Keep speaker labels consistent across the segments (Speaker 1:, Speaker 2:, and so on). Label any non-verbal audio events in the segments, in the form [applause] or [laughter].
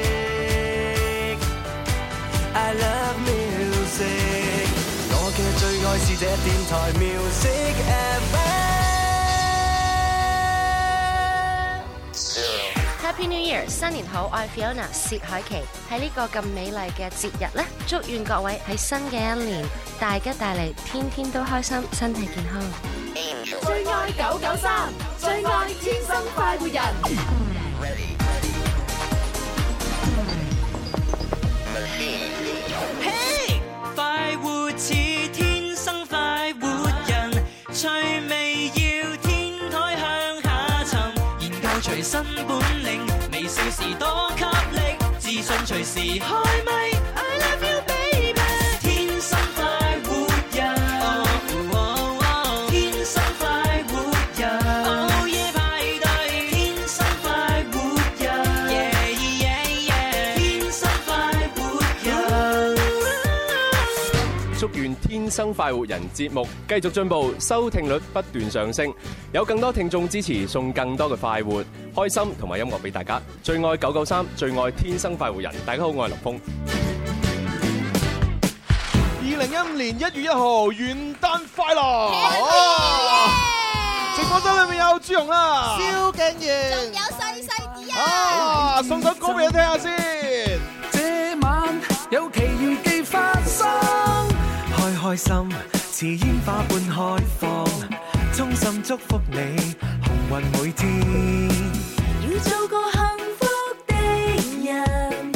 Speaker 1: music。I love music，我嘅最愛是這電台 music FM。
Speaker 2: Happy New Year！新年好，我係 Fiona 薛凱琪。喺呢個咁美麗嘅節日呢，祝願各位喺新嘅一年大吉大利，天天都開心，身體健康。
Speaker 3: 最愛九九三，最愛天生快活人。
Speaker 4: 快活似天生快活人，趣味要天台向下沉，研究隨身本領，微笑時多給力，自信隨時開咪。I love you baby，天生快活人，哦哦天生快活人，午夜派對，天生快活人，yeah yeah yeah，天生快活人。
Speaker 5: 祝願《天生快活人》節目繼續進步，收聽率不斷上升，有更多聽眾支持，送更多嘅快活、開心同埋音樂俾大家。最愛九九三，最愛《天生快活人》。大家好，我係林峰。
Speaker 6: 二零一五年一月一號，元旦快樂！直播室裏面有朱容啦，蕭敬元，仲有細細啲啊！送首歌俾你聽下先。
Speaker 7: 這晚有奇遇記發生，開開心似煙花般開放，衷心祝福你鴻運每天。
Speaker 8: 要做個幸福的人，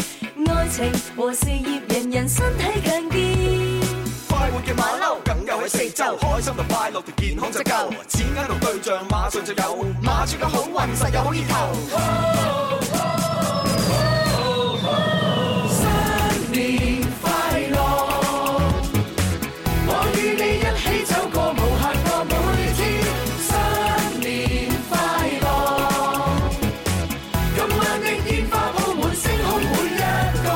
Speaker 8: 愛情和事業人人身體強健。
Speaker 9: 快活嘅馬騮，梗有喺四周，開心同快樂條健康就夠，錢銀同對象馬上就有，馬住嘅好運實有好意頭。新年快樂，
Speaker 3: 我與你一起走過無限個每天，新年快樂！今晚的煙花鋪滿星空每一個，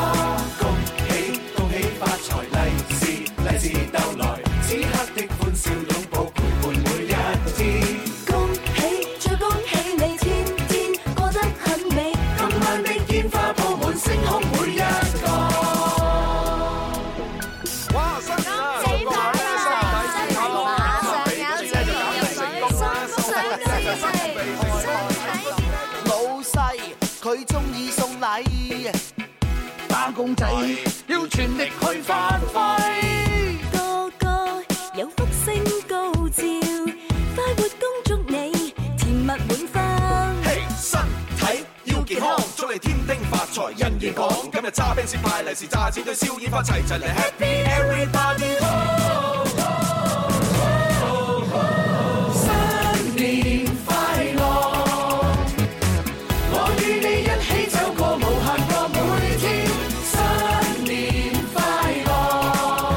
Speaker 3: 恭喜恭喜發財，利是利是到來，此刻的歡笑擁抱陪伴每一天。
Speaker 8: 恭喜，最恭喜你天天過得很美。
Speaker 3: 今晚的煙花鋪滿星空每一個。
Speaker 6: 哇！新年啊，恭喜
Speaker 3: 發
Speaker 6: 財，身體健康，
Speaker 3: 有錢就減肥成功啦，瘦身就增肥成功啦。
Speaker 10: 老細佢中意送禮，打工仔要全力去發揮。
Speaker 8: 個個有福星高照，快活恭祝你甜蜜滿分。
Speaker 9: 嘿，身體要健康，祝你天丁發財，人緣廣。今日揸 b 士派利是，炸錢堆燒煙花，齊齊嚟 Happy Everybody！
Speaker 3: 新年快樂！我與你一起走過無限個每天，新年快樂！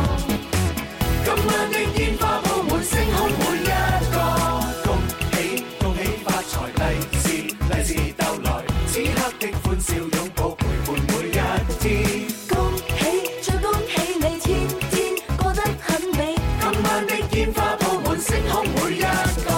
Speaker 3: 今晚的煙花鋪滿星空每一個，恭喜恭喜發財，利是利是到來，此刻的歡笑擁抱陪伴每一天，
Speaker 8: 恭喜，最恭喜你天天過得很美。
Speaker 3: 今晚的煙花鋪滿星空每一個。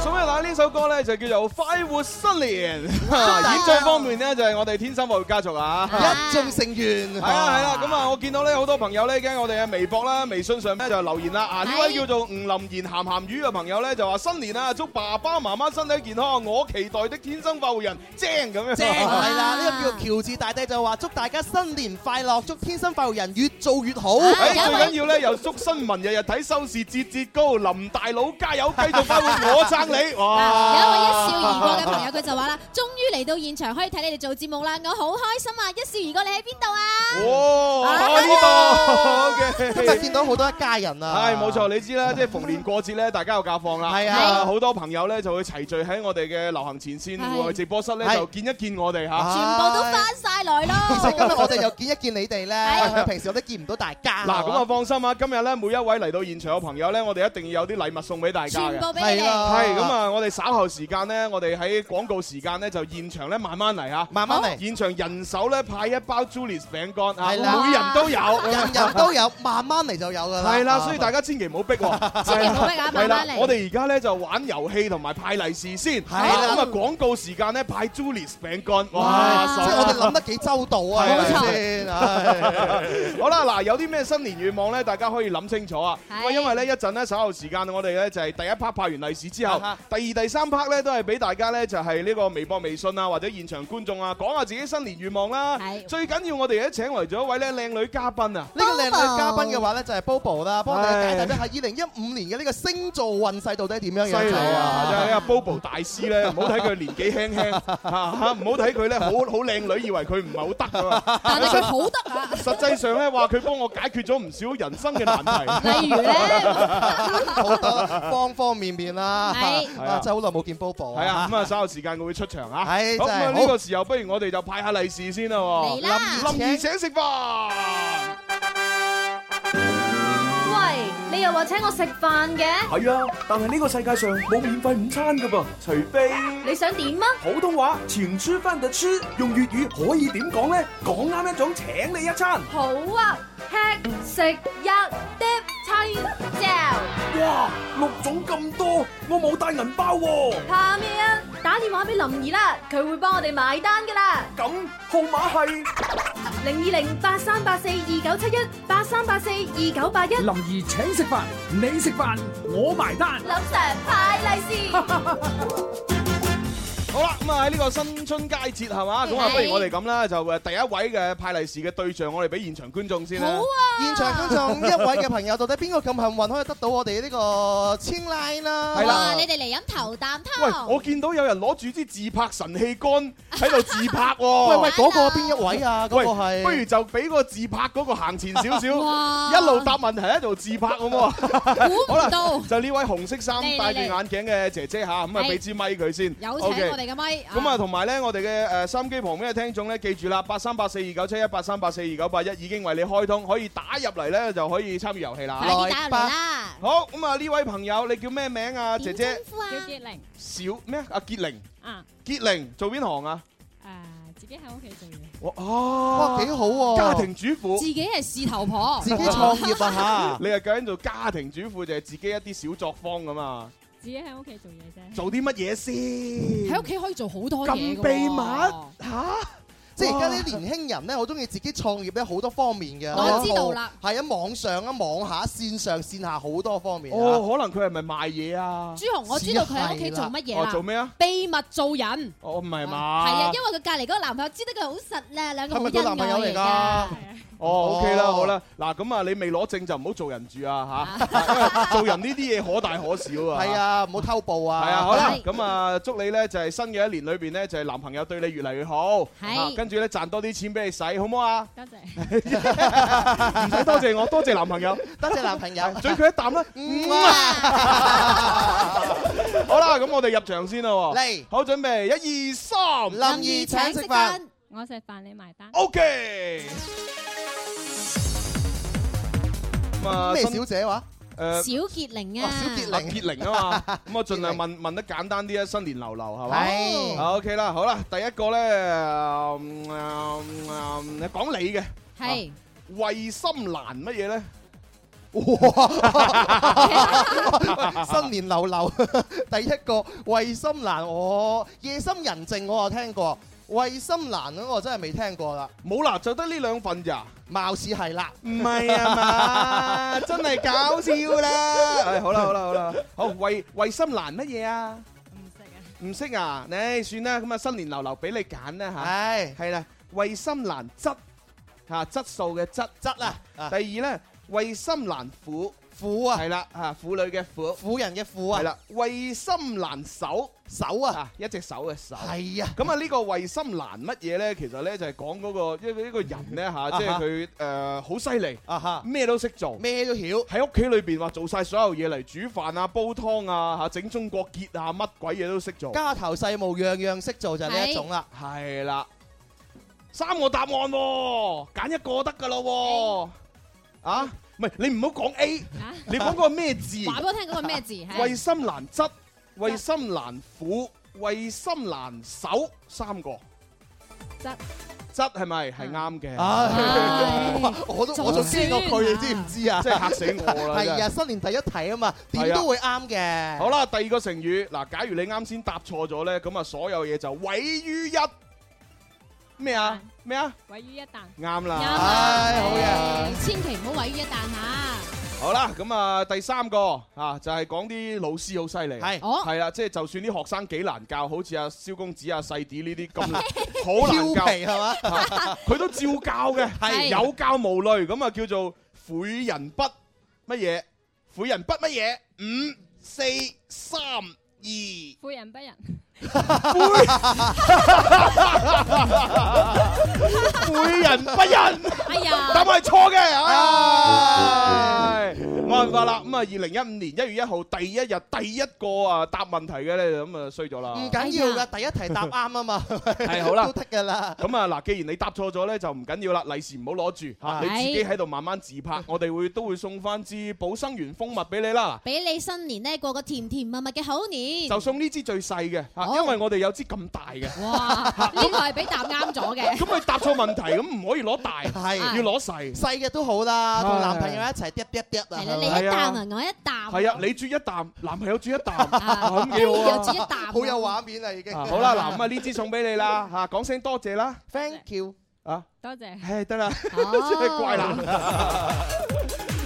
Speaker 6: 送俾大家呢首歌咧就叫做《快活新年》， [laughs] 演唱方面咧就係我哋天生快活家族啊，一眾成員係啊係啦，咁啊我見到咧好多朋友咧，喺我哋嘅微博啦、微信上咧就留言啦，啊呢位叫做吳林賢鹹鹹魚嘅朋友咧就話新年啊，祝爸爸媽媽身體健康，我期待的天生快活人正咁樣，
Speaker 10: 正
Speaker 6: [laughs]
Speaker 10: 係啦，呢個叫喬治大帝就話祝大家新年快樂，祝天生快活人越做越好。
Speaker 6: 誒
Speaker 11: 哎
Speaker 6: 最緊要咧，又祝新聞日日睇收視節節高，林大佬加油，繼續快活，我撐你！哇！
Speaker 12: 有一位一笑而過嘅朋友，佢就話啦：，終於嚟到現場可以睇你哋做節目啦，我好開心啊！一笑而過，你喺邊度啊？
Speaker 6: 哇！呢度 OK，
Speaker 10: 就見到好多一家人啊。
Speaker 6: 係冇錯，你知啦，即係逢年過節咧，大家有假放啦。
Speaker 10: 係啊
Speaker 6: 咁好多朋友咧就會齊聚喺我哋嘅流行前線戶外直播室咧，
Speaker 10: 係
Speaker 13: 啊
Speaker 6: 就見一見我哋嚇。
Speaker 12: 全部都翻晒來咯。
Speaker 11: 其實今日我哋又見一見你哋咧，平時我都見唔到大家。
Speaker 6: 嗱，咁啊放心啊，今日咧每一位嚟到現場嘅朋友咧，我哋一定要有啲禮物送俾大家嘅。
Speaker 11: 全部俾你哋係啦
Speaker 6: 係咁啊，我哋稍後時間咧，我哋喺廣告時間咧就現場咧慢慢嚟嚇，慢
Speaker 11: 慢嚟。
Speaker 6: 現場人手咧派一包 Julie's 餅乾啊，
Speaker 11: 係啦
Speaker 6: 每人都有，
Speaker 11: 人人都有，慢慢嚟就有㗎啦。
Speaker 6: 係啦，所以大家千祈唔好逼 [laughs] 喎，
Speaker 11: 千祈唔好逼啊
Speaker 6: 係啦
Speaker 11: 慢慢嚟
Speaker 6: 我哋而家咧就玩遊戲同埋派利是先，係
Speaker 11: 啦
Speaker 6: 咁啊廣告時間咧派 Julie's 餅乾，
Speaker 11: 哇
Speaker 6: 哇！
Speaker 11: 啊
Speaker 6: 啊
Speaker 11: 即係
Speaker 6: [laughs]
Speaker 11: 我哋諗得幾周到啊，係咪先？唉
Speaker 6: 好啦，嗱，有啲咩新年願望咧，大家可以諗清楚啊。喂，因為咧一陣咧稍後時間，我哋咧就係第一 part 派完利是之後，
Speaker 11: 啊
Speaker 6: 第二、第三 part 咧都係俾大家咧就係呢個微博、微信啊，或者現場觀眾啊，講下自己新年願望啦。最緊要我哋咧請嚟咗一位咧靚女嘉賓啊。
Speaker 11: 呢個靚女嘉賓嘅話咧就係 Bobo 啦，幫我哋解答一下二零一五年嘅呢個星座運勢到底係點樣
Speaker 6: 犀
Speaker 11: 樣
Speaker 6: 利
Speaker 11: 走
Speaker 6: 啊！真係呢個 Bobo 大師咧，唔好睇佢年紀輕輕嚇，唔好睇佢咧好好靚女，以為佢唔係好得啊！
Speaker 12: 但係佢好得
Speaker 6: 啊！實際上咧話佢幫我解決咗唔少人生嘅難題，
Speaker 12: 啊
Speaker 11: 例如咧好多方方面面啦，
Speaker 6: 係
Speaker 11: 啊真係好耐冇見 Bobo
Speaker 6: 係啊，咁啊稍後時間佢會出場啊。
Speaker 11: 係
Speaker 6: 好咁
Speaker 11: 真
Speaker 6: 啊
Speaker 11: 係好
Speaker 6: 呢個時候，不如我哋就派下利是先啦喎。
Speaker 11: 嚟啦
Speaker 6: 林兒請食飯。
Speaker 14: [laughs] 喂，你又話請我食飯嘅？
Speaker 9: 係啊，但係呢個世界上冇免費午餐噶噃，除非
Speaker 14: 你想點啊？
Speaker 9: 普通話前出翻特出，用粵語可以點講咧？講啱一種請你一餐。
Speaker 14: 好啊，吃食一碟青椒。
Speaker 9: 哇，六種咁多，我冇帶銀包喎、
Speaker 14: 怕咩啊？打電話俾林兒啦，佢會幫我哋埋單噶啦。
Speaker 9: 咁號碼係
Speaker 14: 零二零八三八四二九七一八三八四二九八一。
Speaker 15: 林兒請食飯，你食飯，我埋單。
Speaker 14: 林 Sir 派利是。
Speaker 6: 好啦，咁啊喺呢個新春佳節係嘛，咁啊
Speaker 11: 係
Speaker 6: 不如我哋咁啦，就誒第一位嘅派利是嘅對象，我哋俾現場觀眾先啦。
Speaker 11: 好啊！現場觀眾一位嘅朋友，到底邊個咁幸運可以得到我哋呢個千拉啦？
Speaker 6: 係啦
Speaker 12: 哇！你哋嚟飲頭啖
Speaker 6: 喂，
Speaker 12: 湯，
Speaker 6: 我見到有人攞住支自拍神器杆喺度自拍
Speaker 12: [laughs]
Speaker 6: 喎。
Speaker 11: 喂喂嗰個邊一位啊嗰個係
Speaker 6: 喂不如就俾個自拍嗰個行前少少，
Speaker 11: 哇
Speaker 6: 一路答問題一路自拍好唔好啊？
Speaker 12: 估唔到
Speaker 6: 就呢位紅色衫
Speaker 12: 嚟嚟
Speaker 6: 戴住眼鏡嘅姐姐吓，咁啊
Speaker 12: 係
Speaker 6: 俾支咪佢先。
Speaker 12: 有請
Speaker 6: OK
Speaker 12: 我哋嘅咪。
Speaker 6: 咁啊，同埋咧，我哋嘅誒收音機旁邊嘅聽眾咧，記住啦，八三八四二九七一八三八四二九八一已經為你開通，可以打入嚟咧就可以參與遊戲啦。
Speaker 12: 快啲打入嚟啦！
Speaker 6: 好，咁啊呢位朋友，你叫咩名啊？姐姐
Speaker 16: 叫傑玲
Speaker 6: 小咩啊？阿傑玲，
Speaker 16: 啊，
Speaker 6: 傑玲做邊行啊？
Speaker 16: 誒，自己喺屋企做嘢，
Speaker 6: 哇哦，
Speaker 11: 哇幾好喎
Speaker 6: 家庭主婦，
Speaker 12: 自己係事頭婆，
Speaker 11: 啊
Speaker 6: [laughs] 嚇！你係究竟做家庭主婦就係自己一啲小作坊咁啊？
Speaker 16: 自己喺屋企做嘢啫。
Speaker 6: 做啲乜嘢先？
Speaker 12: 喺屋企可以做好多
Speaker 11: 咁
Speaker 12: 嘢㗎喎
Speaker 11: 秘密
Speaker 6: 嚇！
Speaker 11: 即係而家啲年輕人咧，好中意自己創業咧，好多方面嘅。
Speaker 12: 我知道啦
Speaker 11: 係啊，網上啊、網下、線上、線下好多方面啊。
Speaker 6: 哦，可能佢係咪賣嘢啊？
Speaker 12: 朱紅，我知道佢喺屋企做乜嘢
Speaker 6: 哦
Speaker 12: 啦？
Speaker 6: 做咩啊？
Speaker 12: 秘密做人。
Speaker 6: 我唔係
Speaker 12: 係
Speaker 6: 嘛？
Speaker 12: 啊，因為佢隔離嗰個男朋友知得佢好實咧，兩個好
Speaker 6: 係咪
Speaker 12: 恩
Speaker 6: 佢男朋友
Speaker 12: 愛
Speaker 6: 嚟㗎
Speaker 12: 嚟㗎。？
Speaker 6: 哦，OK 啦，好啦，嗱咁啊，你未攞證就唔好做人住 [laughs] 啊嚇，做人呢啲嘢可大可小啊。
Speaker 11: 係啊，唔好偷步啊。
Speaker 6: 係啊，好啦，咁啊，祝你咧就係新嘅一年裏邊咧，就係男朋友對你越嚟越好，À,
Speaker 11: 係
Speaker 6: 啊跟住咧賺多啲錢俾你使，好唔好啊？
Speaker 16: 多謝。
Speaker 6: 唔使多謝我，多謝男朋友，
Speaker 11: 多謝男朋友，
Speaker 6: 嘴佢一啖啦。
Speaker 12: Ừ.
Speaker 6: 好啦，咁我哋入場先啦喎，
Speaker 11: 嚟
Speaker 6: 好準備，一二三，
Speaker 11: [laughs] 林兒請食飯。
Speaker 16: 我食飯，你埋單。
Speaker 6: ，OK。咁啊
Speaker 11: 咩
Speaker 6: 新
Speaker 11: 小姐話？
Speaker 6: 誒
Speaker 12: 小潔玲
Speaker 11: Ờ,
Speaker 12: 啊，小
Speaker 6: 阿潔玲 [laughs] 啊嘛，咁我盡量問問得簡單啲啊，新年流流係嘛？
Speaker 11: 係
Speaker 6: 啊 Ờ, OK 啦，好啦，第一個咧，嗯嗯嗯講你嘅，
Speaker 12: 係
Speaker 6: 衛心蘭乜嘢咧？
Speaker 11: [laughs] 新年流 [laughs] 流，第一個衛心蘭，我夜深人靜我就聽過，衛心蘭嗰個真係未聽過啦。
Speaker 6: 冇啦，就得呢兩份咋？
Speaker 11: 貌似係啦，
Speaker 6: 唔係啊 [laughs] 嘛，真係搞笑啦！誒好啦好啦好啦，好衛衛心蘭乜嘢啊？唔識啊？唔識啊？唉，算啦，咁啊新年流流俾你揀啦嚇。
Speaker 11: 係
Speaker 6: 係啦，衛心蘭質嚇質素嘅質
Speaker 11: 質啊。
Speaker 6: 第二咧，衛心蘭婦
Speaker 11: 婦啊，
Speaker 6: 係啦嚇婦女嘅婦，
Speaker 11: 婦人嘅婦啊
Speaker 6: 係啦，衛心蘭手
Speaker 11: 手啊，
Speaker 6: 一隻手嘅手。
Speaker 11: 係啊。
Speaker 6: 咁啊，呢個衛心蘭乜嘢咧？其實咧就係講嗰個一個一個人咧嚇，即係佢誒好犀利
Speaker 11: 啊哈，
Speaker 6: 咩都識做，
Speaker 11: 咩都曉。
Speaker 6: 喺屋企裏邊話做晒所有嘢嚟煮飯啊、煲湯啊、嚇整中國結啊，乜鬼嘢都識做。
Speaker 11: à. 家頭細務樣樣識做就係呢一種啦。
Speaker 6: 係啦，三個答案喎，揀一個得噶咯喎。啊，唔係你唔好講 A，你講個咩
Speaker 11: [laughs]
Speaker 6: 字？ [laughs]
Speaker 12: 話俾我聽嗰個咩字係
Speaker 6: 衛心難質，衛心難苦，衛心難守，三個
Speaker 12: 質
Speaker 6: 質係咪係啱嘅？
Speaker 11: 唉 [laughs] 我都我仲知過佢，你知唔知啊？
Speaker 6: [laughs] 真
Speaker 11: [laughs]
Speaker 6: 係嚇死我啦！
Speaker 11: 係
Speaker 6: 真
Speaker 11: 啊，
Speaker 6: 係
Speaker 11: 新年第一題啊嘛，
Speaker 6: 係
Speaker 11: 點
Speaker 6: 啊
Speaker 11: 都會啱嘅。
Speaker 6: 好啦，第二個成語嗱，假如你啱先答錯咗咧，咁啊所有嘢就毀於一咩啊咩啊
Speaker 12: 毀於一旦，
Speaker 6: 啱啦，
Speaker 12: 啱啊
Speaker 6: 唉好嘢。
Speaker 12: 千祈唔好毀於一旦嚇。
Speaker 6: 好啦，咁啊第三個啊就係講啲老師好犀利，係
Speaker 12: 哦
Speaker 6: 係啦，即係就算啲學生幾難教，好似阿蕭公子、阿啊細啲呢啲咁好難教，
Speaker 11: 調皮係
Speaker 6: [laughs]
Speaker 11: 嘛
Speaker 6: 啊佢都照教嘅，
Speaker 11: 係
Speaker 6: 有教無類，咁啊叫做诲人不乜嘢，诲人不乜嘢，五四三二。
Speaker 16: 妇人不仁，
Speaker 6: 诲人不仁。
Speaker 12: 哎呀，
Speaker 6: 答案係錯嘅，唉，冇辦法啦。咁啊，二零一五年一月一號第一日第一個啊答問題嘅咧，咁啊衰咗啦。
Speaker 11: 唔緊要㗎，第一題答啱啊嘛，
Speaker 6: 係好啦
Speaker 11: [laughs] 都得㗎啦。
Speaker 6: 咁啊嗱，既然你答錯咗咧，就唔緊要啦，利是唔好攞住嚇，
Speaker 11: 係
Speaker 6: 你自己喺度慢慢自拍，我哋會都會送翻支保生元蜂蜜俾你啦。
Speaker 12: 俾你新年呢過個甜甜蜜蜜嘅好年。
Speaker 6: 就送呢支最細嘅嚇，因為我哋有支咁大嘅。
Speaker 12: 哇！呢個係俾答啱咗嘅。
Speaker 6: 咁你答錯問題，咁唔可以攞
Speaker 11: [laughs]
Speaker 6: 大，係要攞細。
Speaker 11: 細嘅都好啦，同
Speaker 6: 係
Speaker 11: 男朋友一齊嗒嗒嗒啊。
Speaker 12: 係啦，你一啖啊，我一啖。
Speaker 6: 係啊，你啜一啖，男朋友啜一
Speaker 11: [laughs]
Speaker 6: 啖，
Speaker 12: À.
Speaker 6: 咁幾好啊！
Speaker 12: 又啜一啖
Speaker 11: 好有畫面啦已經。
Speaker 6: 啊好啦，嗱咁啊呢支送俾你啦，嚇講聲多謝啦。
Speaker 11: ，thank you。
Speaker 6: 啊，
Speaker 16: 多謝。
Speaker 6: 唉得啦，
Speaker 16: 哦
Speaker 6: [laughs] 真係怪
Speaker 11: [laughs]
Speaker 6: 難。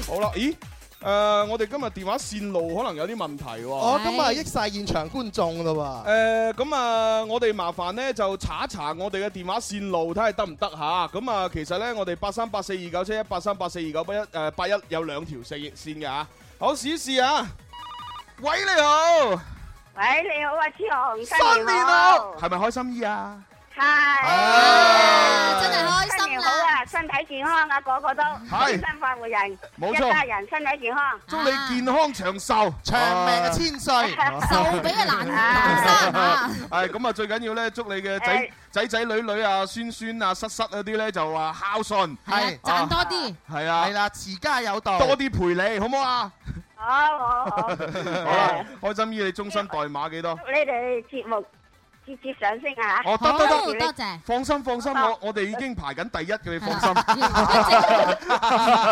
Speaker 6: 好啦，咦？誒、我哋今日電話線路可能有啲問題喎。
Speaker 11: 我今日益晒現場觀眾啦
Speaker 6: 誒咁啊，我哋麻煩咧就查一查我哋嘅電話線路，睇下得唔得吓。咁啊，其實咧我哋八三八四二九七一八三八四二九八一誒八一有兩條四線嘅吓。好試一試啊！喂，你好，
Speaker 17: 喂，你好啊，朱紅，
Speaker 6: 新年好，
Speaker 17: 好，
Speaker 6: 係咪開心姨啊？
Speaker 17: 係，
Speaker 12: 真係開
Speaker 17: 心好啊，身體健康啊，個個都
Speaker 6: 係
Speaker 17: 天生快活人，
Speaker 6: 冇
Speaker 17: 一
Speaker 6: 錯
Speaker 17: 家人身體健康，
Speaker 6: 祝你
Speaker 12: À.
Speaker 6: 健康長壽，
Speaker 11: 長命啊千
Speaker 12: [laughs]
Speaker 11: 歲，
Speaker 17: 壽
Speaker 12: 比啊難
Speaker 6: À.
Speaker 17: 難
Speaker 12: À.
Speaker 6: 係咁啊，最緊要咧，祝你嘅仔仔仔女女啊、孫孫啊、室室嗰啲咧就話孝順，
Speaker 11: 係賺多啲，
Speaker 6: 係啊，
Speaker 11: 係啦，持家有道，
Speaker 6: 多啲陪你，好唔好啊？
Speaker 17: 好好好，
Speaker 6: 好啦，開心姨，你終身代碼幾多？
Speaker 17: 祝你哋節目節節上升啊
Speaker 6: 哦，得得得，
Speaker 12: 謝，
Speaker 6: 放心放心，我我哋已經排緊第一嘅，你放心。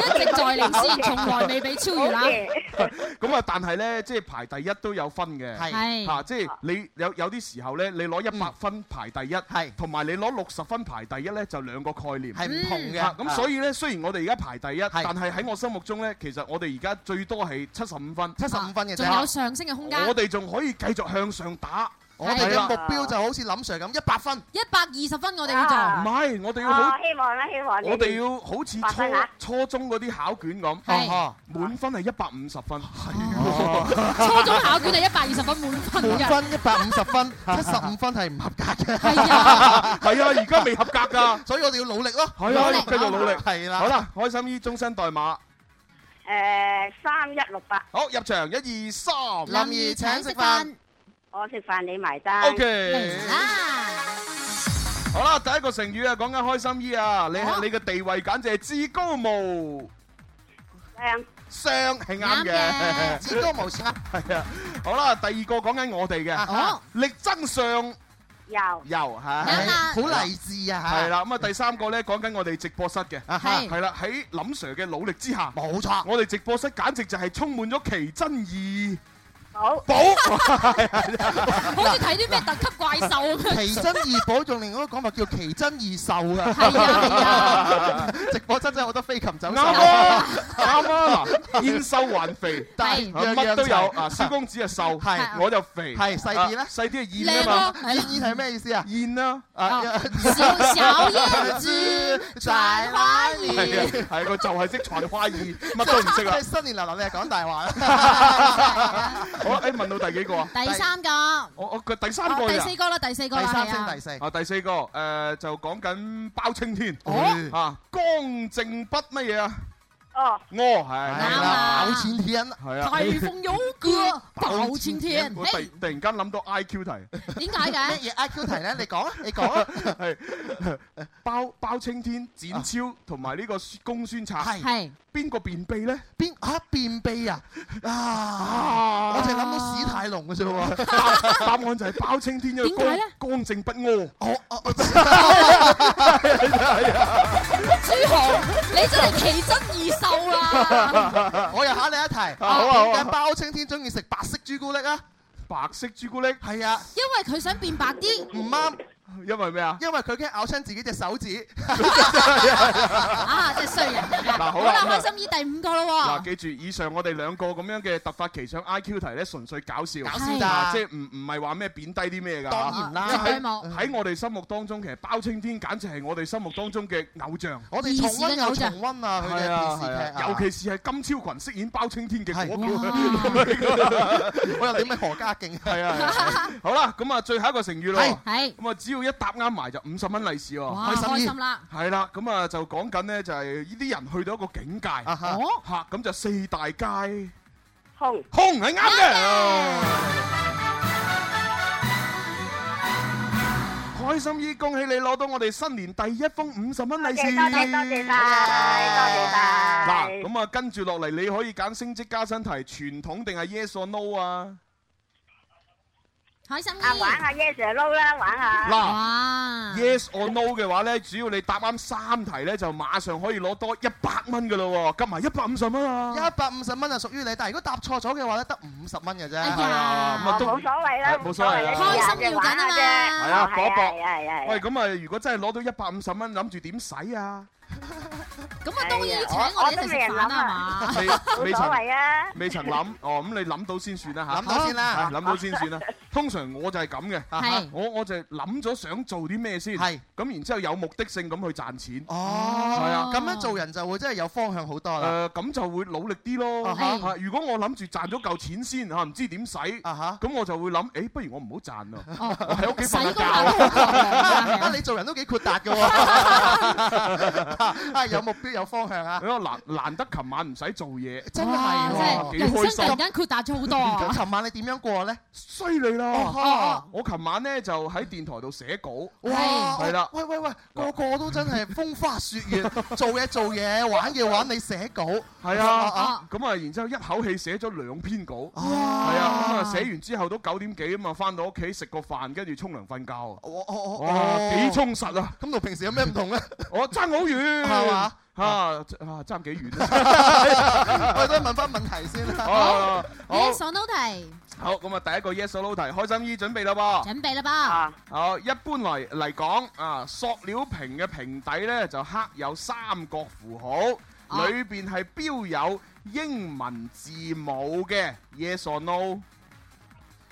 Speaker 12: 一直在領先，從來未被超越啦。
Speaker 6: [laughs] 咁啊，但係咧，即係排第一都有分嘅，啊
Speaker 12: 係係
Speaker 6: 嚇，即係你有有啲時候咧，你攞一百分排第一，係同埋你攞六十分排第一咧，就兩個概念，
Speaker 11: 係唔同嘅
Speaker 6: 嚇啊咁所以咧，雖然我哋而家排第一，但係喺我心目中咧，其實我哋而家最多係七十五分，七十五分
Speaker 11: 嘅
Speaker 12: 仲有上升嘅空間。
Speaker 6: 我哋仲可以繼續向上打，
Speaker 11: 我哋嘅目標就好似林 Sir 咁，一百分。
Speaker 12: 一百二十分，我哋
Speaker 6: 唔
Speaker 11: 啊
Speaker 12: 要做。
Speaker 6: 係，我哋要好。
Speaker 17: 希望啦，希望啊你
Speaker 6: 我哋要好似
Speaker 17: 發生啊
Speaker 6: 初初中嗰啲考卷咁，
Speaker 12: 係
Speaker 6: 啊滿分係一百五十分，
Speaker 12: 初中考卷係一百二十分滿分
Speaker 11: 滿
Speaker 12: 嘅。
Speaker 11: 分一百五
Speaker 6: [laughs]
Speaker 11: 十分，七十五分係唔合格嘅。
Speaker 12: 係
Speaker 11: [laughs]
Speaker 6: 啊，係啊，而家未合格㗎，
Speaker 11: 所以我哋要努力咯。
Speaker 6: 係啊，要繼續努力，
Speaker 11: 係啦。
Speaker 6: 好啦，開心姨終身代碼，
Speaker 17: 誒三一六八，
Speaker 6: 好入場一二三，
Speaker 17: 林怡請食飯，我食飯你埋單
Speaker 6: OK
Speaker 12: 啊
Speaker 6: 好啦，第一個成語啊，講緊開心姨啊，你係你嘅地位簡直係至高無上係啱嘅，
Speaker 11: 至高無上
Speaker 6: 係啊，好啦，第二個講緊我哋嘅
Speaker 11: 啊
Speaker 12: 哦
Speaker 11: 好，啊
Speaker 6: 力爭上。
Speaker 17: 又
Speaker 6: 又係，
Speaker 11: 好勵志啊嚇
Speaker 6: 係啦，咁啊第三個咧講緊我哋直播室嘅，
Speaker 11: 啊
Speaker 6: 啊
Speaker 11: 係
Speaker 6: 係啦，喺林 Sir 嘅努力之下，
Speaker 11: 冇錯，
Speaker 6: 我哋直播室簡直就係充滿咗奇珍異
Speaker 17: 寶，
Speaker 6: 寶，
Speaker 12: 好似睇啲咩特級怪獸咁樣。
Speaker 11: 奇珍異寶，仲另外一個講法叫奇珍異獸啊！
Speaker 12: 係
Speaker 11: [laughs]
Speaker 6: 啊
Speaker 11: 直播室真係好多飛禽走獸。
Speaker 6: 啱
Speaker 11: [laughs]
Speaker 6: 啊，啱啊，嗱，燕瘦還肥，啊
Speaker 11: 係樣樣
Speaker 6: 乜都有
Speaker 11: 齊
Speaker 6: 啊，
Speaker 11: [laughs]
Speaker 6: 蕭公子啊瘦，
Speaker 11: 係
Speaker 6: 我就肥，
Speaker 11: 係細啲呢
Speaker 6: 啊細啲係燕啊嘛，
Speaker 11: 燕燕係咩意思啊？
Speaker 6: 燕啦，
Speaker 11: 啊，
Speaker 6: 小小燕
Speaker 11: 子在花
Speaker 6: 係 [laughs] 啊，係佢就係識才花燕，乜都唔識啊啦
Speaker 11: [laughs] 即係。新年流流，你係講大話啦。
Speaker 6: [laughs] 好啦，誒問到第幾個啊？
Speaker 12: 第三個，
Speaker 6: 我我佢第三個
Speaker 12: 哦第
Speaker 6: 呀
Speaker 12: 四個啦，第四個啦，係啊。
Speaker 6: 啊，第四個誒、呃就講緊包青天，
Speaker 11: 哦
Speaker 6: 啊剛正不乜嘢啊？
Speaker 17: 哦，
Speaker 6: 哦係
Speaker 11: 啦，有錢天，
Speaker 6: 係啊，
Speaker 12: 大風湧
Speaker 18: 歌爆青天。
Speaker 6: 我突突然間諗到 I Q 題，
Speaker 12: 哎
Speaker 18: 點解嘅？
Speaker 11: 乜嘢 I Q 題咧？你講啊，你講啊。
Speaker 6: 係 [laughs] 包包青天、展超同埋呢個公孫策，
Speaker 11: 係係
Speaker 6: 邊個便秘咧？
Speaker 11: 邊啊便秘啊啊！我淨係諗到史泰龍嘅啫喎。
Speaker 6: [laughs] 答案就係包青天，因為
Speaker 11: 點解
Speaker 6: 乾
Speaker 11: 咧
Speaker 6: 乾淨不屙。
Speaker 18: 朱紅，你真係奇珍異獸
Speaker 12: 啊
Speaker 18: 啦！
Speaker 11: 我又考你一題，
Speaker 6: [laughs] 好啊好啊
Speaker 11: 點解包青天中意食白色朱古力啊？
Speaker 6: 白色朱古力
Speaker 11: 係啊，
Speaker 18: 因為佢想變白啲，
Speaker 11: 唔啱，
Speaker 6: 因為咩啊？
Speaker 11: 因為佢驚咬親自己隻手指。
Speaker 18: 啊，真係衰人嚟㗎。
Speaker 6: 嗱好啦
Speaker 18: 啦，
Speaker 6: 咁啊
Speaker 18: 開心姨第五個咯
Speaker 6: 嗱，記住以上我哋兩個咁樣嘅突發奇想 I Q 題咧，純粹搞笑，
Speaker 18: 搞笑咋
Speaker 6: 啊即係唔唔係話咩貶低啲咩㗎？
Speaker 11: 當然啦
Speaker 6: 因為喺
Speaker 11: 絕對冇
Speaker 6: 喺我哋心目當中，其實包青天簡直係我哋心目當中嘅偶像。
Speaker 11: 我哋重温又重温啊，佢嘅
Speaker 6: 係啊
Speaker 11: 電視
Speaker 6: 係
Speaker 11: 劇
Speaker 6: 啊，
Speaker 11: 啊，
Speaker 6: 尤其是係金超群飾演包青天嘅嗰
Speaker 11: 哇
Speaker 6: 個，
Speaker 11: [laughs] 我又點解何家勁？
Speaker 6: 係啊，係啊 [laughs] 好啦，咁啊，最後一個成語咯。
Speaker 18: 係
Speaker 6: 咁啊，只要一答啱埋就五十蚊利是喎。
Speaker 18: 哇開心啦！
Speaker 6: 係啦，咁啊就講緊呢，就係呢啲人去到一個境界，嚇咁就四大皆
Speaker 17: 空，
Speaker 6: 空係啱嘅。開心姨，恭喜你攞到我哋新年第一封五十蚊利是。
Speaker 17: 多謝多謝多謝晒，
Speaker 6: 嗱，咁啊，跟住落嚟你可以揀升職加薪題，傳統定係 yes or no 啊？
Speaker 18: 開心
Speaker 17: 啊玩下 yes or no 啦，玩下。
Speaker 6: 嗱，yes or no 嘅話呢，只要你答啱三題呢，就馬上可以攞多一百蚊噶咯喎，夾埋一百五十蚊啊！
Speaker 11: 一百五十蚊就屬於你，但係如果答錯咗嘅話咧，得五十蚊嘅啫。
Speaker 6: 係啊咁啊都冇所謂啦
Speaker 11: 係
Speaker 6: 冇所謂啦
Speaker 11: 開心要緊啊嘛
Speaker 6: 係啊，搏一
Speaker 17: 係
Speaker 6: 搏
Speaker 17: 啊係啊係啊。
Speaker 6: 喂，咁啊，如果真係攞到一百五十蚊，諗住點使
Speaker 17: [laughs]
Speaker 6: 啊？
Speaker 18: 咁啊，都要請
Speaker 17: 我
Speaker 18: 我哋一齊
Speaker 17: 都
Speaker 18: 食
Speaker 17: 未人
Speaker 18: 飯啦，
Speaker 17: 諗
Speaker 18: 係
Speaker 17: 啊
Speaker 18: 嘛？
Speaker 6: 未未
Speaker 17: 冇所謂啊
Speaker 6: 曾未曾諗，哦咁你諗到先算啦嚇，
Speaker 11: [laughs] 諗到先啦
Speaker 6: 係諗到先算啦。通常我就係咁嘅
Speaker 11: [laughs]
Speaker 6: [laughs] 啊
Speaker 11: 係，
Speaker 6: 我我就係諗咗想做啲咩先，咁然之後有目的性咁去賺錢。
Speaker 11: 哦，
Speaker 6: 係啊
Speaker 11: 咁樣做人就會真係有方向好多
Speaker 6: 誒
Speaker 11: 啦。
Speaker 6: 咁就會努力啲咯
Speaker 11: 啊哈
Speaker 6: 嚇如果我諗住賺咗嚿錢先嚇，唔知點使，
Speaker 11: 哦啊
Speaker 6: 咁我就會諗，誒不如我唔好賺啊咯，
Speaker 11: [laughs]
Speaker 6: 我喺屋企瞓下覺啊。
Speaker 11: 啊，你做人都幾豁達嘅
Speaker 6: [laughs]
Speaker 11: 喎，啊有目標有方向啊，
Speaker 6: 因為哎難難得琴晚唔使做嘢，
Speaker 11: 真
Speaker 18: 哇
Speaker 11: 係喎
Speaker 6: 幾
Speaker 18: 人生
Speaker 6: 開
Speaker 18: 突然
Speaker 6: 心。
Speaker 18: 間豁達咗好多啊
Speaker 11: 咁！琴晚你點樣過咧？
Speaker 6: 衰你
Speaker 11: 哦哦
Speaker 6: 啦！我琴晚咧就喺電台度寫稿，
Speaker 11: 哇！
Speaker 6: 係啦，
Speaker 11: 喂喂喂，個個都真係風花雪
Speaker 6: [laughs]
Speaker 11: 月，做嘢做嘢，玩嘅玩，你寫稿
Speaker 6: 係
Speaker 11: 哦
Speaker 6: 啊，咁啊，然之後一口氣寫咗兩篇稿，係啊，咁啊寫完之後都九點幾啊嘛，翻到屋企食個飯，跟住沖涼瞓覺，
Speaker 11: 哦
Speaker 6: 哇，幾充實
Speaker 11: [laughs]
Speaker 6: 啊！
Speaker 11: 咁同平時有咩
Speaker 6: [laughs]
Speaker 11: 唔 [laughs] 同咧？
Speaker 6: 我爭好遠，
Speaker 11: 係嘛？
Speaker 6: 啊啊，爭幾遠啊！
Speaker 11: [laughs] 我都係問翻問題先啦
Speaker 6: 哦。好
Speaker 18: Yes or no 題，
Speaker 6: 好，咁啊，第一個 yes or no 題，開心姨準備啦噃。
Speaker 18: 準備啦吧？
Speaker 6: 好，一般嚟嚟講啊，塑料瓶嘅瓶底咧就刻有三角符號，
Speaker 18: 啊
Speaker 6: 裏邊係標有英文字母嘅 yes or no，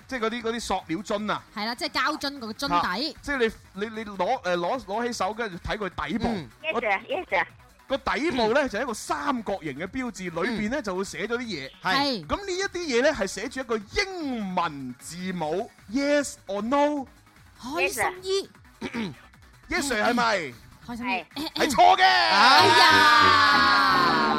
Speaker 6: 即係嗰啲嗰啲塑料樽啊。
Speaker 18: 係啦，即係膠樽個樽底
Speaker 6: 啊。即係你你你攞誒攞攞起手，跟住睇佢底部。
Speaker 18: 嗯
Speaker 17: yes sir yes sir，
Speaker 6: 個底部咧就係一個三角形嘅標誌，裏邊咧就會寫咗啲嘢。
Speaker 18: 嗯係
Speaker 6: 咁呢一啲嘢咧係寫住一個英文字母 yes or no。
Speaker 18: 開心姨，
Speaker 6: yes sir
Speaker 18: 嗯
Speaker 6: 係咪？
Speaker 18: 開心姨，
Speaker 6: 係錯嘅。
Speaker 18: 啊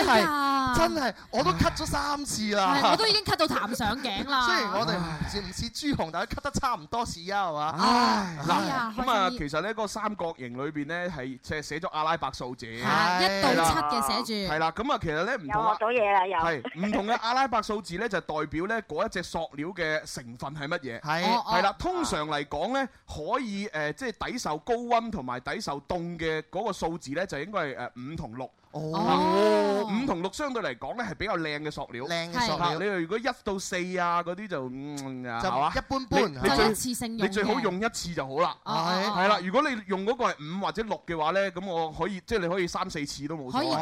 Speaker 18: 呀，
Speaker 11: 真
Speaker 12: [laughs]
Speaker 18: 哎
Speaker 11: 係
Speaker 18: 呀
Speaker 11: 真係，我都咳咗三次啦。
Speaker 18: 係我都已經咳到痰上頸啦。
Speaker 11: 雖然我哋唔似唔似朱紅，但係咳得差唔多似啊，係嘛？
Speaker 6: 唉，
Speaker 18: 哎呀
Speaker 6: 嗱，咁啊，
Speaker 18: 開心啲
Speaker 6: 其實咧嗰個三角形裏邊咧係即係寫咗阿拉伯數字，
Speaker 18: 一
Speaker 6: 係
Speaker 18: 到
Speaker 6: 啦
Speaker 18: 七嘅寫住
Speaker 6: 係，啦，咁啊，其實咧唔
Speaker 17: 又
Speaker 6: 同啊
Speaker 17: 學到嘢啦又。
Speaker 6: 係唔同嘅阿拉伯數字咧，就代表咧嗰一隻塑料嘅成分係乜嘢？
Speaker 11: 係
Speaker 18: 哦哦
Speaker 6: 係啦，通常嚟講咧，可以誒即係抵受高温同埋抵受凍嘅嗰個數字咧，就應該係呃誒五同六。
Speaker 11: 哦
Speaker 6: 五同六相對嚟講咧係比較靚嘅塑料。
Speaker 11: 靚嘅塑料
Speaker 6: 嚇你如果一到四啊嗰啲就嗯啊
Speaker 11: 就
Speaker 6: 係嘛
Speaker 11: 一般般
Speaker 6: 你你
Speaker 11: 就
Speaker 12: 哦
Speaker 6: 最
Speaker 11: 一次性
Speaker 6: 你
Speaker 11: 用
Speaker 6: 最好
Speaker 11: 嘅
Speaker 6: 用一次就好啦。
Speaker 11: 哦哦哦
Speaker 6: 係啦，如果你用嗰個係五或者六嘅話咧，咁我可以即係你可以三四次都冇所謂。
Speaker 11: 哦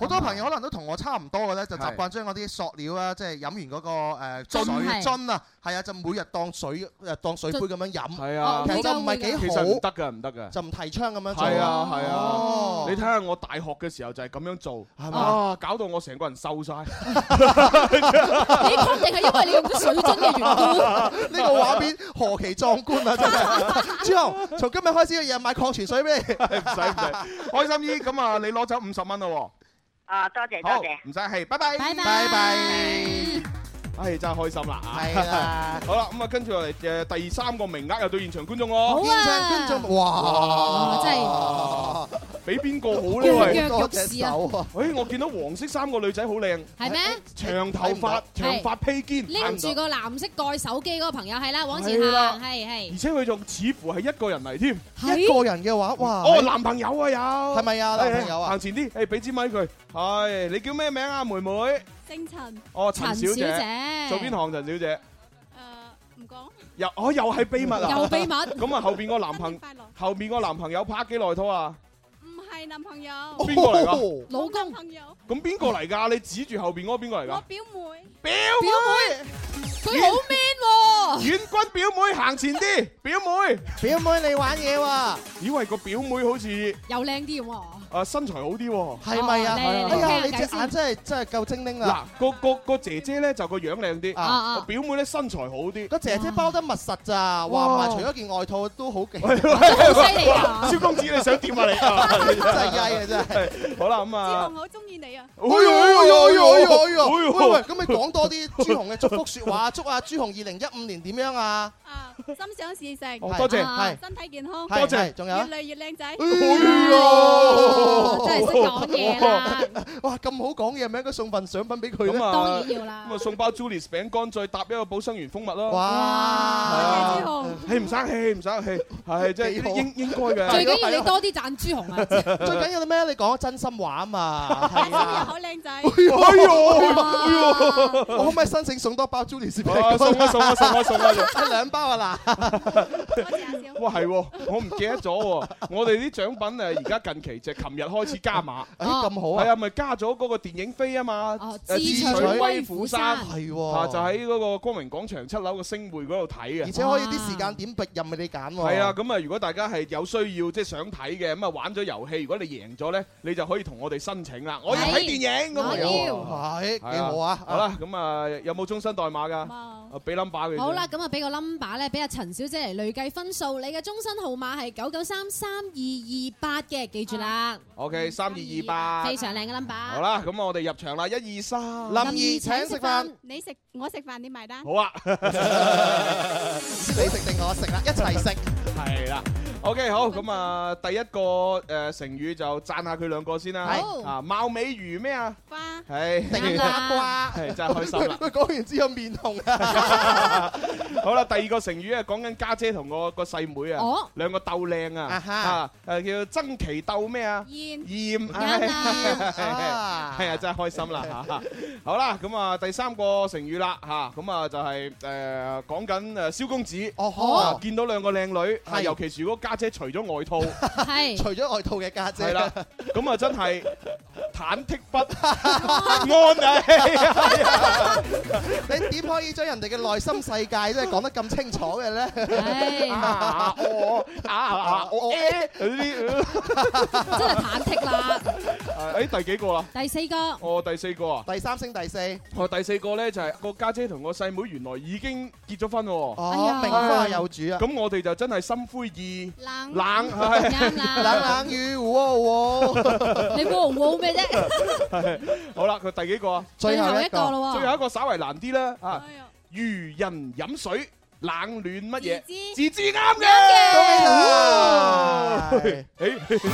Speaker 11: 好多朋友可能都同我差唔多嘅咧，就習慣將嗰啲塑料啊，即係飲完嗰個誒
Speaker 6: 樽
Speaker 11: 水
Speaker 6: 係
Speaker 11: 樽啊，係啊，就每日當水誒當水杯咁樣飲。
Speaker 6: 係啊，
Speaker 11: 其實就唔係幾
Speaker 6: 其實唔
Speaker 11: 好，
Speaker 6: 得㗎，唔得㗎。
Speaker 11: 就唔提倡咁樣做。
Speaker 6: 係啊係啊
Speaker 11: 哦，
Speaker 6: 你睇下我大學嘅時候就係咁樣做，
Speaker 11: 嘛
Speaker 6: 啊搞到我成個人瘦晒。 [laughs] 你
Speaker 11: 確
Speaker 6: 確
Speaker 11: 定係因為你用咗水
Speaker 6: [laughs]
Speaker 11: 樽嘅緣故呢個畫面何其壯觀啊！真係，朱紅，從今日開始日日買礦泉水俾
Speaker 6: 唔
Speaker 11: 你，
Speaker 6: 使唔使，開心姨咁啊，你攞走五十蚊啦喎。
Speaker 17: 啊，多謝多
Speaker 6: 好，
Speaker 17: 謝。
Speaker 6: 唔使氣，拜拜，
Speaker 17: 拜拜
Speaker 6: 拜拜。唉，真係開心啦！
Speaker 11: 係啊，
Speaker 6: 好啦，咁啊，跟住落嚟誒第三個名額又到現場觀眾喎。
Speaker 11: 好啊現場觀眾哇哇真
Speaker 6: 係俾邊個好
Speaker 11: 躍
Speaker 6: 呢？喂，
Speaker 11: 躍欲試啊多隻手啊！
Speaker 6: 誒，我見到黃色衫個女仔好靚，
Speaker 12: 係咩？
Speaker 6: 長頭髮，長髮披肩，
Speaker 12: 拎住個藍色蓋手機嗰個朋友係啦，往前
Speaker 6: 係啦
Speaker 12: 行，係係
Speaker 6: 而。且佢仲似乎係一個人嚟添，
Speaker 12: 係
Speaker 11: 一個人嘅話，哇！
Speaker 6: 哦，男朋友啊有，係
Speaker 11: 咪啊男朋友啊
Speaker 6: 行前啲，誒哎俾支咪佢，係你叫咩名啊，妹妹？
Speaker 19: 星塵。
Speaker 6: 哦，陳小姐
Speaker 19: 陳小姐，
Speaker 6: 做邊行？陳小姐
Speaker 19: 唔講。
Speaker 6: 又哦又係秘密啊，
Speaker 19: 又秘密
Speaker 6: [laughs] 咁啊，後邊個男朋後邊個男朋友拍幾耐拖啊？
Speaker 19: 唔係男朋友。
Speaker 6: 邊個嚟㗎？
Speaker 12: 老公。
Speaker 19: 朋友。
Speaker 6: 咁邊個嚟㗎？你指住後邊嗰個邊個嚟㗎？
Speaker 19: 表妹。
Speaker 6: 表
Speaker 12: 妹。佢好 man 喎。
Speaker 6: 遠君表妹行前啲， [laughs] 表妹。
Speaker 11: 表妹你玩嘢喎。
Speaker 6: 以為個表妹好似
Speaker 12: 又靚啲喎。
Speaker 6: 啊身材好啲喎。
Speaker 11: 係咪啊？
Speaker 6: 係
Speaker 11: 哎呀，你隻眼真係真係夠精靈
Speaker 6: 嗱
Speaker 11: 啦！，
Speaker 6: 個個個姐姐咧就個樣靚啲，
Speaker 11: 啊
Speaker 12: Ờ,
Speaker 11: 啊
Speaker 6: 個表妹咧身材好啲。
Speaker 11: 個姐姐包得密實咋，哇！唔
Speaker 6: 哇
Speaker 11: 係除咗件外套都好勁， [laughs]
Speaker 6: 都
Speaker 11: 好
Speaker 6: [laughs] 哇蕭公子你想點啊你啊？
Speaker 11: 真係曳啊真 [laughs]
Speaker 6: 係。好啦咁啊，
Speaker 19: 好中意你啊！
Speaker 6: 哎呦哎呦哎呦哎呦哎呦
Speaker 11: 喂喂，喂咁你講多啲朱紅嘅祝福説話，祝阿朱紅二零一五年點樣啊？
Speaker 19: 啊，心想事成，
Speaker 11: 哦多謝
Speaker 19: 啊
Speaker 11: 係
Speaker 19: 身體健康，
Speaker 11: 多謝係仲有啊
Speaker 19: 越嚟越靚仔，
Speaker 11: 真
Speaker 19: 真係識講嘢啦！
Speaker 11: 哇，咁好講嘢，咪應該送份獎品俾佢咧。
Speaker 6: 咁啊，
Speaker 19: 啦
Speaker 6: 咁啊送包 Julius 餅乾，再搭一個寶生園蜂蜜啦。係啊！
Speaker 11: 哇
Speaker 6: 氣唔生氣，唔生氣，係即係應應該嘅。
Speaker 12: 最緊要你多啲讚朱紅啊！
Speaker 11: 最緊要咩？你講真心話啊嘛，係啊。
Speaker 19: 好靚仔，
Speaker 11: 哎呦哎呦
Speaker 19: 哎呦
Speaker 11: 我可唔可以申請送多包 Julie 雪
Speaker 6: 啊送啊送啊送啊送啊送
Speaker 11: 兩包啊嗱，
Speaker 12: Ờ,
Speaker 6: 哇係喎，我唔記得咗喎。我哋啲獎品誒而家近期就係琴日開始加碼，
Speaker 11: 哎咁好啊
Speaker 6: 係啊，咪加咗嗰個電影飛啊嘛，
Speaker 12: Ờ,
Speaker 6: 誒
Speaker 11: 智取威虎山係喎
Speaker 6: 啊就喺嗰個光明廣場七樓個星匯嗰度睇嘅，
Speaker 11: 而且可以啲時間點逼任你揀喎。
Speaker 6: 係啊，，咁啊，如果大家係有需要即係想睇嘅，咁啊玩咗遊戲，如果你贏咗咧，你就可以同我哋申請啦。我要睇電影咁
Speaker 11: 我
Speaker 6: 啊，
Speaker 11: 要係
Speaker 6: 係
Speaker 11: 幾好啊
Speaker 6: 好啦，咁啊有冇終身代碼㗎？
Speaker 12: Vâng.
Speaker 6: 啊俾 number 佢先。
Speaker 12: 好啦，咁啊，俾個 number 咧，俾阿陳小姐嚟累計分數。你嘅終身號碼係九九三三二二八嘅，記住啦，
Speaker 6: ，OK，三二二八。
Speaker 12: 非常靚嘅 number。
Speaker 6: 好啦，咁我哋入場啦，一二三。
Speaker 11: 林兒請食飯，
Speaker 19: 你食我食飯，你埋單。
Speaker 6: 好啊，
Speaker 11: 你食定我食啦，一齊食。
Speaker 6: 係啦。OK，好，咁啊，第一個誒成語就讚下佢兩個先啦。
Speaker 11: 好
Speaker 6: 啊，貌美如咩啊？
Speaker 19: 花。
Speaker 6: 係
Speaker 11: 定瓜
Speaker 6: 係真係開心啦。
Speaker 11: 佢講完之後面紅啊！
Speaker 6: 好啦，第二個成語啊，講緊家姐同我個細妹啊
Speaker 11: 哦，
Speaker 6: 兩個鬥靚啊，
Speaker 11: 啊哈
Speaker 6: 啊誒叫爭奇鬥咩啊？
Speaker 19: 燕
Speaker 6: 燕，
Speaker 11: 啊
Speaker 6: 唉係啊，真係開心啦嚇！好啦，咁啊第三個成語啦嚇，咁啊就係誒講緊誒蕭公子，
Speaker 11: 呵
Speaker 6: 啊見到兩個靚女，啊尤其是如果家姐除咗外套，
Speaker 12: 係
Speaker 11: 除咗外套嘅家姐
Speaker 6: 係啦，咁啊真係忐忑不安啊！哎呀
Speaker 11: 你點可以將人哋嘅內心世界真係講得咁清楚嘅咧？
Speaker 6: 啊我啊啊我誒嗰啲。
Speaker 12: 真係忐忑啦。
Speaker 6: 誒，第幾個啦？
Speaker 12: 第四個
Speaker 6: 哦，第四個啊！
Speaker 11: 第三升第四，
Speaker 6: 哦，第四個咧就係個家姐同個細妹原來已經結咗婚喎。
Speaker 11: 哎呀名花有主啊
Speaker 6: 咁我哋就真係心灰意
Speaker 12: 冷
Speaker 6: 冷
Speaker 11: 啱
Speaker 6: 係。
Speaker 11: 冷冷雨，哇哇！
Speaker 12: 你冇冇咩啫？
Speaker 6: 係好啦，佢第幾個啊？
Speaker 11: 最後一個啦
Speaker 12: 喎
Speaker 6: 最後一個稍為難啲啦啊！如人飲水，冷暖乜嘢？自知啱嘅。恭喜 [laughs]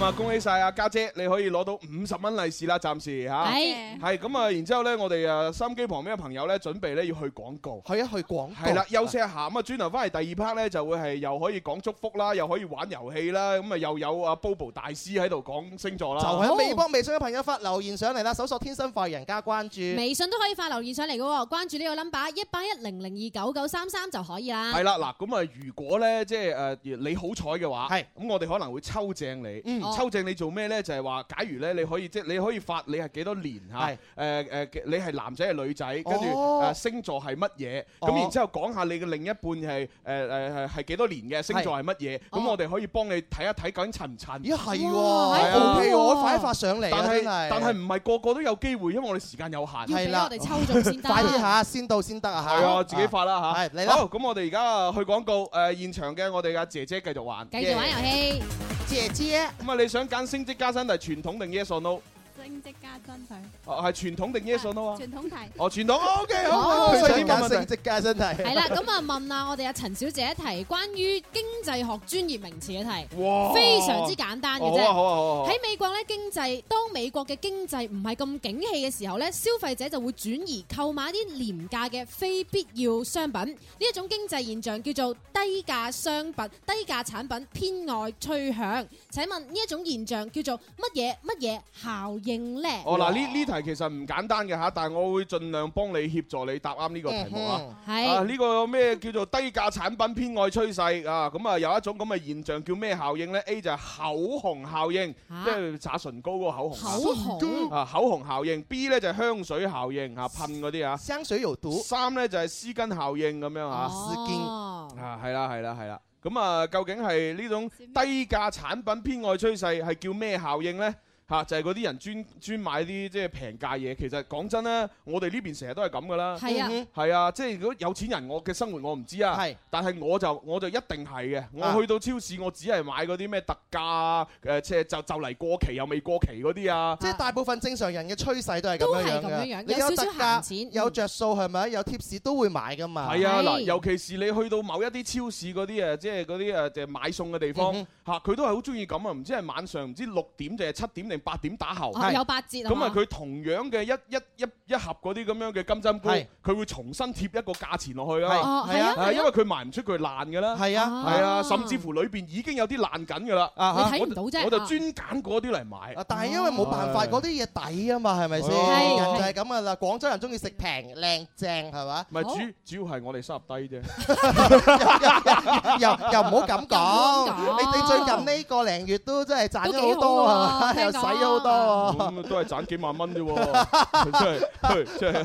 Speaker 6: 咁啊，恭喜晒啊家姐，你可以攞到五十蚊利是啦，暫時嚇。
Speaker 12: 係
Speaker 6: 係咁啊，然之後咧，我哋誒收音機旁邊嘅朋友咧，準備咧要去廣告。
Speaker 11: 係啊，去廣告
Speaker 6: 係啦，休息一下咁啊，轉頭翻嚟第二 part 咧，就會係又可以講祝福啦，又可以玩遊戲啦，咁啊又有啊 Bobo 大師喺度講星座啦。
Speaker 11: 就喺微博、微信嘅朋友發留言上嚟啦，搜索天生快活人加關注。
Speaker 12: 微信都可以發留言上嚟嘅喎，關注呢個 number 一八一零零二九九三三就可以啦。
Speaker 6: 係啦，嗱，咁啊，如果咧，即係誒，你好彩嘅話，係咁，我哋可能會抽正你，
Speaker 11: 嗯
Speaker 6: 抽正你做咩咧？就係話，假如咧，你可以即係你可以發你係幾多年嚇，誒誒，你係男仔係女仔，跟住
Speaker 11: 哦
Speaker 6: 誒星座係乜嘢？
Speaker 11: 哦
Speaker 6: 咁然之後講下你嘅另一半係誒誒係係幾多年嘅星座係乜嘢？
Speaker 11: 哦
Speaker 6: 咁我哋可以幫你睇一睇究竟襯唔襯？
Speaker 11: 咦係喎
Speaker 6: 係啊
Speaker 11: OK 喎快啲發上嚟啊
Speaker 6: 但係
Speaker 11: 真係
Speaker 6: 但係唔係個個都有機會，因為我哋時間有限。
Speaker 11: [laughs] 快啲嚇，先到先得啊嚇！
Speaker 6: 係啊，自己發啦嚇。
Speaker 11: 係嚟啦
Speaker 6: 好，咁我哋而家去廣告，誒現場嘅我哋嘅姐姐繼續玩，
Speaker 12: 繼續玩遊戲，
Speaker 11: 姐姐。
Speaker 6: 咁啊，你想揀升職加薪定係傳統定 yes or no？
Speaker 19: 升升職加薪水，
Speaker 6: 哦係傳統定 yes or no 啊？
Speaker 19: 傳統題。
Speaker 6: 哦，傳統哦，OK，好，好好
Speaker 11: 佢
Speaker 6: 所以
Speaker 11: 想
Speaker 6: 呢個
Speaker 11: 揀
Speaker 6: 問題
Speaker 11: 升職加薪題。
Speaker 12: 係啦，咁啊問下我哋阿陳小姐一題關於經濟學專業名詞嘅題，
Speaker 6: 哇
Speaker 12: 非常之簡單嘅啫。
Speaker 6: 哦好啊好啊好啊好啊
Speaker 12: 喺美國咧，經濟當美國嘅經濟唔係咁景氣嘅時候咧，消費者就會轉移購買啲廉價嘅非必要商品。呢一種經濟現象叫做低價商品、低價產品偏愛趨向。請問呢一種現象叫做乜嘢乜嘢效應咧？
Speaker 6: 哦嗱，呢呢題其實唔簡單嘅嚇，但係我會盡量幫你協助你答啱呢個題目啊
Speaker 12: 嗯。係
Speaker 6: 啊，呢個咩叫做低價產品偏愛趨勢啊？咁啊有一種咁嘅現象叫咩效應呢 a 就係口紅效應，
Speaker 12: 啊
Speaker 6: 即係搽唇膏嗰個口紅。
Speaker 12: 口紅
Speaker 6: 啊，口紅效應。B 呢就係香水效應啊，噴嗰啲啊。
Speaker 11: 香水有毒。
Speaker 6: 三呢就係絲巾效應咁樣啊。絲
Speaker 12: 巾
Speaker 6: 啊，係啦係啦係啦。咁啊，究竟係呢種低價產品偏愛趨勢係叫咩效應呢？嚇、就係嗰啲人專專買啲即係平價嘢。其實講真咧，我哋呢邊成日都係咁噶啦。
Speaker 12: 係啊嗯
Speaker 6: 係啊，即係如果有錢人，我嘅生活我唔知啊。係，但係我就我就一定係嘅。
Speaker 11: 啊
Speaker 6: 我去到超市，我只係買嗰啲咩特價啊，誒即係就就嚟過期又未過期嗰啲啊。
Speaker 11: 即係大部分正常人嘅趨勢都係咁樣
Speaker 6: 都係咁樣
Speaker 11: 嘅
Speaker 6: 樣，
Speaker 11: 你
Speaker 6: 有少
Speaker 11: 有特
Speaker 6: 少閒
Speaker 11: 價、有着數係咪？有貼士都會買噶嘛。
Speaker 6: 係啊，嗱，尤其是你去到某一啲超市嗰啲誒，即係嗰啲誒，即係買餸嘅地方
Speaker 11: 嗯
Speaker 6: 嚇，佢都係好中意咁啊！唔知係晚上唔知六點定係七點定八點打後，
Speaker 12: 哦有八折啊
Speaker 6: 咁啊，
Speaker 12: 嘛
Speaker 6: 佢同樣嘅一一一一盒嗰啲咁樣嘅金針菇，佢會重新貼一個價錢落去
Speaker 11: 係
Speaker 6: 啊！
Speaker 11: 哦係啊係啊
Speaker 6: 因為佢賣唔出佢爛㗎啦，
Speaker 11: 係啊
Speaker 6: 係啊，甚至乎裏邊已經有啲爛緊㗎啦，
Speaker 11: 你睇
Speaker 6: 我
Speaker 11: 唔到
Speaker 6: 就
Speaker 11: 啫啊
Speaker 6: 我就專揀嗰啲嚟買。
Speaker 11: 但係因為冇辦法，嗰啲嘢抵啊嘛，係咪先？
Speaker 6: 係
Speaker 11: 人就係咁噶啦，廣州人中意食平靚正係嘛？
Speaker 6: 唔係主主要係我哋收入低
Speaker 11: [laughs]
Speaker 6: 啫。
Speaker 11: 又又
Speaker 6: 又唔
Speaker 11: 唔好咁
Speaker 6: 好咁講
Speaker 11: 講。你你最近呢個零月都真係賺咗好多 [laughs] 係嘛？又使咗好多喎。
Speaker 6: 咁都係賺幾萬蚊
Speaker 11: [laughs]
Speaker 6: 啫喎，真係真係
Speaker 11: À, 額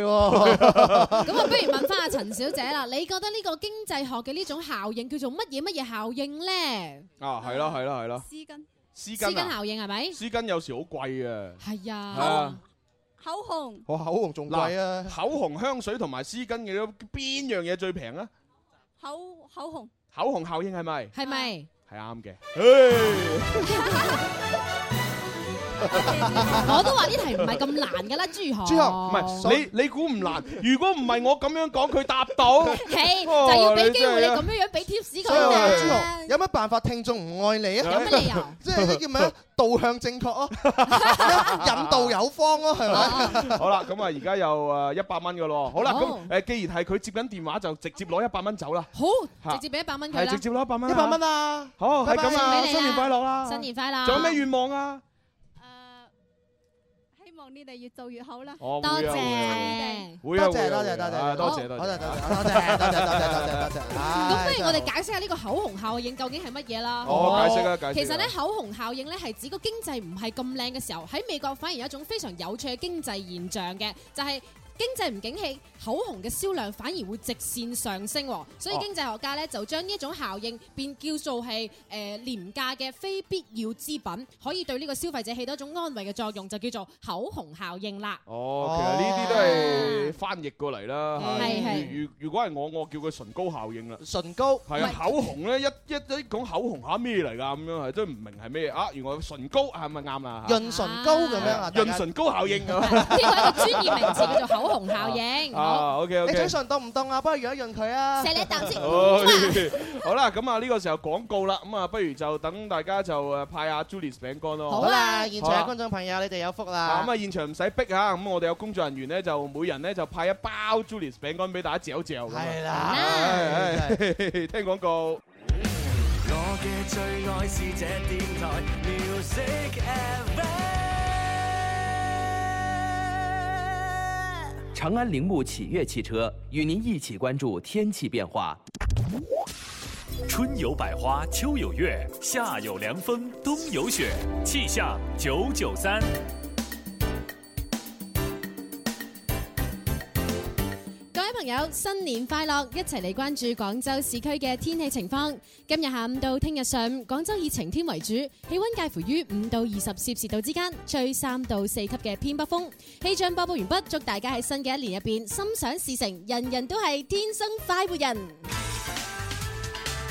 Speaker 12: 咁啊，不如問翻阿陳小姐啦，你覺得呢個經濟學嘅呢種效應叫做乜嘢乜嘢效應咧？
Speaker 6: 啊，係啦係啦係啦，
Speaker 19: 絲巾。
Speaker 6: 絲
Speaker 12: 絲
Speaker 6: 巾
Speaker 12: 巾
Speaker 6: 啊，
Speaker 12: 效應係咪？
Speaker 6: 絲巾有時好貴嘅，
Speaker 12: 係
Speaker 6: 係啊
Speaker 12: 啊，，
Speaker 19: 口紅。
Speaker 11: 我口紅仲貴啊！
Speaker 6: 嗱口紅、香水同埋絲巾嘅邊樣嘢最平啊？
Speaker 19: 口口紅。
Speaker 6: 口紅效應係咪？
Speaker 12: 係咪？
Speaker 6: 係啱嘅。
Speaker 12: 我都話呢題唔係咁難噶啦，朱豪。
Speaker 6: 之後唔係你你估唔難？如果唔係我咁樣講，佢答
Speaker 11: [laughs]
Speaker 6: 到，
Speaker 12: 係
Speaker 6: 哇
Speaker 12: 就要俾機會你
Speaker 6: 真係啊
Speaker 12: 咁樣樣俾 tips
Speaker 11: 所以我話
Speaker 12: 佢
Speaker 11: 朱
Speaker 12: 啦。
Speaker 11: 紅有乜辦法聽眾唔愛你啊？
Speaker 6: 有乜 [laughs] 理由？
Speaker 11: 即係呢叫咩啊？導向正確咯，引導有方咯，係咪？
Speaker 6: 好啦，咁啊，而家有誒一百蚊嘅咯。好啦，
Speaker 12: 哦
Speaker 11: 好
Speaker 6: 咁誒，既然係佢接緊電話，就直接攞一百蚊走啦。
Speaker 12: 好
Speaker 6: 嚇
Speaker 12: 直接俾一百蚊佢
Speaker 6: 係
Speaker 12: 啦。
Speaker 6: 直接攞一百蚊。
Speaker 11: 一百蚊！啊！
Speaker 6: 好，係
Speaker 11: 拜拜
Speaker 6: 咁啊，
Speaker 12: 俾你
Speaker 6: 新年快樂啦！
Speaker 12: 新年快樂！
Speaker 6: 仲有咩願望啊？
Speaker 19: 希望你哋越做越好啦。
Speaker 6: 哦
Speaker 11: 多
Speaker 6: 會啊
Speaker 11: 謝
Speaker 6: 會啊會
Speaker 11: 多謝
Speaker 6: 啊
Speaker 11: 多
Speaker 6: 會
Speaker 11: 謝
Speaker 6: 啊
Speaker 11: 多謝
Speaker 6: 啊多
Speaker 11: 好
Speaker 6: 謝多謝
Speaker 11: 多謝多謝多謝多謝多謝多謝多謝。
Speaker 12: 咁
Speaker 11: 唉
Speaker 12: 不如我哋解釋下呢個口紅效應究竟係乜嘢啦？
Speaker 6: 哦
Speaker 12: 好
Speaker 6: 解釋啦解釋啦
Speaker 12: 其實咧，口紅效應咧係指個經濟唔係咁靚嘅時候，喺美國反而有一種非常有趣嘅經濟現象嘅，就係、經濟唔景氣，口紅嘅銷量反而會直線上升喎，所以
Speaker 18: 哦
Speaker 12: 經濟學家咧就將呢一種效應便叫做係誒、呃廉價嘅非必要之品，可以對呢個消費者起到一種安慰嘅作用，就叫做口紅效應啦。
Speaker 6: 哦，其實呢啲都係翻譯過嚟啦。嚇
Speaker 12: 係係
Speaker 6: 如如如果係我，我叫佢唇膏效應啦。
Speaker 11: 唇膏
Speaker 6: 係啊，口紅咧一一一講口紅嚇咩嚟㗎咁樣係都唔明係咩啊？原來唇膏係咪啱啦？嚇
Speaker 11: 潤唇膏咁樣啊，
Speaker 6: 係潤唇膏效應
Speaker 11: [laughs]
Speaker 6: 咁。
Speaker 12: 呢個係一個專業名詞叫做口紅效應。
Speaker 6: 啊
Speaker 12: 好
Speaker 6: ，OK，OK [laughs]
Speaker 11: 你嘴唇凍唔凍啊？不如潤一潤佢啊！
Speaker 12: 錫你一啖先
Speaker 6: 好好啦，咁啊呢個時候廣告啦，咁啊不如就等大家就誒派下 Julius 餅乾咯。
Speaker 11: 好啦，現場
Speaker 6: 好啊
Speaker 11: 嘅觀眾朋友，你哋有福
Speaker 6: 啊
Speaker 11: 啦
Speaker 6: 咁！啊現場唔使逼嚇，咁我哋有工作人員咧就每人咧就派一包 Julius 餅乾俾大家嚼嚼。係
Speaker 11: 啦
Speaker 6: 唉唉 [laughs] 聽廣告。
Speaker 1: 我嘅最愛是這電台 Music FM。
Speaker 20: 长安铃木启悦汽车与您一起关注天气变化。
Speaker 21: 春有百花，秋有月，夏有凉风，冬有雪。气象九九三，
Speaker 12: [laughs] 各位朋友，新年快樂！一齊嚟關注廣州市區嘅天氣情況。今日下午到聽日上午，廣州以晴天為主，氣温介乎於五到二十攝氏度之間，吹三到四級嘅偏北風。氣象播報完畢，祝大家喺新嘅一年入邊心想事成，人人都係天生快活人。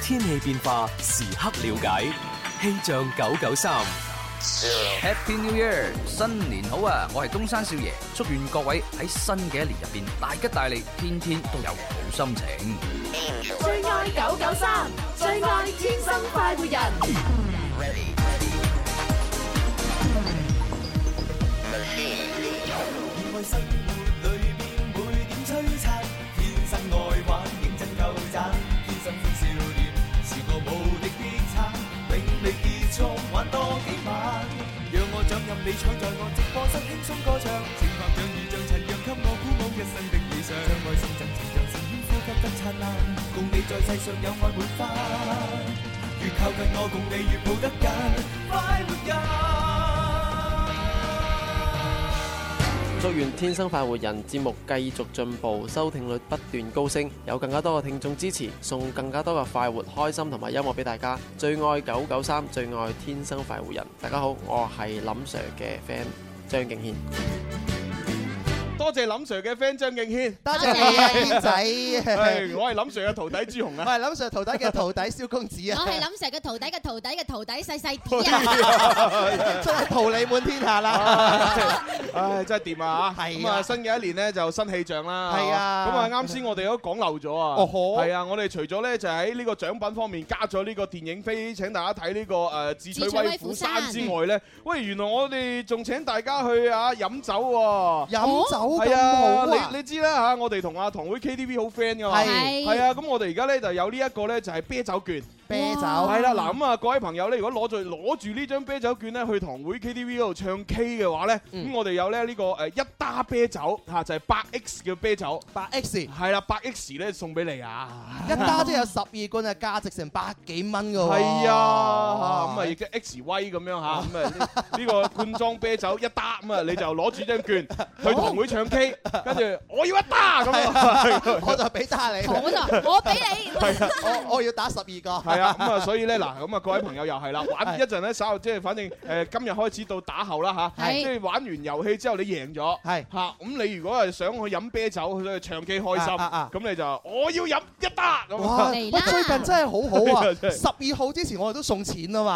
Speaker 20: 天气变化时刻了解，气象九九三。
Speaker 22: Happy New Year，新年好啊！我係東山少爺，祝願各位喺新嘅一年入邊大吉大利，天天都有好心情。
Speaker 3: 最愛九九三，最愛天生快活人。熱愛生活裏邊每點璀璨，天生愛玩，認真夠盞，天生歡笑臉，是我無敵必撐，永未結束，玩多幾晚。讓我掌任你搶在我直播室輕鬆歌唱，情拍掌與像塵揚，給我鼓舞一生的理想，將愛心贈情，讓聲音呼吸得燦爛，共你在世上有愛滿花。越靠近我，共你越抱得緊，快活人。
Speaker 23: 祝願《天生快活人》節目繼續進步，收聽率不斷高升，有更加多嘅聽眾支持，送更加多嘅快活、開心同埋音樂俾大家。最愛九九三，最愛《天生快活人》。大家好，我係林 Sir 嘅 fan 張敬軒。
Speaker 6: 多謝林 Sir 嘅 friend 張敬軒， [laughs]
Speaker 11: 多謝你啊軒仔
Speaker 6: 係我係林 Sir 嘅徒弟朱 [laughs] 紅啊，
Speaker 11: 我係林 Sir 徒弟嘅徒弟蕭公子啊，
Speaker 12: 我係林 Sir 嘅徒弟嘅徒弟嘅徒弟細細啲
Speaker 11: [laughs]
Speaker 12: 啊！
Speaker 11: 真係桃李滿天下
Speaker 6: 哦
Speaker 11: 啦！
Speaker 6: 唉，真係掂啊嚇！咁啊，新嘅一年咧就新氣象啦。
Speaker 11: 係啊
Speaker 6: 咁啊，啱先我哋都講漏咗啊。
Speaker 11: 哦呵
Speaker 6: 係啊，我哋除咗咧就喺呢個獎品方面加咗呢個電影飛，請大家睇呢個誒《智取威虎山》之外咧，喂，原來我哋仲請大家去啊飲酒喎。
Speaker 11: 飲酒咁
Speaker 6: 係啊
Speaker 11: 好啊
Speaker 6: 你你知啦嚇，我哋同阿堂會 KTV 好 friend 㗎嘛。
Speaker 11: 係
Speaker 6: 係啊，咁我哋而家咧就有呢一個咧就係啤酒券。
Speaker 11: 啤酒
Speaker 6: 係啦，嗱咁啊，各位朋友咧，如果攞住攞住呢張啤酒券咧，去堂會 KTV 嗰度唱 K 嘅話咧，咁我哋有咧呢個誒一打啤酒嚇，就係百 X 嘅啤酒，
Speaker 11: 百 X
Speaker 6: 係啦，百 X 咧送俾你啊，
Speaker 11: 一打即係有十二罐啊，價值成百幾蚊㗎喎。
Speaker 6: 係啊，咁啊亦即 X 威咁樣嚇，咁啊呢呢個罐裝啤酒一打，咁啊你就攞住張券去堂會唱 K，跟住我要一打咁啊，
Speaker 11: [laughs] 我就俾打你，
Speaker 6: 我
Speaker 12: 就我俾你，
Speaker 6: 係啊
Speaker 11: 我我要打十二個。係
Speaker 6: 係
Speaker 11: [laughs]
Speaker 6: 啊，咁啊，所以咧嗱，咁啊，各位朋友又係啦，玩一陣咧，稍後即係反正誒今日開始到打後啦吓，
Speaker 11: 係
Speaker 6: 即係玩完遊戲之後你贏咗，係嚇，咁你如果係想去飲啤酒去唱 K 開心，
Speaker 11: 啊啊啊
Speaker 6: 咁你就我要飲一打咁
Speaker 11: 哇！
Speaker 6: 啊。
Speaker 11: 喂，最近真係好好啊！
Speaker 6: [laughs] 真係
Speaker 11: 十二號之前我哋都送錢啊
Speaker 6: 係
Speaker 11: 嘛，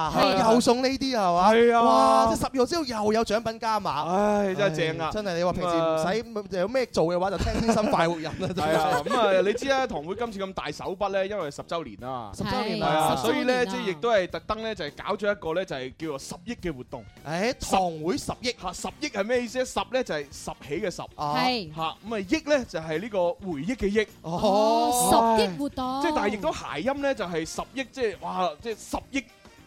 Speaker 6: 啊
Speaker 11: 又送呢啲啊係嘛？
Speaker 6: 係啊
Speaker 11: 哇！即係十二號之後又有獎品加碼，
Speaker 6: 唉，真係正啊
Speaker 11: 真係你話平
Speaker 6: 咁啊
Speaker 11: 時唔使有咩做嘅話，就聽天生快活人啦。真
Speaker 6: 係啊，咁啊，你知啦，堂會今次咁大手筆咧，因為十週年啊，
Speaker 11: 十週年
Speaker 6: 係
Speaker 11: 啦
Speaker 6: 啊，
Speaker 11: 十週
Speaker 6: 所以咧
Speaker 11: 年啦
Speaker 6: 即係亦都係特登咧就係搞咗一個咧就係叫做十億嘅活動。
Speaker 11: 誒，堂會十億
Speaker 6: 嚇，十億係咩意思咧？十咧就係拾起嘅十，
Speaker 11: 係
Speaker 6: 嚇咁啊億咧就係呢個回憶嘅億。
Speaker 12: 哦，十億活動，
Speaker 6: 即係但係亦都諧音咧，就係十億，即係哇，即係十億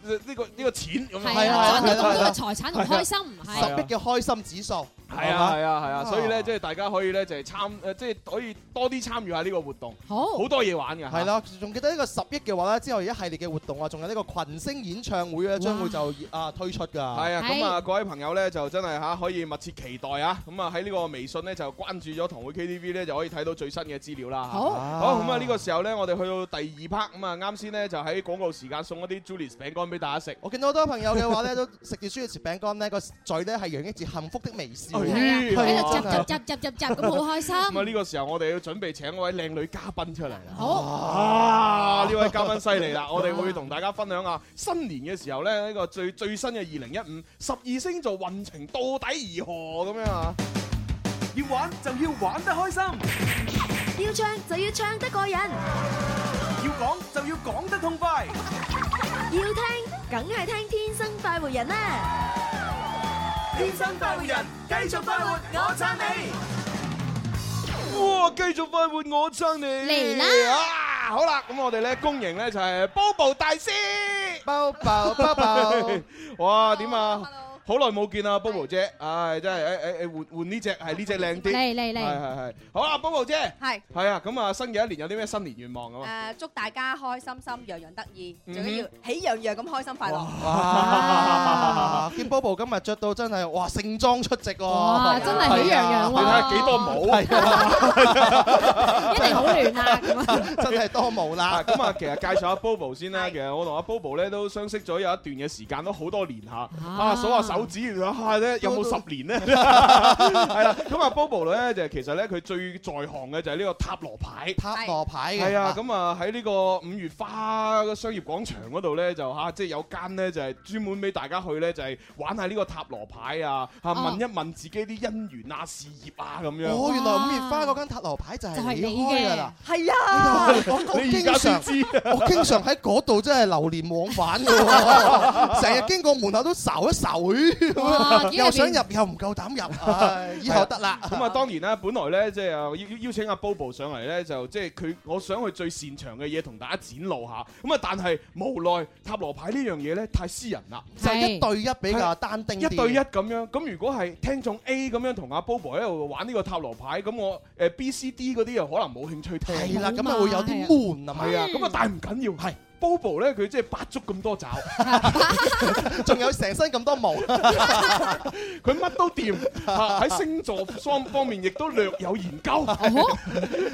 Speaker 6: 呃呢個呢個錢咁樣。
Speaker 12: 係啊，賺到咁多嘅財產同開心，係
Speaker 6: 啊
Speaker 11: 十億嘅開心指數
Speaker 6: 係
Speaker 11: 係
Speaker 6: 啊
Speaker 11: 嘛
Speaker 6: 係啊係啊，
Speaker 11: 啊
Speaker 6: 所以咧即係大家可以咧就係參誒，即係可以多啲參與下呢個活動，
Speaker 12: 好
Speaker 6: 好多嘢玩㗎。
Speaker 11: 係啦，仲記得呢個十億嘅話咧，之後有一系列嘅活動啊，仲有呢個群星演唱會咧，將會就啊推出㗎。
Speaker 6: 係
Speaker 11: 係
Speaker 6: 啊，咁啊，各位朋友咧就真係嚇可以密切期待啊！咁啊喺呢個微信咧就關注咗堂會 KTV 咧就可以睇到最新嘅資料啦。
Speaker 11: 好
Speaker 6: 好咁啊！呢個時候咧，我哋去到第二 part 咁啊，啱先咧就喺廣告時間送一啲 Julius 餅乾俾大家食。
Speaker 11: 我見到好多朋友嘅話咧，都食住豬肉切餅乾咧，個嘴咧係洋溢住幸福的微笑。
Speaker 12: Dạ,
Speaker 6: 係啊喺度
Speaker 11: 係
Speaker 6: 嚼
Speaker 11: 啊
Speaker 12: 入入入入咁好開心。
Speaker 6: 咁啊，呢個時候我哋要準備請一位靚女嘉賓出嚟啦。
Speaker 12: 好
Speaker 6: 啊，呢位嘉賓犀利啦！我哋會同大家分享下新年嘅時候咧，呢個最最新嘅二零一五十二星座運程到底如何咁樣啊？要玩就要玩得開心，
Speaker 14: 要唱就要唱得過癮，
Speaker 6: 要講就要講得痛快。
Speaker 14: 要聽梗係聽天生快活人啦！
Speaker 3: 天生快活人，繼續快活，我撐你。
Speaker 6: 哇！繼續快活，我撐你
Speaker 3: 嚟
Speaker 6: 啦！啊，好啦，咁我哋咧公營咧就係 Bobo 大師 [laughs]
Speaker 11: ，Bobo Bobo，
Speaker 6: 哇！點啊？好耐冇見啦，Bobo 姐，唉，真係誒誒誒，換換呢只係呢只靚啲，
Speaker 19: 嚟嚟嚟
Speaker 6: 係係係，好啦，Bobo 姐，
Speaker 13: 係
Speaker 6: 係啊，咁啊，新嘅一年有啲咩新年願望咁啊？
Speaker 13: 誒，祝大家開心心，洋洋得意，最
Speaker 6: 嗯哼
Speaker 13: 緊要喜洋洋咁開心快樂。
Speaker 11: 哇！見 Bobo 今日着到真係哇盛裝出席喎，
Speaker 13: 哇真係喜洋洋
Speaker 6: [laughs]
Speaker 13: 喎
Speaker 6: 你睇下幾多帽，
Speaker 11: 係啊
Speaker 6: 一定好亂
Speaker 18: 啦咁啊。
Speaker 11: 真係多毛啦。
Speaker 6: 咁
Speaker 11: [laughs]
Speaker 6: 啊，其實介紹下 Bobo 先啦。其實我同阿 Bobo 咧都相識咗有一段嘅時間，都好多年下。啊，數下手指啊，咧有冇十年
Speaker 11: [laughs]
Speaker 6: 咧？係啦。咁啊，Bobo 咧就其實咧佢最在行嘅就係呢個塔羅牌。
Speaker 11: 塔羅牌嘅
Speaker 6: 係啊，咁啊喺呢個五月花嘅商業廣場嗰度咧就嚇，即係有間咧就係專門俾大家去咧就係玩下呢個塔羅牌啊，嚇
Speaker 11: 哦
Speaker 6: 問一問自己啲姻緣啊、事業啊咁樣。
Speaker 11: 哦，原來五月花嗰間塔羅牌就係
Speaker 6: 就係你
Speaker 11: 你開㗎
Speaker 6: 嘅
Speaker 11: 啦。
Speaker 13: 係
Speaker 11: 啊，我我
Speaker 6: 你而家
Speaker 11: 經常
Speaker 6: 先知，
Speaker 11: 我經常喺嗰度真係流連忘
Speaker 6: [laughs]
Speaker 11: 返嘅喎，成日經過門口都睄一睄，
Speaker 6: 哇
Speaker 12: Ờ,
Speaker 6: [laughs]
Speaker 11: 咦又想入又唔夠膽入，唉以後得啦。
Speaker 6: 咁啊，當然啦，本來咧即係啊邀邀邀請阿 Bobo 上嚟咧，就即係佢我想佢最擅長嘅嘢同大家展露下。咁啊，但係無奈塔羅牌呢樣嘢咧太私人啦，
Speaker 11: 就一對一比較單丁啲
Speaker 6: 一對一咁樣。咁如果係聽眾 A 咁樣同阿 Bobo 喺度玩呢個塔羅牌，咁我誒 B、C、D 嗰啲又可能冇興趣聽。
Speaker 11: 係啦咁啊會有啲悶啊嘛
Speaker 6: 係啊，咁啊，但係唔緊要。係 Bobo 咧，佢即係八足咁多爪。
Speaker 11: 仲有成身咁多毛，
Speaker 6: [laughs] 佢乜都掂， [laughs] 啊喺星座方方面亦都略有研究，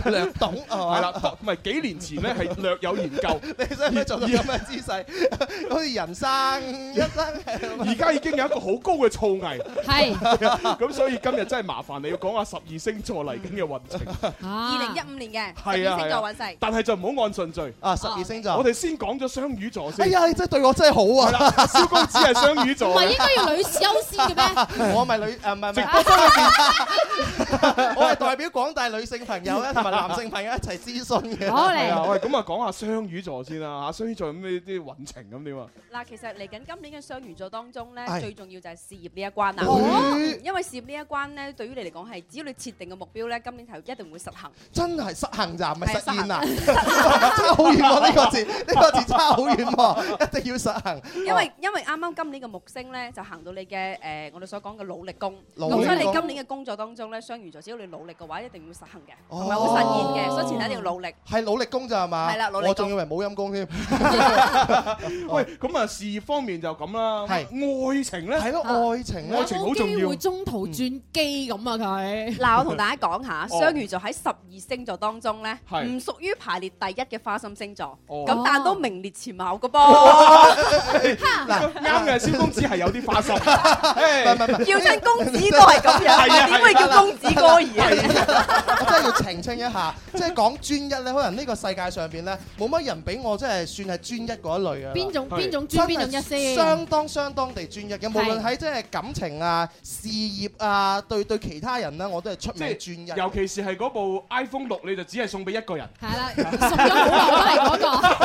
Speaker 11: 略懂
Speaker 6: 係啦，多唔係幾年前咧係略有研究，
Speaker 11: 你真係做到咁嘅姿勢， [laughs] 好似人生一生。
Speaker 6: [laughs] 而家已經有一個好高嘅造詣， [laughs]
Speaker 13: 係
Speaker 6: 係啊咁所以今日真係麻煩你要講下十二星座嚟緊嘅運程， [laughs]
Speaker 12: À.
Speaker 13: 二零一五年嘅十
Speaker 6: 係
Speaker 13: 二
Speaker 6: 啊
Speaker 13: 星
Speaker 6: 係
Speaker 13: 座運
Speaker 6: 啊
Speaker 13: 勢，，
Speaker 6: 但係就唔好按順序
Speaker 11: 啊，十二星座，
Speaker 6: 我哋先講咗雙魚座先。
Speaker 11: 哎呀，你真係對我真係好
Speaker 6: 係啦
Speaker 11: 啊！
Speaker 6: 蕭公子係雙魚 [laughs] 座唔係應該
Speaker 11: 要
Speaker 6: 要女士優先嘅咩
Speaker 11: 我咪女誒唔係唔
Speaker 6: 直
Speaker 11: 係，
Speaker 6: 播
Speaker 11: [laughs] 我係代表廣大女性朋友咧同埋男性朋友一齊諮詢嘅。
Speaker 6: 係啊喂，咁啊講下雙魚座先啦嚇，雙魚座有咩啲運程咁點啊？
Speaker 13: 嗱，其實嚟緊今年嘅雙魚座當中咧，
Speaker 6: 係
Speaker 13: 最重要就係事業呢一關啦。
Speaker 11: 哦
Speaker 13: 因為事業呢一關咧，對於你嚟講係，只要你設定嘅目標咧，今年頭一定會實行。
Speaker 11: 真係實行咋，唔係實現啊！[laughs]
Speaker 13: 係
Speaker 11: 差好遠喎呢個字，呢個字差好遠喎，一定要實行。
Speaker 13: 因為因為啱啱今年嘅木星咧，就行到你嘅誒，我哋所講嘅努力工。
Speaker 11: 努
Speaker 13: 咁
Speaker 11: 力
Speaker 13: 所以你
Speaker 11: 工
Speaker 13: 今年嘅工作當中咧，雙魚座只要你努力嘅話，一定會實行嘅，
Speaker 11: 哦
Speaker 13: 同埋會實現嘅。所以前提一定要努力。
Speaker 11: 係努力工咋係嘛？
Speaker 13: 係啦努力工
Speaker 11: 我仲以為冇陰功添。
Speaker 6: 喂，咁啊事業方面就咁啦，係愛情咧，係
Speaker 11: 咯，愛情啊
Speaker 6: 愛情好重要
Speaker 13: 會。中途轉機咁啊！佢嗱，我同大家講下，
Speaker 6: 哦
Speaker 13: 雙魚座喺十二星座當中咧，
Speaker 6: 係
Speaker 13: 唔屬於排列第一嘅花心星座，
Speaker 6: 哦
Speaker 13: 咁但都名列前茅嘅
Speaker 6: 哇
Speaker 13: 噃。
Speaker 6: 嗱，啱嘅，蕭公子係有啲花 [laughs] 心，
Speaker 13: 叫親公子都係咁樣，
Speaker 6: 係啊
Speaker 13: 點會叫公子哥兒啊？
Speaker 11: [laughs] 我真係要澄清一下，即係講專一咧，可能呢個世界上邊咧，冇乜人俾我真係算係專一嗰一類啊。
Speaker 12: 邊種
Speaker 11: 係
Speaker 12: 邊種專邊種一
Speaker 11: 真係
Speaker 12: 先
Speaker 11: 相當相當地專一嘅，無論
Speaker 12: 係
Speaker 11: 喺即係感情啊、事業啊，對對其他人咧，我都係出
Speaker 6: 即
Speaker 11: 名
Speaker 6: [laughs] 係
Speaker 11: 專
Speaker 6: 尤其是係嗰部 iPhone 六，你就只係送俾一個人。
Speaker 12: 係啦，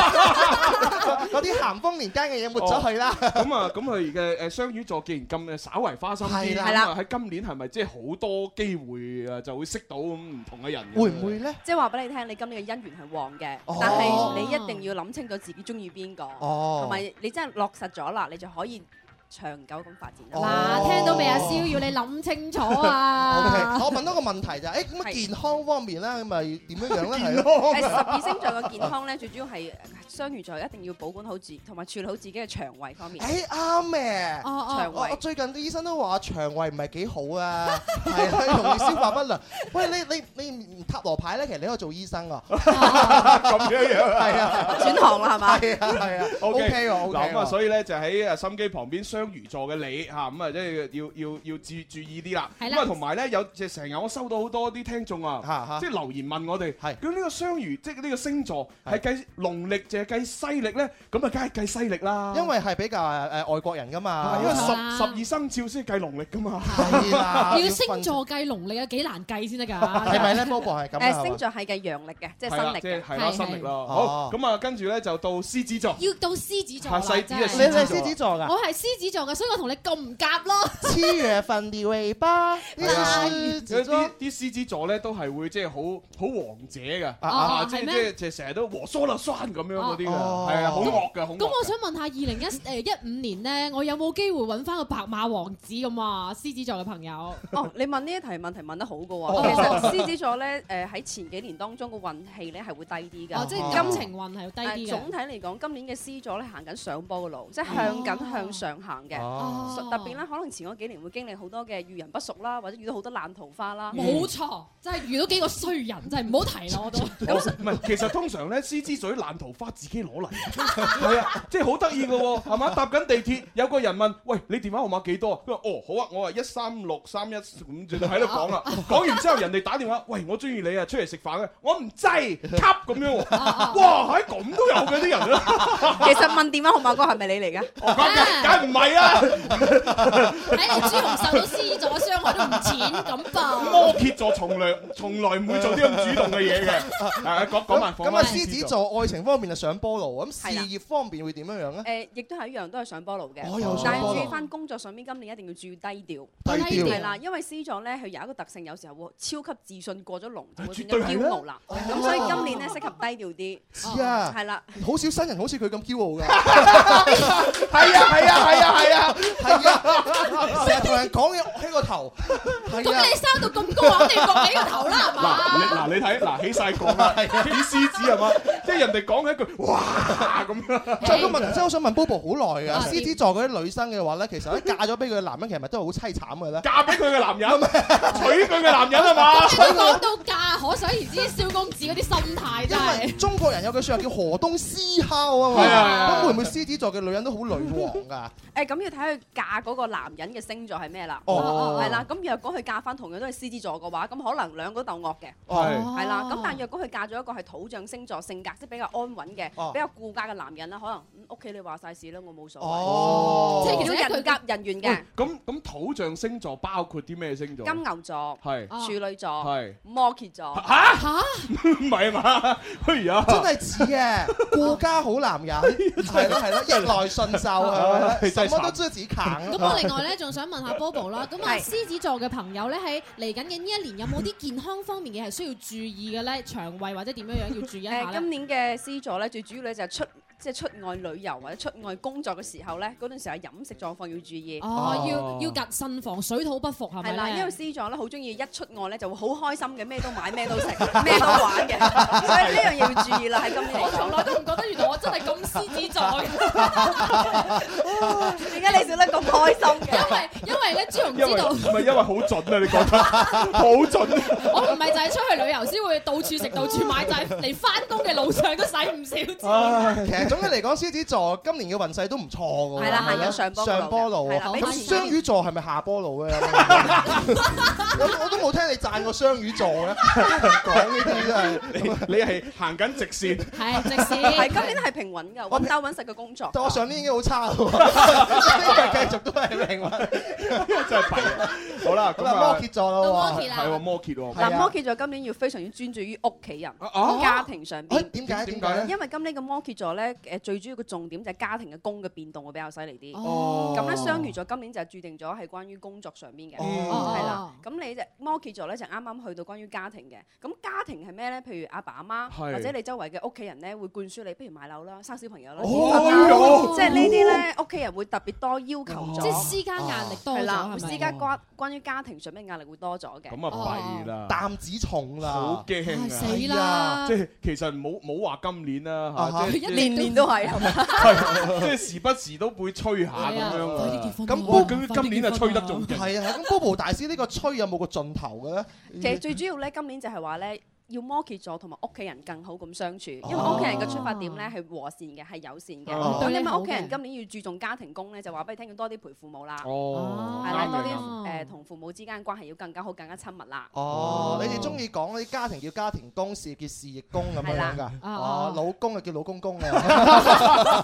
Speaker 11: 嗰啲鹹豐年間嘅嘢抹
Speaker 6: 哦
Speaker 11: 咗去啦。
Speaker 6: 咁啊，咁佢嘅誒雙魚座既然咁誒稍為花心啲，
Speaker 11: 係啦
Speaker 6: 咁啊喺今年係咪即係好多機會啊就會識到咁唔同嘅人？
Speaker 11: 會唔會咧？
Speaker 13: 即係話俾你聽，你今年嘅姻緣係旺嘅
Speaker 6: 哦，
Speaker 13: 但係你一定要諗清楚自己中意邊個，
Speaker 6: 哦
Speaker 13: 同埋你真係落實咗啦，你就可以長久咁發
Speaker 12: 哦
Speaker 13: 展啦。
Speaker 12: 嗱，聽到未啊？蕭，要你諗清楚
Speaker 11: O K，
Speaker 12: 啊！
Speaker 11: 我問多個問題
Speaker 13: [laughs]
Speaker 11: 就係，誒咁啊健康方面咧，咁咪點樣樣咧？
Speaker 13: 係
Speaker 11: 係
Speaker 13: 十二星座嘅健康咧，最主要係
Speaker 8: 呃
Speaker 13: 雙魚座一定要保管好自己，同埋處理好自己嘅腸胃方面。
Speaker 11: 誒哎啱嘅，
Speaker 13: 哦哦腸
Speaker 12: [laughs]
Speaker 11: 我
Speaker 13: 胃
Speaker 11: 我最近啲醫生都話腸胃唔係幾好
Speaker 13: [laughs]
Speaker 11: 啊，係啦，容易消化不良。喂，你你你唔塔羅牌咧，其實你可以做醫
Speaker 13: [laughs]
Speaker 11: 生啊，
Speaker 6: [laughs] 咁樣樣
Speaker 11: 係啊，
Speaker 13: 轉行啦係嘛
Speaker 11: 係啊係
Speaker 13: [laughs]
Speaker 11: 啊
Speaker 6: O K
Speaker 11: ，OK 喎，OK
Speaker 6: 嗱咁啊，
Speaker 11: 喎。
Speaker 6: 所以咧就喺誒心機旁邊雙魚座嘅你嚇，咁啊即係要要要注注意啲啦。
Speaker 11: 係啦
Speaker 6: 咁啊同埋咧有即係成日我收到好多啲聽眾啊
Speaker 11: 嚇，
Speaker 6: 即係留言問我哋，咁呢個雙魚即係呢個星座係計農曆定係計西曆咧？咁啊梗係計西曆啦。
Speaker 11: 因為係比較誒誒外國人噶嘛，
Speaker 6: 因為
Speaker 13: 哦
Speaker 6: 十十二生肖先計農曆噶嘛。
Speaker 11: 係啦
Speaker 13: [laughs]
Speaker 12: 要星座計農曆有幾難計先得㗎？
Speaker 11: 啊係咪咧？Bobo 係咁啊
Speaker 13: 誒，星座係嘅陽歷嘅，即係
Speaker 6: 係啦
Speaker 13: 新歷
Speaker 6: 即係
Speaker 13: 嘅。
Speaker 6: 係啦，新曆啦。
Speaker 11: 係
Speaker 6: 好，咁啊跟住咧就到獅子座。
Speaker 12: [laughs] 要到獅子座
Speaker 6: 係
Speaker 12: 啦，
Speaker 6: 細啲嘅
Speaker 12: 真
Speaker 6: 獅子座你係獅子座㗎
Speaker 12: 我係獅子啊座嘅，所以我同你咁唔夾咯。
Speaker 11: 七月份的尾巴，
Speaker 6: 係啊啲
Speaker 11: 獅子座
Speaker 6: 啲獅子座咧都係會即係好好王者㗎，
Speaker 11: 啊
Speaker 6: 啊即
Speaker 12: 哦係
Speaker 6: 係
Speaker 12: 咩
Speaker 6: 即係即係成日都和疏啦酸咁樣嗰啲㗎，
Speaker 11: 哦
Speaker 6: 係啊，好惡㗎，好惡
Speaker 12: 咁我
Speaker 6: 㗎。
Speaker 12: 想問下，二零一誒一五年咧，我有冇機會揾翻個白馬王子咁啊？獅子座嘅朋友，
Speaker 13: 哦，你問呢一題問題問得好嘅
Speaker 12: 哦
Speaker 13: 喎。其實獅子座咧，誒喺前幾年當中個運氣咧係會低啲㗎。
Speaker 12: [laughs] 哦，即係感情運係要低啲嘅。啊
Speaker 13: 誒總體嚟講，今年嘅獅座咧行緊上坡嘅路，即係向緊向上行
Speaker 8: 行嘅。
Speaker 11: 哦
Speaker 8: 所特別咧，可能前嗰幾年會經歷好多嘅遇人不淑啦，或者遇到好多爛桃花啦。
Speaker 12: 嗯
Speaker 24: 冇錯，真係遇到幾個衰人，真係唔好提啦，我
Speaker 12: [laughs]
Speaker 24: 都。
Speaker 6: 我唔係，其實通常咧，獅子嘴爛桃花自己攞嚟，係啊，即係好得意嘅喎，係嘛？搭緊地鐵，有個人問：喂，你電話號碼幾多啊？佢話：哦，好啊，我話一三六三一，咁就喺度講
Speaker 8: 啊
Speaker 6: 啦。講完之後，人哋打電話：喂，我中意你啊，出嚟食飯啊！我唔
Speaker 8: [laughs]
Speaker 6: 制，吸咁樣
Speaker 8: 啊
Speaker 6: 喎。哇，喺咁都有嘅啲人啊！哦
Speaker 8: 其實問電話號碼嗰個係咪你嚟㗎？
Speaker 6: 梗唔係啊！
Speaker 12: 哎
Speaker 24: 睇嚟朱紅受到獅座傷害都唔淺咁噃。
Speaker 6: 摩羯座從來從來唔會做啲咁主動嘅嘢嘅。
Speaker 8: [laughs]
Speaker 6: 係講講埋
Speaker 11: 咁啊，獅子座愛情方面就上波爐，咁事業方面會點樣樣咧？
Speaker 8: 誒，亦都係一樣，都係上波爐嘅。
Speaker 11: 哦又上
Speaker 8: 但係
Speaker 11: 波爐
Speaker 8: 注意翻工作上面，今年一定要注意低調。
Speaker 11: 低調
Speaker 8: 係啦，因為獅座咧，佢有一個特性，有時候會超級自信，過咗龍就會變
Speaker 11: 絕對係
Speaker 8: 咗驕傲啦。
Speaker 11: 啦
Speaker 8: 咁所以今
Speaker 12: 哎
Speaker 8: 年咧，適合低調啲。
Speaker 11: 知啊，
Speaker 8: 係啦。，
Speaker 11: 好少新人好似佢咁驕傲㗎。
Speaker 8: 係啊係啊係啊係啊
Speaker 11: 係啊，成日同人講嘢起個頭，係啊。
Speaker 24: 咁你生到咁高，肯定焗起個頭啦，係嘛？
Speaker 6: 哎嗱，你嗱你睇，嗱起晒講啦，起獅子係嘛？即係人哋講一句，哇咁樣。
Speaker 11: 仲有個問題，真係我想問 Bobo 好耐㗎。
Speaker 6: 啊
Speaker 11: 獅子座嗰啲女生嘅話咧，其實咧嫁咗俾佢嘅男人，其實咪都係好凄慘嘅咧。
Speaker 6: 嫁俾佢嘅男人，娶佢嘅男人係嘛？
Speaker 24: 你講到嫁，可想而知蕭公子嗰啲心態真係。
Speaker 11: 中國人有句説話叫河東獅吼啊嘛。
Speaker 6: 係啊係啊
Speaker 11: 咁會唔會獅子座嘅女人都好女王㗎？哦
Speaker 8: 誒咁要睇佢嫁嗰個男人嘅星座係咩啦，
Speaker 11: 哦
Speaker 8: 係啦。咁若果佢嫁翻同樣都係獅子座嘅話，咁可能兩個都鬥惡嘅，
Speaker 6: 啊
Speaker 11: 係
Speaker 8: 係啦。咁但係若果佢嫁咗一個係土象星座，性格即係比較安穩嘅，
Speaker 11: 哦
Speaker 8: 比較顧家嘅男人啦，可能嗯屋企你話晒事啦，我冇所謂。
Speaker 6: 哦
Speaker 8: 即係其實人夾人緣嘅
Speaker 6: 咁咁土象星座包括啲咩星座？
Speaker 8: 金牛座、
Speaker 6: 係
Speaker 8: 處女座、
Speaker 6: 哦係 [laughs]
Speaker 8: 摩羯座。
Speaker 6: 嚇
Speaker 24: 嚇！
Speaker 6: 唔係嘛？哎呀，
Speaker 11: 真係似嘅，
Speaker 6: [laughs]
Speaker 11: 顧家好男人，係咯係咯，逆來順
Speaker 6: [laughs]
Speaker 11: 受啊，
Speaker 6: 真係慘
Speaker 11: 什麼都知啊道自己扛。
Speaker 6: 咁
Speaker 12: 咁
Speaker 6: [laughs]
Speaker 12: 我另外咧仲想問下 Bobo 啦，咁啊
Speaker 11: 係
Speaker 12: 獅子座嘅朋友咧喺嚟緊嘅呢一年有冇啲健康方面嘅係需要注意嘅咧？腸胃或者點樣樣要注意一下
Speaker 8: 誒，今
Speaker 12: 咧？
Speaker 8: 年嘅獅座咧，最主要咧就係出即係出外旅遊或者出外工作嘅時候咧，嗰段時候飲食狀況要注意。
Speaker 12: 哦，要要謹慎防水土不服係咪
Speaker 8: 係啦，
Speaker 12: 咧
Speaker 8: 因為獅座咧好中意一出外咧就會好開心嘅，咩都買，咩都食，咩都玩嘅，所以呢樣嘢要注意啦。
Speaker 12: 哦
Speaker 8: 喺今年
Speaker 12: [laughs]
Speaker 24: 我從來
Speaker 8: 都唔覺得原來我真係咁獅子
Speaker 24: 嘅
Speaker 8: 座 [laughs] 點解你笑得咁開心
Speaker 24: 嘅？因為因為咧朱
Speaker 6: 因
Speaker 24: 紅知
Speaker 6: 為
Speaker 24: 道
Speaker 6: 唔，係因為好準啊！你覺得好準啊？
Speaker 12: 我唔係就係出去旅遊先會到處食到處買，就係嚟翻工嘅路上都使唔少
Speaker 11: 唉 [laughs]
Speaker 12: 錢。
Speaker 11: 其實總體嚟講，獅子座今年嘅運勢都唔錯㗎喎。
Speaker 12: 係啦行緊
Speaker 11: 上
Speaker 12: 上
Speaker 11: 波路。
Speaker 12: 坡
Speaker 11: 上波
Speaker 12: 路嘅
Speaker 11: 路啊
Speaker 12: 係啦，比前
Speaker 11: 咁雙魚座係咪下波路咧？ [laughs] 我我都冇聽你讚過雙魚座嘅，講呢啲真係。
Speaker 6: 你你係行緊
Speaker 24: [laughs]
Speaker 6: 直線，
Speaker 12: 係
Speaker 11: 直線
Speaker 8: 係今年係平穩㗎，揾兜揾食嘅工作。
Speaker 11: [laughs] 但我上年已經好差
Speaker 6: [laughs]
Speaker 11: 咯，呢個繼續都係命運。
Speaker 6: 真係弊啊。好啦，咁
Speaker 11: 好啦
Speaker 6: 啊，
Speaker 11: 摩羯座啊啦喎到摩
Speaker 12: 啊
Speaker 11: 羯啦
Speaker 6: 哦係喎摩羯喎。
Speaker 8: 嗱，摩羯座今年要非常要專注於屋企人
Speaker 6: 啊、
Speaker 8: 家庭上邊。
Speaker 11: 哎點解點解咧
Speaker 8: 因為今年嘅摩羯座咧，誒最主要嘅重點就係家庭嘅工嘅變動會比較犀利啲。
Speaker 11: 哦
Speaker 8: 咁咧，雙魚座今年就係注定咗係關於工作上邊嘅，
Speaker 11: 哦
Speaker 8: 係啦。咁你就摩羯座咧就啱啱去到關於家庭嘅。咁家庭係咩咧？譬如阿爸阿媽
Speaker 6: 係
Speaker 8: 或者你周圍嘅屋企人咧，會灌輸你，不如買樓啦，生小朋友啦，
Speaker 6: 哦
Speaker 8: 結婚啦
Speaker 6: 哎呦
Speaker 8: 即係呢啲咧，屋企人會特別多要求咗，
Speaker 12: 即係施加壓力多咗
Speaker 8: 係
Speaker 12: 係
Speaker 8: 啦，
Speaker 12: 咪
Speaker 8: 會施加關關於家庭上面嘅壓力會多咗嘅。
Speaker 6: 咁啊弊啦，
Speaker 11: 擔子重啦，
Speaker 6: 好驚啊！
Speaker 8: 唉死啦
Speaker 6: 即係其實冇冇話今年啦
Speaker 11: 啊哈
Speaker 6: 嚇，即係
Speaker 8: 年年都係係嘛
Speaker 6: 係啊即係時不時都會吹下咁樣啊。
Speaker 11: 咁
Speaker 6: 哇
Speaker 11: Bobo
Speaker 6: 咁今年啊吹得仲勁。
Speaker 11: 係啊，咁 Bobo 大師呢個吹有冇個盡頭嘅咧？
Speaker 8: 其實最主要咧，今年就係話咧。要摩羯座同埋屋企人更好咁相處，因為屋企人嘅出發點
Speaker 12: 哦
Speaker 8: 咧係和善嘅，係友善嘅。
Speaker 11: 哦
Speaker 8: 咁
Speaker 11: 對
Speaker 8: 因為
Speaker 11: 你好嘅
Speaker 8: 屋企人今年要注重家庭工咧，就話俾你聽要多啲陪父母啦，
Speaker 11: 哦
Speaker 8: 係啦，
Speaker 11: 啱
Speaker 8: 多
Speaker 11: 嘅
Speaker 8: 啲誒同父母之間嘅關係要更加好、更加親密啦。
Speaker 11: 哦，你哋中意講嗰啲家庭叫家庭公，事業叫事業公咁樣樣㗎
Speaker 8: 係啦。
Speaker 11: 哦，老公就叫老公公啊。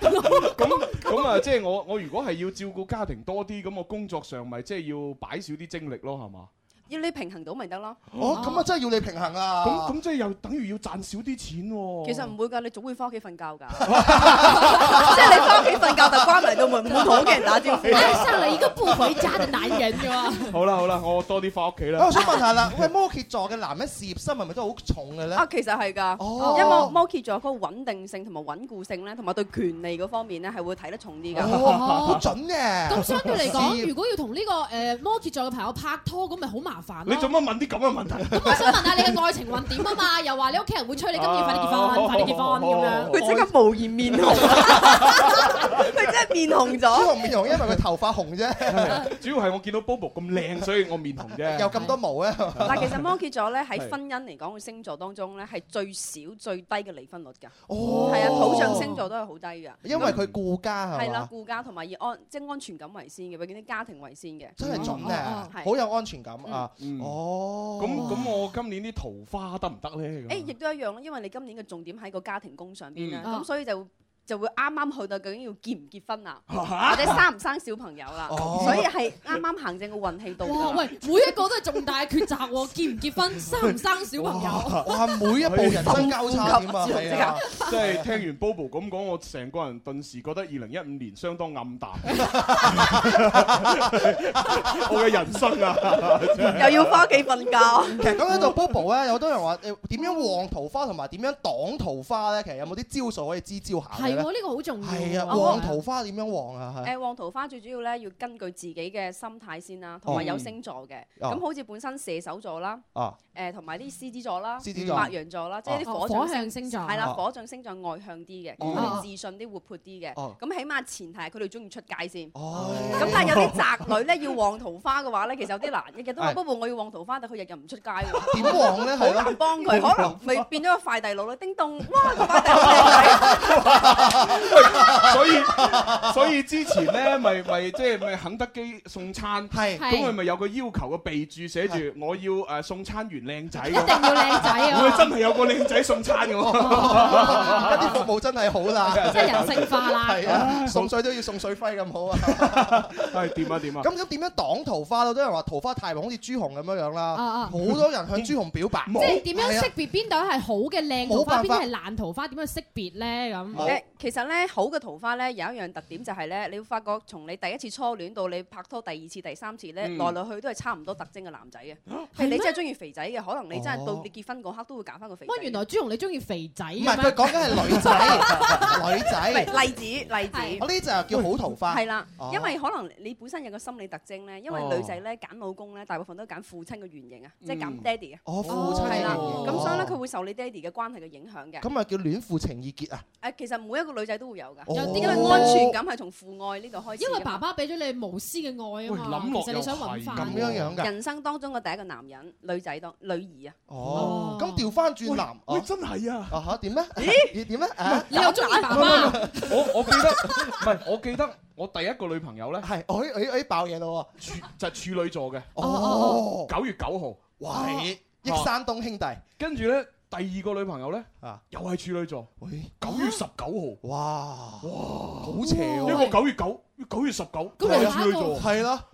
Speaker 6: 咁啊，即係我我如果係要照顧家庭多啲，咁我工作上咪即係要擺少啲精力咯，係嘛？
Speaker 8: 要你平衡到咪得咯。
Speaker 11: 哦，咁啊真係要你平衡啊。
Speaker 6: 咁咁即係又等於要賺少啲錢
Speaker 11: 哦
Speaker 6: 喎。
Speaker 8: 其實唔會㗎，你總會翻屋企瞓覺㗎。[laughs]
Speaker 11: [laughs]
Speaker 8: 即係你翻屋企瞓覺就關埋
Speaker 11: [laughs]
Speaker 8: 到門，唔會同屋企人打招呼。
Speaker 6: 愛上
Speaker 11: 了一個
Speaker 8: 不
Speaker 11: 回家的男人
Speaker 8: 㗎嘛。
Speaker 6: 好啦好啦，我多啲翻屋企
Speaker 11: 啊
Speaker 6: 啦。
Speaker 11: 我想問下啦，喂，摩羯座嘅男人事業心係咪都好重嘅咧？
Speaker 8: 啊，其實係㗎，
Speaker 11: 哦
Speaker 8: 因為摩羯座嗰個穩定性同埋穩固性咧，同埋對權力嗰方面咧係會睇得重啲㗎。
Speaker 11: 哦好準嘅。
Speaker 12: 咁相對嚟
Speaker 11: 事
Speaker 12: 講，
Speaker 11: 業
Speaker 12: 如果要同呢個誒摩羯座嘅朋友拍拖，咁咪好麻煩
Speaker 6: 你
Speaker 12: 咯。
Speaker 6: 做乜問啲咁嘅問題？
Speaker 12: [laughs] 我想問下你嘅愛情運點啊
Speaker 18: [laughs]
Speaker 12: 嘛？又話你屋企人
Speaker 11: 啊 [laughs]
Speaker 12: 會催你今年快啲結婚，快啲結婚咁樣。
Speaker 8: 佢即刻無言面紅，佢
Speaker 13: 佢真係面紅咗
Speaker 11: 朱 [laughs] 紅面紅，因為佢頭髮紅啫，
Speaker 6: 主要係啊我見到 Bobo 咁靚，所以我面紅啫。
Speaker 11: 有咁多毛啊咧。
Speaker 13: 嗱，其實摩羯座咧喺
Speaker 6: 係
Speaker 13: 婚姻嚟講，佢星座當中咧係最少最低嘅離婚率㗎。
Speaker 11: 哦
Speaker 13: 係啊，土象星座都係好低㗎。
Speaker 11: 因為佢顧家係嘛
Speaker 13: 係啦，顧家同埋以安即係安全感為先嘅，永遠啲家庭為先嘅。
Speaker 11: 真係準啊，
Speaker 13: 係
Speaker 11: 好有安全感啊。
Speaker 6: 哦，咁咁我今年啲桃花得唔得咧？咁
Speaker 13: 誒，亦都一樣咯，因為你今年嘅重點喺個家庭工上邊啦，
Speaker 6: 嗯
Speaker 13: 咁所以就會就會啱啱去到究竟要結唔結婚啊，
Speaker 6: 嚇
Speaker 13: 或者生唔生小朋友啦，
Speaker 6: 哦
Speaker 13: 所以係啱啱行正個運氣到
Speaker 11: 哦
Speaker 13: 㗎啦。
Speaker 12: 哦
Speaker 18: 哇！喂，每一個都係重大抉擇喎， [laughs] 結唔結婚，生唔生小朋友？
Speaker 11: 哇！哇每一步人生交叉點啊，係啊，
Speaker 6: 即係聽完 Bobo 咁講，我成個人頓時覺得二零一五年相當暗淡， [laughs] 我嘅人生啊，
Speaker 13: [laughs] 又要翻屋企瞓覺。
Speaker 11: 其實講緊到 Bobo 啊咧，有好多人話誒點樣旺桃花同埋點樣擋桃花咧，其實有冇啲招數可以支招下嘅
Speaker 13: 係
Speaker 11: 咧？
Speaker 13: 喎呢個好重要
Speaker 18: 哦
Speaker 13: 喎
Speaker 12: 哦
Speaker 11: 係啊，旺桃花點樣旺啊？係
Speaker 13: 誒旺桃花最主要咧要根據自己嘅心態先啦，同埋有星座嘅。
Speaker 11: 哦
Speaker 13: 咁好似本身射手座啦，
Speaker 11: 啊，
Speaker 13: 誒呃同埋啲獅子座啦、
Speaker 11: 獅子座
Speaker 13: 白羊座啦，即係啲
Speaker 18: 哦
Speaker 13: 火象
Speaker 18: 火象星座
Speaker 13: 係
Speaker 12: 啊
Speaker 13: 啦，
Speaker 18: 哦
Speaker 13: 火象星座外向啲嘅，咁
Speaker 18: 哦
Speaker 13: 佢哋自信啲、活潑啲嘅。
Speaker 18: 哦
Speaker 13: 咁起碼前提係佢哋中意出街先。
Speaker 11: 咁
Speaker 13: 但係有啲宅女咧要旺桃花嘅話咧，其實有啲難，日日都話
Speaker 11: 係
Speaker 13: 不過我要旺桃花，但佢日日唔出街
Speaker 11: [laughs]
Speaker 13: 喎。
Speaker 11: 點旺咧？係
Speaker 13: 好
Speaker 11: 咯
Speaker 13: 難，幫佢，可能咪變咗個快遞佬啦，叮咚，哇！個快遞
Speaker 6: 所以所以之前咧，咪咪即係咪肯德基送餐，
Speaker 11: 係
Speaker 6: 咁佢咪有個要求嘅備註寫住我要誒呃送餐員靚仔，一定
Speaker 11: 要哦靚仔 [laughs] 啊
Speaker 6: 佢真係有個靚仔送餐嘅
Speaker 11: 而
Speaker 6: 喎，
Speaker 11: 家啲服務真係好啦，
Speaker 6: 真係人性化啦
Speaker 11: 係啊， [laughs] 送水都要送水輝咁好啊。
Speaker 6: 係點啊點啊，
Speaker 11: 咁咁點樣擋桃花咧？都有人話桃花太旺，好似朱紅咁樣樣啦
Speaker 18: 啊啊。
Speaker 11: 好多人向朱紅表白，
Speaker 18: 即係點
Speaker 11: 係
Speaker 18: 樣
Speaker 11: 啊
Speaker 18: 識別邊朵係好嘅靚桃
Speaker 11: 冇
Speaker 18: 花，
Speaker 11: 辦
Speaker 18: 邊
Speaker 11: 法
Speaker 18: 啲係爛桃花？點樣識別咧？咁
Speaker 13: 誒，其實咧好嘅桃花咧有一樣特點就係咧，你會發覺從你第一次初戀到你拍拖第二次、第三次咧，
Speaker 18: 嗯
Speaker 13: 來來去都係差唔多特徵嘅男仔嘅。
Speaker 18: 係咩
Speaker 13: 係你真係中意肥仔嘅，可能你真係
Speaker 18: 哦
Speaker 13: 到你結婚嗰刻都會揀翻個肥仔
Speaker 18: 乜
Speaker 13: 嘅。
Speaker 18: 原來朱紅你中意肥仔啊唔
Speaker 11: 唔係佢講緊係女
Speaker 13: [laughs]
Speaker 11: 仔，女
Speaker 13: 唔係
Speaker 11: 仔。
Speaker 13: 例子例子，
Speaker 11: 我呢就叫好桃花。
Speaker 13: 係啦
Speaker 11: 哦，
Speaker 13: 因為可能你本身有個心理特徵咧，因為
Speaker 11: 哦
Speaker 13: 女仔咧揀老公咧，大部分都揀父親嘅原型啊，即係
Speaker 11: 嗯
Speaker 13: 揀爹哋啊。
Speaker 11: 哦父親嘅
Speaker 13: 係啦，
Speaker 11: 原型
Speaker 13: 咁所以咧
Speaker 11: 哦
Speaker 13: 佢會受你爹哋嘅關係嘅影響嘅。
Speaker 11: 咁咪叫戀父情意結啊！
Speaker 13: 誒，其實每一個女仔都會有㗎，
Speaker 11: 哦
Speaker 13: 有啲因為安全感係從父愛呢度開始。
Speaker 18: 因為爸爸俾咗你無私嘅愛啊嘛，
Speaker 11: 啊喂諗落
Speaker 18: 其實你想揾翻
Speaker 11: 又係咁樣樣㗎
Speaker 13: 人生當中嘅第一個男人，女仔當女兒啊。
Speaker 11: 哦，咁調翻轉男，喂，
Speaker 6: 真係啊！
Speaker 11: 啊嚇點咧？ [laughs]
Speaker 13: 咦？
Speaker 11: 點咧？啊
Speaker 18: 你又中意
Speaker 11: [laughs]
Speaker 18: 爸爸？
Speaker 6: 我我記得唔係我記得我第一個女朋友咧
Speaker 11: 係我誒誒爆嘢咯
Speaker 6: 處就係處女座嘅，
Speaker 11: 哦
Speaker 6: 九月九號，
Speaker 11: 哇
Speaker 13: 哦
Speaker 11: 係益山東兄弟，
Speaker 6: 跟住咧第二個女朋友咧
Speaker 11: 啊
Speaker 6: 又係處女座，九月十九號，
Speaker 11: 哇哇好邪
Speaker 6: 一
Speaker 11: 喎！
Speaker 6: 個九月九，九月十九，
Speaker 11: 啊咁
Speaker 6: 係
Speaker 11: 咪
Speaker 6: 處女座，
Speaker 11: 係啦，
Speaker 13: 哦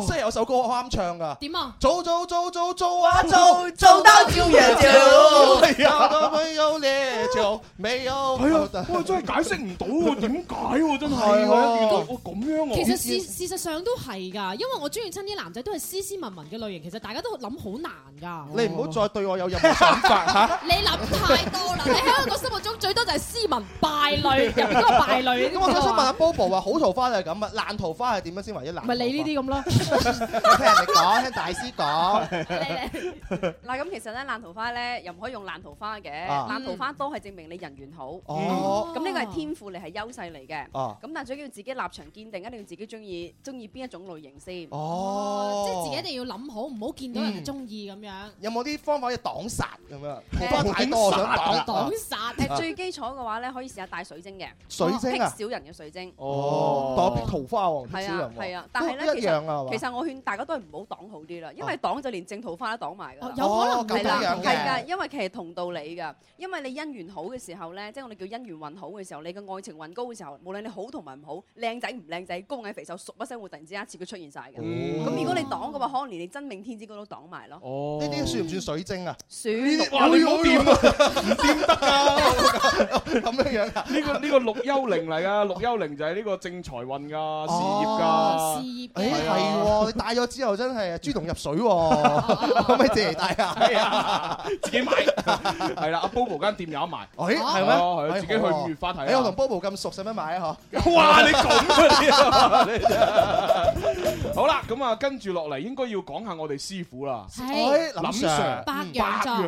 Speaker 6: 哇！
Speaker 11: 即係有首歌啱唱㗎。
Speaker 18: 點啊？
Speaker 11: 做做做做做啊
Speaker 13: 做，
Speaker 11: 做到朝
Speaker 13: 陽
Speaker 11: 照。
Speaker 6: 係啊
Speaker 11: 找到沒有咧，就沒有。
Speaker 6: 係
Speaker 11: Ờ,
Speaker 6: 啊，我真係解釋唔到
Speaker 11: [laughs]
Speaker 6: 喎，點解喎？真係喎，
Speaker 11: 係啊
Speaker 6: 原來我咁樣喎。
Speaker 18: 其實事事實上都係㗎，因為我中意親啲男仔都係斯斯文文嘅類型，其實大家都諗好難㗎。
Speaker 11: 你唔好再對我有任何想法嚇。
Speaker 18: 你諗太多
Speaker 11: [laughs]
Speaker 18: 啦！你喺我心目中最多就係斯文敗類，入邊都係敗類。
Speaker 11: 咁我想想問下 Bobo 啊，好桃花就係咁啊，爛桃花係點樣先為之爛？
Speaker 18: 咪你呢啲咁咯。
Speaker 11: 我聽人哋講，聽大師講。
Speaker 13: [laughs] 嗱，咁其實咧爛桃花咧又唔可以用爛桃花嘅，
Speaker 11: 啊
Speaker 13: 爛桃花多係證明你人緣好。
Speaker 11: Ờ. 哦
Speaker 13: 咁呢個係天賦，你係優勢嚟嘅。
Speaker 11: 哦
Speaker 13: 咁但係最緊要自己立場堅定，一定要自己中意中意邊一種類型先。
Speaker 12: Ờ,
Speaker 11: 哦
Speaker 18: 即係自己一定要諗好，唔好見到人就中意咁樣。
Speaker 11: 有冇啲方法可以擋殺咁樣？桃花太多，我想
Speaker 12: à?
Speaker 11: 擋
Speaker 18: 哦擋殺
Speaker 11: 哦
Speaker 13: 誒最基礎嘅話咧，可以試下戴水晶嘅，
Speaker 11: 水晶啊
Speaker 13: 辟小人嘅水晶。
Speaker 11: 哦，擋碧桃花王，
Speaker 13: 係
Speaker 11: 小
Speaker 13: 啊
Speaker 11: 人，王
Speaker 13: 係啊，但係
Speaker 11: 都
Speaker 13: 咧，
Speaker 11: 一
Speaker 13: 其
Speaker 11: 樣啊，係
Speaker 13: 實
Speaker 11: 嘛
Speaker 13: 其實我勸大家都係唔好擋好啲啦，因為
Speaker 11: 哦
Speaker 13: 擋就連正桃花都擋埋㗎
Speaker 18: 哦
Speaker 13: 啦。
Speaker 11: 有可能
Speaker 13: 係
Speaker 11: 哦咁
Speaker 13: 啦
Speaker 11: 樣，嘅
Speaker 13: 係㗎，因為其實同道理㗎。因為你姻緣好嘅時候咧，即係我哋叫姻緣運好嘅時候，你嘅愛情運高嘅時候，無論你好同埋唔好，靚仔唔靚仔，高矮肥瘦，熟一聲會突然之間一次佢出現晒㗎。
Speaker 11: 嗯
Speaker 13: 咁如果你擋嘅話，可能連你真命天子嗰度都擋埋咯。
Speaker 6: 哦
Speaker 11: 呢啲算唔算水晶啊？
Speaker 12: 嗯
Speaker 13: 算
Speaker 6: 哇！你唔好掂啊，
Speaker 11: 唔掂得㗎，咁樣樣啊？
Speaker 6: 呢個呢個六幽靈嚟噶，六幽靈就係呢個正財運噶，事業
Speaker 11: 哦
Speaker 6: 噶，
Speaker 11: 事業誒係喎，你戴咗之後真係啊豬籠入水
Speaker 18: 哦
Speaker 11: [laughs] 喎，可唔可以借嚟戴啊？
Speaker 6: 係啊，自己買係啦，阿 Bobo 間店有得賣，
Speaker 11: 誒哎係
Speaker 6: 係啊係啊
Speaker 11: 咩？
Speaker 6: 自己去五月花睇
Speaker 11: 誒
Speaker 6: 啊
Speaker 11: 哎我同 Bobo 咁熟，使乜買啊？
Speaker 6: [laughs]
Speaker 11: 嗬！
Speaker 6: 哇！你咁啊你真係好啦，咁啊，跟住落嚟應該要講下我哋師傅啦，
Speaker 13: 哎
Speaker 11: 係林 Sir，
Speaker 6: 白
Speaker 11: 哎白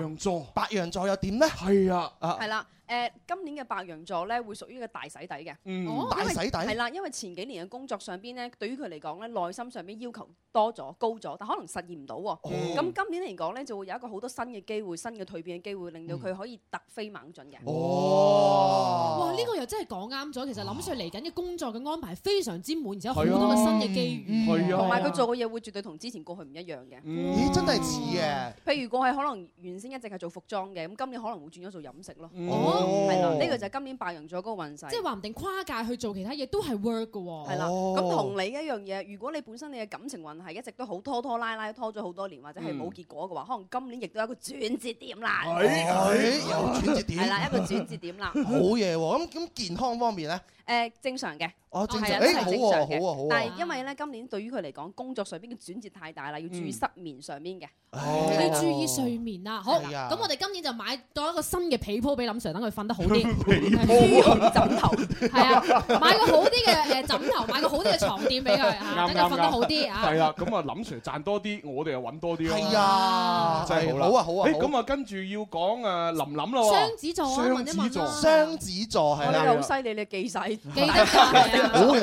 Speaker 6: 羊座，
Speaker 11: 白羊座又點咧？
Speaker 6: 係啊，
Speaker 11: 啊
Speaker 13: 係啦，誒、誒，今年嘅白羊座咧會屬於一個大洗底嘅，
Speaker 11: 嗯哦大洗底
Speaker 13: 係啦，因為前幾年嘅工作上邊咧，對於佢嚟講咧，內心上邊要求多咗、高咗，但可能實現唔到喎。
Speaker 11: 哦
Speaker 13: 咁今年嚟講咧，就會有一個好多新嘅機會、新嘅蛻變嘅機會，
Speaker 6: 嗯
Speaker 13: 令到佢可以突飛猛進嘅。
Speaker 11: 哦
Speaker 12: 哇！
Speaker 6: 哦
Speaker 12: 呢個又真係講啱咗。其實林 Sir 嚟緊嘅工作嘅安排非常之滿，而且好多
Speaker 11: 哦
Speaker 12: 嘅新嘅機
Speaker 11: 嗯
Speaker 12: 遇，
Speaker 13: 係啊，同埋佢做嘅嘢會絕對同之前過去唔一樣嘅。
Speaker 11: 咦，真係似嘅。
Speaker 13: 譬如過去可能原先一直係做服裝嘅，咁今年可能會轉咗做飲食咯。
Speaker 11: 嗯
Speaker 12: 哦
Speaker 13: 係啦，呢個就係今年白羊座嗰個運勢。
Speaker 12: 即係話唔定跨界去做其他嘢都係 work 嘅喎。
Speaker 13: 係啦，
Speaker 6: 哦
Speaker 13: 咁同你一樣嘢，如果你本身你嘅感情運係一直都好拖拖拉拉，拖咗好多年或者係
Speaker 12: 嗯
Speaker 13: 冇結果嘅話，可能今年亦都有一個轉折點啦。
Speaker 12: 哦
Speaker 11: 哎哎有轉折點
Speaker 13: 係啦，一個轉折點啦。
Speaker 12: [laughs]
Speaker 11: 好嘢喎！咁咁健康方面咧，
Speaker 13: 誒正常嘅，
Speaker 11: 哦正常
Speaker 13: 係
Speaker 11: 誒
Speaker 13: 啊都係正常
Speaker 11: 好啊好啊好啊
Speaker 13: 嘅。但係因為咧，今年對於佢嚟講，工作上邊嘅轉折太大啦，要注意
Speaker 12: 嗯
Speaker 13: 失眠上面嘅。
Speaker 11: 啊
Speaker 12: 要注意睡眠啦。好，
Speaker 13: 係啊
Speaker 12: 咁我哋今年就買到一個新嘅被鋪俾林 Sir，等佢瞓得好
Speaker 6: [laughs]
Speaker 12: 啲。
Speaker 13: 被
Speaker 6: 啊
Speaker 13: 鋪枕頭
Speaker 12: 係啊，買個好啲嘅誒枕頭，買個好啲嘅床墊俾佢嚇，
Speaker 6: 啱
Speaker 12: 等佢
Speaker 6: 啱
Speaker 12: 瞓得好啲啊。
Speaker 6: 係啦，咁啊，林 Sir 賺多啲，我哋又揾多啲咯。
Speaker 11: 係啊
Speaker 6: 真係好啦。
Speaker 11: 好啊好啊
Speaker 6: 誒
Speaker 11: 好
Speaker 6: 咁啊，跟住要講啊，林林
Speaker 12: 哦
Speaker 6: 咯。
Speaker 13: 雙子座啊
Speaker 6: 雙
Speaker 13: 問
Speaker 6: 子
Speaker 13: 一問
Speaker 6: 座，
Speaker 13: 啦
Speaker 11: 雙子座
Speaker 13: 我
Speaker 11: 係
Speaker 13: 哋好
Speaker 11: 啦，
Speaker 13: 犀利，你記晒，記
Speaker 11: 好認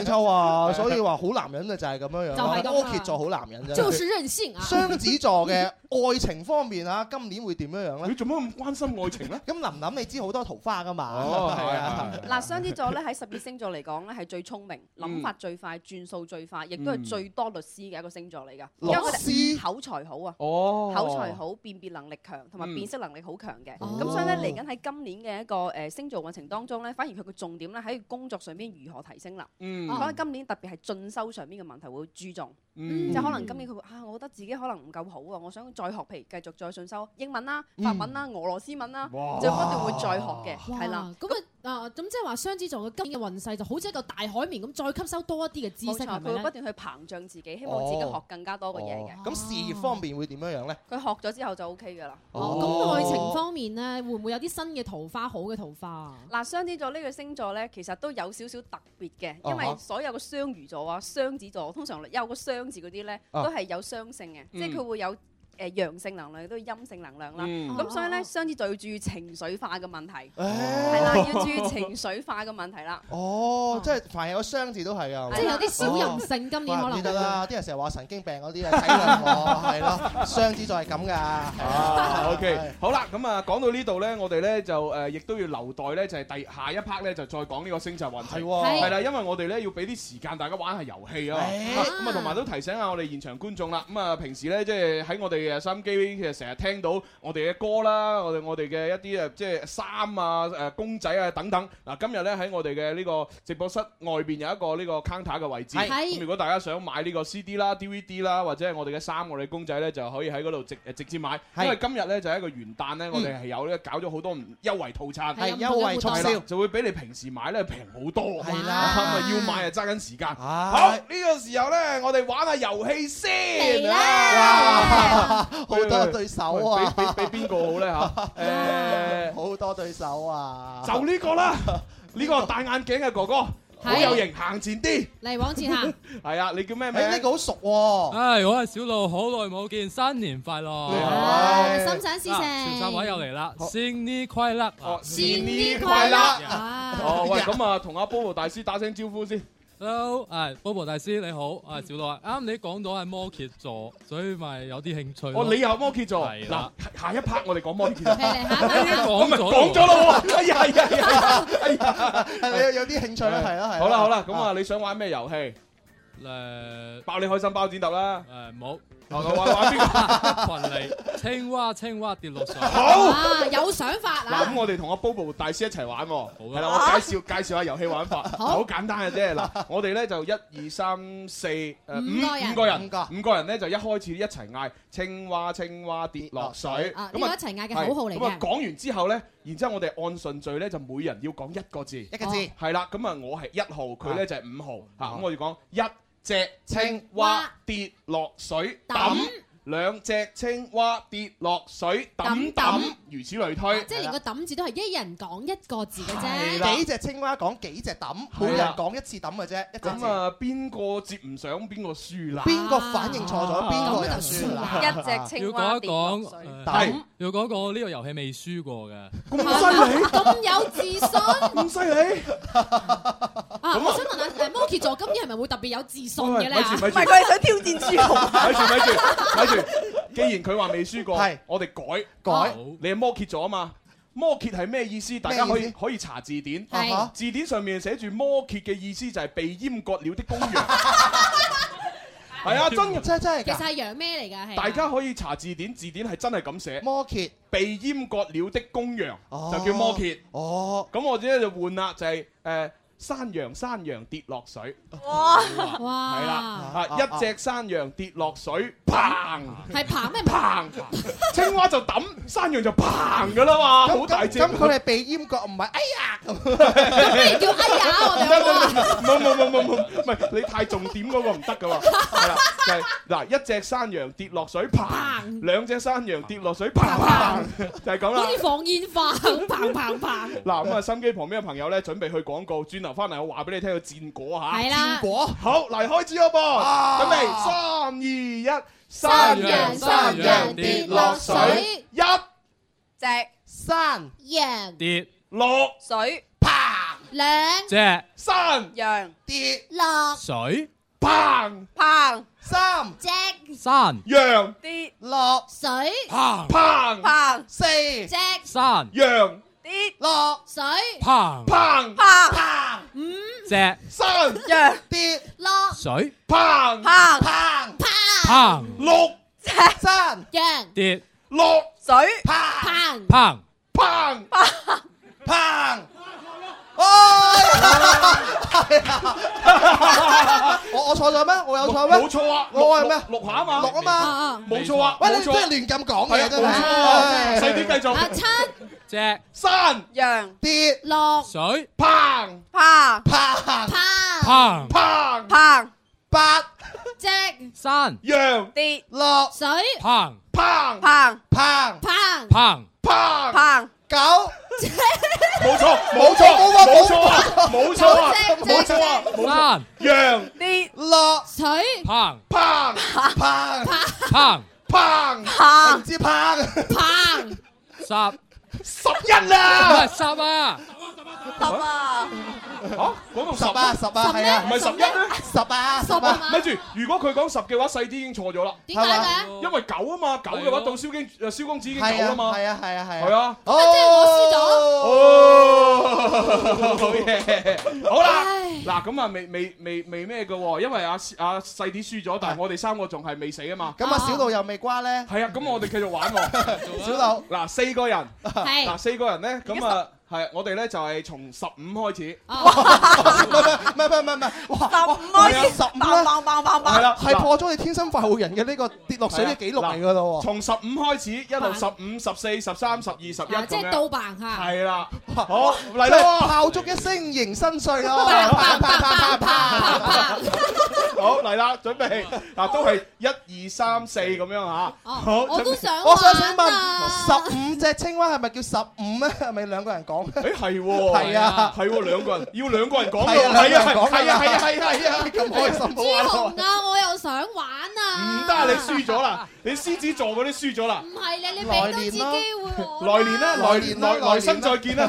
Speaker 11: 真啊！所以話好男人啊，就係咁樣樣。
Speaker 13: 就係咁啊
Speaker 11: 摩羯座好男人啫。
Speaker 12: 就是任性啊！
Speaker 11: 雙子座嘅愛情方面啊，今年會點樣樣咧？你
Speaker 6: 做乜咁關心愛情
Speaker 11: [laughs]
Speaker 6: 咧？
Speaker 11: 咁琳琳你知好多桃花噶嘛？
Speaker 6: 哦係
Speaker 11: 啊
Speaker 6: 係
Speaker 13: 嗱，雙子座咧喺十二星座嚟講咧係最聰明、
Speaker 6: 嗯
Speaker 13: 諗法最快、轉數最快，亦都
Speaker 11: 嗯
Speaker 13: 係最多律師嘅一個星座嚟㗎。
Speaker 11: 律師
Speaker 13: 因為佢哋口才好啊，
Speaker 6: 哦
Speaker 13: 口才好、辨別能力強，同埋
Speaker 6: 嗯
Speaker 13: 辨識能力好強嘅。
Speaker 6: 哦
Speaker 13: 嗯咁所以咧嚟緊喺今年嘅一個誒星座運程當中咧，反而佢個重點咧喺工作上邊如何提升啦。
Speaker 6: 嗯
Speaker 13: 所以今年特別係進修上邊嘅問題會注重，
Speaker 6: 嗯
Speaker 13: 即係可能今年佢會啊，我覺得自己可能唔夠好啊，我想再學，譬如繼續再進修英文啦、法文啦、俄羅斯文啦，
Speaker 12: 哇
Speaker 13: 就不斷會再學嘅，
Speaker 12: 哇
Speaker 13: 係啦。。
Speaker 12: 咁啊啊，咁即係話雙子座嘅今年嘅運勢就好似一個大海綿咁，再吸收多一啲嘅知
Speaker 13: 冇
Speaker 12: 識，
Speaker 13: 錯
Speaker 12: 係
Speaker 13: 佢
Speaker 12: 咪
Speaker 13: 會不
Speaker 12: 咧？
Speaker 13: 斷去膨脹自己，希望自己學更加多嘅嘢嘅。
Speaker 11: 哦咁事業方面會點樣樣咧？
Speaker 13: 佢學咗之後就 O K 噶啦。
Speaker 12: 哦咁愛情方面咧，會唔會有啲新嘅桃花，好嘅桃花啊？
Speaker 13: 嗱，雙子座呢個星座咧，其實都有少少特別嘅，因
Speaker 12: 啊哈
Speaker 11: 哦
Speaker 13: 為所有嘅雙魚座啊、雙子座，通常有個雙字嗰啲咧，
Speaker 12: 啊
Speaker 13: 都係有雙性嘅，即係佢會有。誒陽性能量都有陰性能量啦，
Speaker 12: 嗯
Speaker 11: 哦
Speaker 13: 咁所以咧雙子座要注意情緒化嘅問題，係啦，要注意情緒化嘅問
Speaker 8: [laughs]
Speaker 13: 題啦。
Speaker 11: 哦，即係凡係有雙字都係啊，
Speaker 13: 即係有啲小人性
Speaker 12: 今
Speaker 13: 年可能
Speaker 11: 怪唔得啦，啲人成日話神經病嗰啲啊，
Speaker 6: [laughs]
Speaker 11: 體諒我係咯，雙子座係咁噶。 [laughs]
Speaker 6: 啊，OK，好啦，咁啊，講到呢度咧，我哋咧就誒，亦都要留待咧，就係第下一 part 咧，就再講呢個星座運程。
Speaker 11: 係喎
Speaker 6: 係啦，因為我哋咧要俾啲時間大家玩下遊戲啊。咁啊，同埋都提醒下我哋現場觀眾啦。咁啊，平時咧即係喺我哋誒收音機其實成日聽到我哋嘅歌啦，我哋我哋嘅一啲呃誒即係衫啊、誒公仔啊等等。嗱，今日咧喺我哋嘅呢個直播室外邊有一個呢個 counter 嘅位置。
Speaker 2: 係
Speaker 6: 咁如果大家想買呢個 CD 啦、DVD 啦，或者係我哋嘅衫、我哋公仔咧，就可以喺嗰度直誒直接買。因
Speaker 2: 係嗯
Speaker 6: 為今日咧就係一個元旦咧，我哋係有咧搞咗好多唔優惠套餐，
Speaker 11: 係優惠促銷
Speaker 6: 係啦就會比你平時買咧平好多。係
Speaker 11: 啦
Speaker 6: 咁啊要買啊揸緊時間。好呢個時候咧，我哋玩下遊戲先。啊
Speaker 11: 啦，好
Speaker 6: 喂
Speaker 11: 多對手啊！
Speaker 6: 喂俾俾俾邊個好咧嚇？誒，
Speaker 11: [laughs] 好多對手啊！
Speaker 6: 就呢個啦，呢個戴眼鏡嘅哥哥好有型，行前啲。
Speaker 12: 嚟往前行，
Speaker 6: 係啊，你叫咩名？
Speaker 11: 誒呢個好熟喎，
Speaker 4: [laughs] 唉，我係小路，好耐冇見，新年快樂！
Speaker 6: 你好
Speaker 12: 啊心想事成
Speaker 4: 啊潮汕話又嚟啦，新年快樂！哦，
Speaker 6: 新年快樂哦，
Speaker 11: 哎
Speaker 6: 喂，咁啊，同阿 Bobo 大師打聲招呼先。
Speaker 4: Hello，誒，Bobo 大師你好，啊，小路啊，啱你講到係摩羯座，所以咪有啲興趣咯。
Speaker 6: 哦，你又摩羯座，
Speaker 4: 係
Speaker 6: 嗱
Speaker 4: 啦，
Speaker 6: 下一 part 我哋講摩羯座。
Speaker 4: 講咗咯
Speaker 6: 講咗啦喎，哎呀，哎呀，哎呀，哎
Speaker 12: 啊
Speaker 6: 呀，
Speaker 11: 係你有有啲興趣啦，係啦，係啦。
Speaker 6: 好啦好啦，咁啊，你想玩咩遊戲？
Speaker 4: 誒，
Speaker 6: 爆你開心包剪揼啦。
Speaker 4: 誒，冇。
Speaker 6: 我玩玩
Speaker 12: Ờ.
Speaker 4: 邊個？群嚟，青蛙青蛙跌落水。
Speaker 12: 啊，有想法
Speaker 6: [laughs] 嗱，
Speaker 12: 啊
Speaker 6: 咁！我哋同阿 Bobo 大師一齊玩喎。
Speaker 4: 啊
Speaker 6: 係啦，我介紹介紹下遊戲玩法，好簡單嘅
Speaker 4: [laughs]
Speaker 6: 啫。嗱，我哋咧就一二三四誒五
Speaker 12: 五
Speaker 6: 五
Speaker 12: 個
Speaker 6: 個
Speaker 12: 人
Speaker 6: 人，五個人咧就一開始一齊嗌青蛙青蛙跌落水。
Speaker 12: 啊呢個一齊嗌嘅口號嚟嘅
Speaker 6: 咁啊，講完之後咧，然之後我哋按順序咧就每人要講一個字。一
Speaker 11: 個字哦
Speaker 6: 係啦，咁啊，我係一號，佢咧就係五號。嚇，咁我哋講一隻青蛙跌落水
Speaker 12: 抌
Speaker 6: 抌。兩隻青蛙跌落水，
Speaker 12: 揼
Speaker 6: 揼
Speaker 12: 揼
Speaker 6: 揼，如此類推。
Speaker 12: 啊即係連個抌字都係一人講一個字嘅
Speaker 6: 係
Speaker 12: 啫
Speaker 6: 啦。
Speaker 11: 幾隻青蛙講幾隻抌，每人講一次抌嘅啫，一隻
Speaker 6: 咁
Speaker 11: 字。
Speaker 6: 啊，邊個接唔上邊個輸啦？
Speaker 11: 邊個反應錯咗，邊個人輸啦？
Speaker 4: 要講一講，
Speaker 11: 係
Speaker 4: 係要講一講呢個遊戲未輸過嘅。
Speaker 12: 咁有自信，咁
Speaker 6: 犀利
Speaker 12: 啊！我想問下，誒摩羯座今年係咪會特別有自信嘅咧？
Speaker 6: 喂咪住咪住咪住咪住咪住，既然佢話未輸過，我哋改
Speaker 11: 改，
Speaker 6: 你係摩羯座啊嘛。摩羯係咩意思？大家可以可以查字典
Speaker 11: 係啊哈，
Speaker 6: 字典上面寫住摩羯嘅意思就係被閹割了的公羊。係啊，真嘅，
Speaker 11: 真真
Speaker 12: 其實係羊咩嚟㗎？係
Speaker 6: 大家可以查字典，字典係真係咁寫。
Speaker 11: 摩羯
Speaker 6: 被閹割了的公羊
Speaker 11: 哦
Speaker 6: 就叫摩羯。
Speaker 11: 哦，
Speaker 6: 咁我咧就換啦，就係誒山羊山羊跌落水。
Speaker 12: 哇
Speaker 6: 係啦，啊
Speaker 12: 哇
Speaker 6: 一隻山羊跌落水，砰！
Speaker 12: 係棚咩？
Speaker 6: 砰！青蛙就抌，山羊就砰噶啦嘛，
Speaker 11: 咁
Speaker 6: 好大隻。
Speaker 11: 咁佢係被閹割，唔係哎呀咁。
Speaker 12: 咩叫哎呀？我哋有冇啊
Speaker 6: 冇冇冇冇冇，唔係你太重點嗰個唔得噶喎。係啦，就係嗱，一隻山羊跌落水，砰！兩隻山羊跌落水，砰！就係咁啦
Speaker 12: 好。似放煙花咁，砰砰
Speaker 6: 嗱
Speaker 12: 砰！
Speaker 6: 咁啊，心機旁邊嘅朋友咧，準備去廣告，轉頭翻嚟我話俾你聽個戰果嚇。
Speaker 12: 係啦戰果
Speaker 6: 好嚟開始好噃，準備三二一，
Speaker 12: 山羊山羊
Speaker 6: 跌
Speaker 12: 落水，
Speaker 6: 一
Speaker 13: 隻
Speaker 11: 山
Speaker 12: 羊
Speaker 4: 跌落
Speaker 13: 水
Speaker 12: 兩
Speaker 4: 隻
Speaker 6: 山
Speaker 13: 羊
Speaker 11: 跌
Speaker 12: 落
Speaker 4: 水，
Speaker 6: 砰
Speaker 13: 砰
Speaker 11: 三
Speaker 12: 隻
Speaker 4: 山
Speaker 6: 羊
Speaker 13: 跌
Speaker 11: 落
Speaker 12: 水，
Speaker 4: 砰
Speaker 6: 砰
Speaker 13: 砰
Speaker 11: 四
Speaker 12: 隻
Speaker 4: 山
Speaker 6: 羊
Speaker 13: 跌
Speaker 11: [laughs] 落
Speaker 12: 水，
Speaker 4: 砰
Speaker 6: 砰
Speaker 13: 砰
Speaker 12: 五
Speaker 4: 隻
Speaker 6: 山
Speaker 13: 羊
Speaker 11: 跌
Speaker 12: 落
Speaker 4: 水，
Speaker 6: 砰
Speaker 13: 砰
Speaker 11: 砰
Speaker 4: 砰
Speaker 6: 六
Speaker 13: 隻
Speaker 11: 山
Speaker 12: 羊
Speaker 4: 跌
Speaker 6: 落
Speaker 13: 水
Speaker 12: 砰
Speaker 4: 砰
Speaker 6: 砰
Speaker 11: 砰！Ờ, 哦，我我錯咗咩？我有錯咩？
Speaker 6: 冇錯啊
Speaker 11: 我係咩？
Speaker 6: 錄下啊嘛
Speaker 11: 錄啊
Speaker 12: Ờ.
Speaker 11: 嘛，
Speaker 6: 冇錯啊
Speaker 11: 喂，
Speaker 6: 冇
Speaker 11: 你
Speaker 6: 錯
Speaker 11: 真係亂咁講
Speaker 6: 係
Speaker 11: 嘢
Speaker 6: 啊
Speaker 11: 真
Speaker 6: 冇錯啊
Speaker 11: 係。
Speaker 6: 細啲繼續
Speaker 12: 啊七
Speaker 4: 隻
Speaker 6: 山
Speaker 13: 羊
Speaker 11: 跌
Speaker 12: 落
Speaker 4: 水，
Speaker 6: 砰
Speaker 13: 砰
Speaker 11: 砰
Speaker 12: 砰
Speaker 4: 砰
Speaker 6: 砰
Speaker 13: 砰
Speaker 11: 八
Speaker 12: 隻
Speaker 4: 山
Speaker 6: 羊
Speaker 13: 跌
Speaker 11: 落
Speaker 12: 水，
Speaker 4: 砰
Speaker 6: 砰
Speaker 13: 砰
Speaker 11: 砰
Speaker 12: 砰
Speaker 4: 砰
Speaker 6: 砰
Speaker 13: 砰
Speaker 11: 九
Speaker 6: 冇錯冇錯
Speaker 11: 冇啊
Speaker 6: 冇錯啊冇錯啊
Speaker 11: 冇
Speaker 6: 冇錯啊冇錯
Speaker 4: 山
Speaker 6: 啊羊
Speaker 13: 跌
Speaker 11: 落
Speaker 12: 水，
Speaker 4: 砰
Speaker 6: 砰
Speaker 11: 砰
Speaker 4: 砰
Speaker 6: 砰
Speaker 11: 唔知砰
Speaker 12: 砰
Speaker 4: 十
Speaker 6: 十一
Speaker 4: 唔
Speaker 6: 啦
Speaker 4: 係十啊，
Speaker 13: 十啊！
Speaker 6: 嚇講到
Speaker 11: 十
Speaker 6: 十
Speaker 11: 啊十啊係啊
Speaker 6: 唔係十一咩？
Speaker 11: 十啊十啊
Speaker 6: 咪住，如果佢講十嘅話，細啲已經錯咗啦。
Speaker 12: 點解嘅？
Speaker 6: 因為九啊嘛，九嘅話到蕭經誒蕭公子已經九
Speaker 11: 係
Speaker 6: 啦
Speaker 11: 啊
Speaker 6: 嘛。
Speaker 11: 係啊係啊係
Speaker 6: 係啊。
Speaker 12: 即係我
Speaker 6: 哦，
Speaker 12: 輸咗。
Speaker 6: 好嘢，好啦，嗱咁啊，未未未未咩嘅喎，因為阿阿細啲輸咗，但係我哋三個仲係未死啊嘛。
Speaker 11: 咁啊，小路又未瓜咧，
Speaker 6: 係啊，咁我哋繼續玩喎。
Speaker 11: 小路
Speaker 6: 嗱，四個人，
Speaker 12: 係
Speaker 6: 嗱四個人咧，咁啊係我哋咧就係從十五開始，
Speaker 12: Ờ,
Speaker 11: 唔係唔係唔係唔係，哇
Speaker 13: 十五開始
Speaker 11: 十五
Speaker 13: 砰
Speaker 11: 咧
Speaker 13: 砰砰砰砰
Speaker 6: 係啦，
Speaker 11: 係破咗你天生快活人嘅呢個跌落水嘅記錄嚟㗎咯喎。
Speaker 6: 啊從十五開始，一路十五、十四、十三、十二、十一
Speaker 12: 啊即
Speaker 6: 咁
Speaker 12: 係
Speaker 6: 樣。
Speaker 12: 倒棒嚇。
Speaker 6: 係啦，好嚟
Speaker 11: 即
Speaker 6: 啦
Speaker 11: 係
Speaker 6: 喎！ [laughs]
Speaker 11: 炮竹一聲迎新歲啊 [laughs] 咯，
Speaker 12: 砰
Speaker 11: 砰砰砰砰
Speaker 12: [laughs]
Speaker 6: 好嚟啦，準備嗱，都係一二三四咁樣嚇。好，
Speaker 12: 哦我都想
Speaker 11: 我想請問
Speaker 12: 玩啊
Speaker 11: 十五隻青蛙係咪叫十五咧？係咪兩個人講？
Speaker 6: 誒係喎，
Speaker 11: 係啊
Speaker 6: 係喎，兩個人要兩個人講喎，
Speaker 11: 係啊
Speaker 6: 係啊，
Speaker 11: 兩個人講㗎
Speaker 6: 係
Speaker 11: [laughs]
Speaker 6: 啊，係啊，係啊，係啊，
Speaker 11: 咁開心好玩咯！
Speaker 12: 紅啊！我又想玩啊！
Speaker 6: 唔得啊，你輸咗啦，你獅子座嗰啲輸咗啦，
Speaker 12: 唔係你，你俾多次機會我
Speaker 6: 來年啦，來
Speaker 11: 來年啦
Speaker 6: 來
Speaker 11: 來
Speaker 6: 來生
Speaker 11: 年啦
Speaker 6: 再見啦。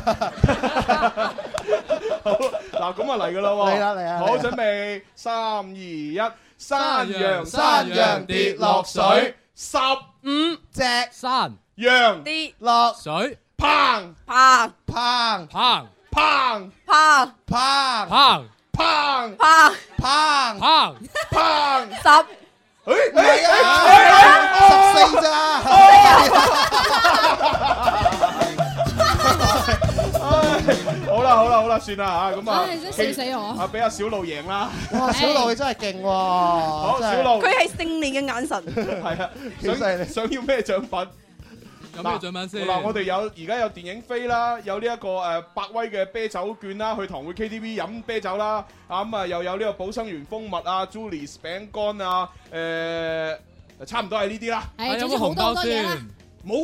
Speaker 6: 好嗱，咁啊嚟㗎啦喎，
Speaker 11: 嚟啦嚟啦
Speaker 6: 好
Speaker 11: 嚟啦
Speaker 6: 準備三二一，山羊
Speaker 11: 山羊跌落水，
Speaker 6: 十
Speaker 4: 五
Speaker 11: 隻
Speaker 4: 山
Speaker 6: 羊
Speaker 13: 跌
Speaker 11: 落
Speaker 4: 水
Speaker 6: 砰
Speaker 13: 砰
Speaker 11: 砰
Speaker 4: 砰
Speaker 6: 砰
Speaker 11: 砰
Speaker 13: 砰
Speaker 4: 砰
Speaker 6: 砰
Speaker 13: 砰
Speaker 11: 砰，
Speaker 4: 砰
Speaker 6: 砰，
Speaker 13: 十
Speaker 6: 誒
Speaker 11: 唔係
Speaker 6: 誒
Speaker 11: 啊，哦十四咋？
Speaker 6: 好啦好啦好啦，算啦嚇，咁啊，
Speaker 12: 唉真係笑死我
Speaker 6: 啊俾阿小路贏啦，
Speaker 11: 哇，小路你真係勁喎！好
Speaker 6: 好小路
Speaker 13: [laughs] 佢，係勝利嘅眼神。
Speaker 6: 係啊，
Speaker 11: 幾犀利
Speaker 6: 想想要咩獎品？
Speaker 4: 有咩獎品先？
Speaker 6: 嗱，我哋有而家有電影飛啦，有呢一個誒百威嘅啤酒券啦，去堂會 KTV 飲啤酒啦，啊咁啊又有呢個寶生園蜂蜜啊、Julie's 餅乾啊、誒就差唔多係呢啲啦。
Speaker 3: 係有冇紅包先
Speaker 6: 冇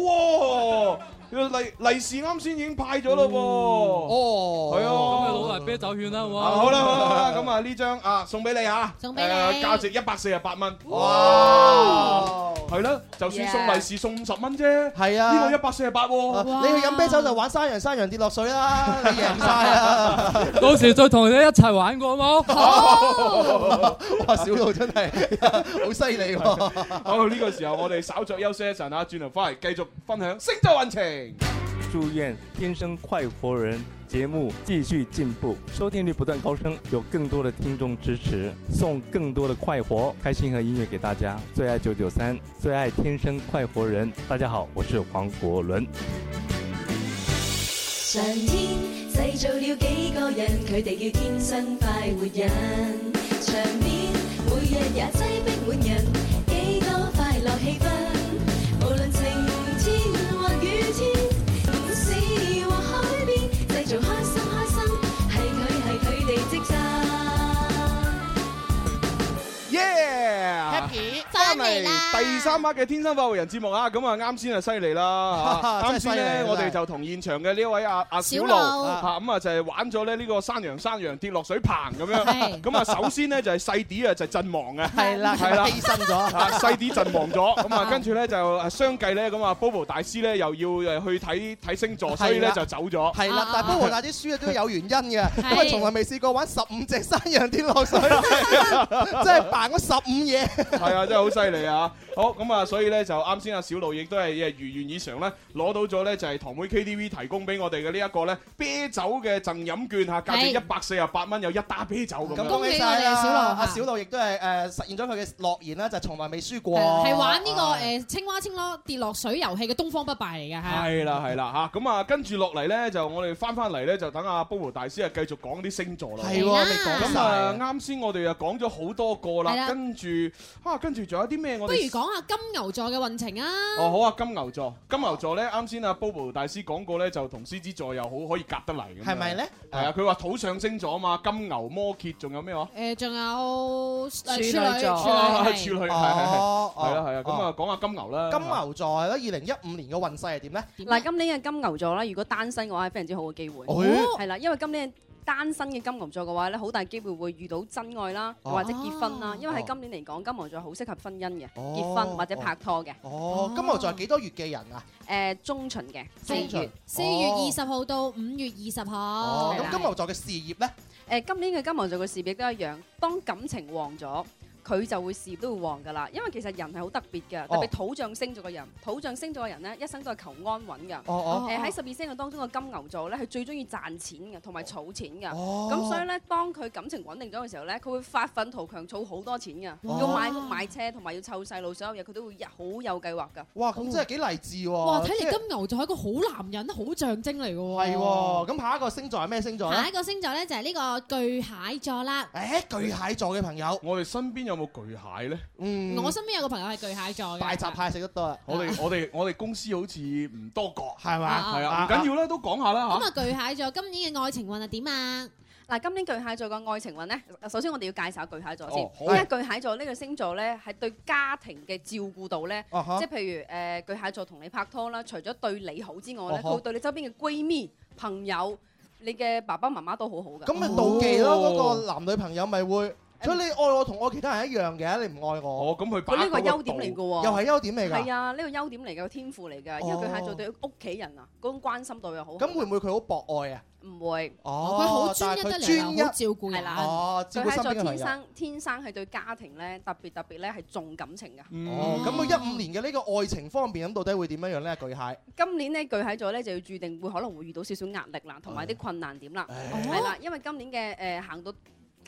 Speaker 4: [laughs]
Speaker 6: 喎，利利是啱先已經派咗咯喎。哦，係
Speaker 4: 咁咪
Speaker 6: 啊。
Speaker 4: 攞嚟啤酒券啦，好唔
Speaker 6: 啊
Speaker 4: 好？
Speaker 6: 好啦好啦好啦，咁啊呢張啊送俾你嚇，
Speaker 4: 送俾
Speaker 6: 誒
Speaker 4: 你
Speaker 6: 價值一百四十八蚊。
Speaker 11: 哇！
Speaker 6: 係啦，就算送利是送五十蚊啫。
Speaker 11: 係啊
Speaker 6: 呢個一百四十八喎。
Speaker 11: 你去飲啤酒就玩山羊，山羊跌落水啦，你贏晒啊！
Speaker 4: 到時再同你一齊玩過好冇？
Speaker 11: 好哇，小路真係 [laughs] 好犀利喎！
Speaker 6: 好，呢個時候我哋稍作休息一陣啊，轉頭翻嚟繼續分享星座運程。
Speaker 2: 祝愿天生快活人节目继续进步，收听率不断高升，有更多的听众支持，送更多的快活、开心和音乐给大家。最爱九九三，最爱天生快活人。大家好，我是黄国伦。
Speaker 8: 上天製造了幾個人，佢哋叫天生快活人。場面每日也擠逼滿人，幾多快樂氣氛。無論晴天或雨天，故事或海邊，製造開心開心，係佢係佢哋職責。
Speaker 6: Yeah！
Speaker 11: Happy
Speaker 6: 翻嚟第三 part 嘅《天生快活人》節目啊，咁啊啱先啊犀利
Speaker 11: [laughs]
Speaker 6: 啦，嚇啱
Speaker 11: 真係犀利
Speaker 6: 先
Speaker 11: 啊
Speaker 6: 咧
Speaker 11: 真係
Speaker 6: 我哋就同現場嘅呢一位阿阿小
Speaker 11: 小
Speaker 6: 路
Speaker 11: 路
Speaker 6: 嚇咁啊就係玩咗咧呢個山羊山羊跌落水棚咁樣，
Speaker 11: 係
Speaker 6: 咁啊首先咧就係細啲啊就陣亡嘅，
Speaker 11: 係啦
Speaker 6: 係啦
Speaker 11: 犧牲咗
Speaker 6: 啊細啲陣亡咗，咁啊跟住咧就啊相繼咧咁啊 Bobo 大師咧又要誒呃去睇睇星座，所以咧
Speaker 11: 係
Speaker 6: 就
Speaker 11: 啦
Speaker 6: 走咗，
Speaker 11: 係啦，但係波和大啲輸啊都有原因嘅，因為從來未試過玩十五隻山羊跌落水，真係扮咗十五嘢。
Speaker 6: 係啊，真係好犀利啊！好咁啊，所以咧就啱先阿小路亦都係誒如願以償咧，攞到咗咧就係堂妹 KTV 提供俾我哋嘅呢一個咧啤酒嘅贈飲券嚇，價值一
Speaker 11: 係
Speaker 6: 百四十八蚊，有一打啤酒咁樣。
Speaker 11: 咁恭喜晒啦！阿小路亦都係誒實現咗佢嘅諾言啦，就係從來未輸過。
Speaker 12: 係玩呢個呃
Speaker 11: 啊
Speaker 12: 誒青蛙青蛙跌落水遊戲嘅東方不敗嚟嘅，係啊
Speaker 6: 係啦係啦嚇，咁啊跟住落嚟咧就我哋翻翻嚟咧就等阿 Bobo 大師啊繼續講啲星座啦。
Speaker 11: 係喎未講
Speaker 6: 咁
Speaker 11: 晒
Speaker 6: 啊
Speaker 11: 啊
Speaker 6: 啱先我哋啊講咗好多個
Speaker 12: 係
Speaker 6: 啦，
Speaker 12: 啦
Speaker 6: 跟住啊跟住仲有啲咩我
Speaker 12: 不
Speaker 6: 哋
Speaker 12: 如講下金牛座嘅運程啊！
Speaker 6: 哦，好啊，金牛座，金牛座咧，啱先阿啊 Bobo 大師講過咧，就同獅子座又好可以夾得嚟咁樣。
Speaker 12: 係咪呢
Speaker 6: 係啊，佢話土上星座啊嘛，金牛、摩羯，仲有咩啊話？
Speaker 12: 誒，仲有處
Speaker 11: 女
Speaker 6: 啊
Speaker 11: 座
Speaker 6: [laughs] 啊
Speaker 11: 處
Speaker 6: 處
Speaker 11: 女
Speaker 6: 女係係
Speaker 11: 哦
Speaker 6: 係係啦係啊，咁啊
Speaker 11: 哦
Speaker 6: 講下金牛啦。
Speaker 11: 金牛座咧，二零一五年嘅運勢係點咧？
Speaker 13: 嗱，今年嘅金牛座咧，如果單身嘅話係非常之好嘅機會，
Speaker 11: 哦
Speaker 13: 係啦，因為今年單身嘅金牛座嘅話咧，好大機會會遇到真愛啦，
Speaker 11: 哦
Speaker 13: 或者結婚啦
Speaker 11: 哦，
Speaker 13: 因為喺今年嚟講，金牛座好適合婚姻嘅，
Speaker 11: 哦
Speaker 13: 結婚或者拍拖嘅，
Speaker 11: 哦，金牛座係幾多月嘅人啊？
Speaker 13: 誒中旬嘅四
Speaker 11: 中旬
Speaker 13: 月
Speaker 12: 四月二十號到五月二十號
Speaker 11: 哦，，咁金牛座嘅事業咧？
Speaker 13: 誒，呃今年嘅金牛座嘅事業都一樣，當感情旺咗。佢就會事業都會旺㗎啦，因為其實人係好特別嘅，特
Speaker 11: 哦
Speaker 13: 別土象星座嘅人，土象星座嘅人咧，一生都係求安穩㗎。
Speaker 11: 哦哦
Speaker 13: 誒喺十二星座當中嘅金牛座咧，係最中意賺錢嘅，同埋儲錢㗎。
Speaker 11: 哦
Speaker 13: 咁所以咧，當佢感情穩定咗嘅時候咧，佢會發奮圖強，儲好多錢㗎，
Speaker 11: 哇
Speaker 13: 要買屋買車，同埋要湊細路，所有嘢佢都會一好有計劃㗎。
Speaker 11: 哇，咁真係幾勵志喎！
Speaker 12: 哇！睇
Speaker 11: 即係
Speaker 12: 嚟金牛座係一個好男人、好象徵嚟嘅喎。
Speaker 11: 係喎，咁下一個星座係咩星座咧
Speaker 12: 下一？個星座咧就係呢個巨蟹座啦。
Speaker 11: 誒，巨蟹座嘅朋友，
Speaker 6: 我哋身邊有冇巨蟹咧？
Speaker 11: 嗯
Speaker 12: 我身邊有個朋友係巨蟹座嘅，
Speaker 11: 大閘蟹食得多啦。
Speaker 6: 我哋我哋我哋公司好似唔多角，
Speaker 11: 係嘛
Speaker 6: 係
Speaker 11: 啊
Speaker 6: 啊，
Speaker 11: 啊
Speaker 6: 唔緊要啦，都講下啦
Speaker 12: 咁
Speaker 6: 嚇。
Speaker 12: 啊，巨蟹座今年嘅愛情運係點啊？
Speaker 13: 嗱，今年巨蟹座嘅愛情運咧，首先我哋要介紹下巨蟹座先，
Speaker 12: 哦好
Speaker 13: 因為巨蟹座呢個星座咧，係對家庭嘅照顧度咧，
Speaker 12: 啊哈
Speaker 13: 即係譬如誒、呃巨蟹座同你拍拖啦，除咗對你哦好之外
Speaker 11: 啊
Speaker 13: 咧，
Speaker 11: 哈
Speaker 13: 佢會對你周邊嘅閨蜜、朋友、你嘅爸爸媽媽都好好㗎。
Speaker 11: 咁咪妒忌咯，嗰個男女朋友咪會，所以你愛我同我其他人一樣嘅，你唔愛我。
Speaker 6: 哦，咁佢
Speaker 13: 佢呢個係優點嚟㗎喎，
Speaker 11: 又係優點嚟㗎。
Speaker 13: 係啊，呢個優點嚟㗎，個天賦嚟㗎，因為巨蟹座對屋企人啊嗰種關心度又好，
Speaker 11: 咁會唔會佢好博愛啊？
Speaker 13: 唔會。
Speaker 11: 哦，但係佢專一
Speaker 12: 顧
Speaker 13: 係啦，
Speaker 11: 哦，照
Speaker 13: 巨
Speaker 11: 顧
Speaker 13: 蟹
Speaker 11: 身邊嘅
Speaker 13: 座天
Speaker 11: 朋友。
Speaker 13: 生天生係對家庭咧特別特別咧係重感情㗎。
Speaker 6: 嗯
Speaker 11: 哦，咁佢一五年嘅呢個愛情方面咁到底會點啊樣樣咧？巨蟹。
Speaker 13: 今年咧巨蟹座咧就要注定會可能會遇到少少壓力啦，同埋啲困難點啦，係啦，因為今年嘅誒、呃行到。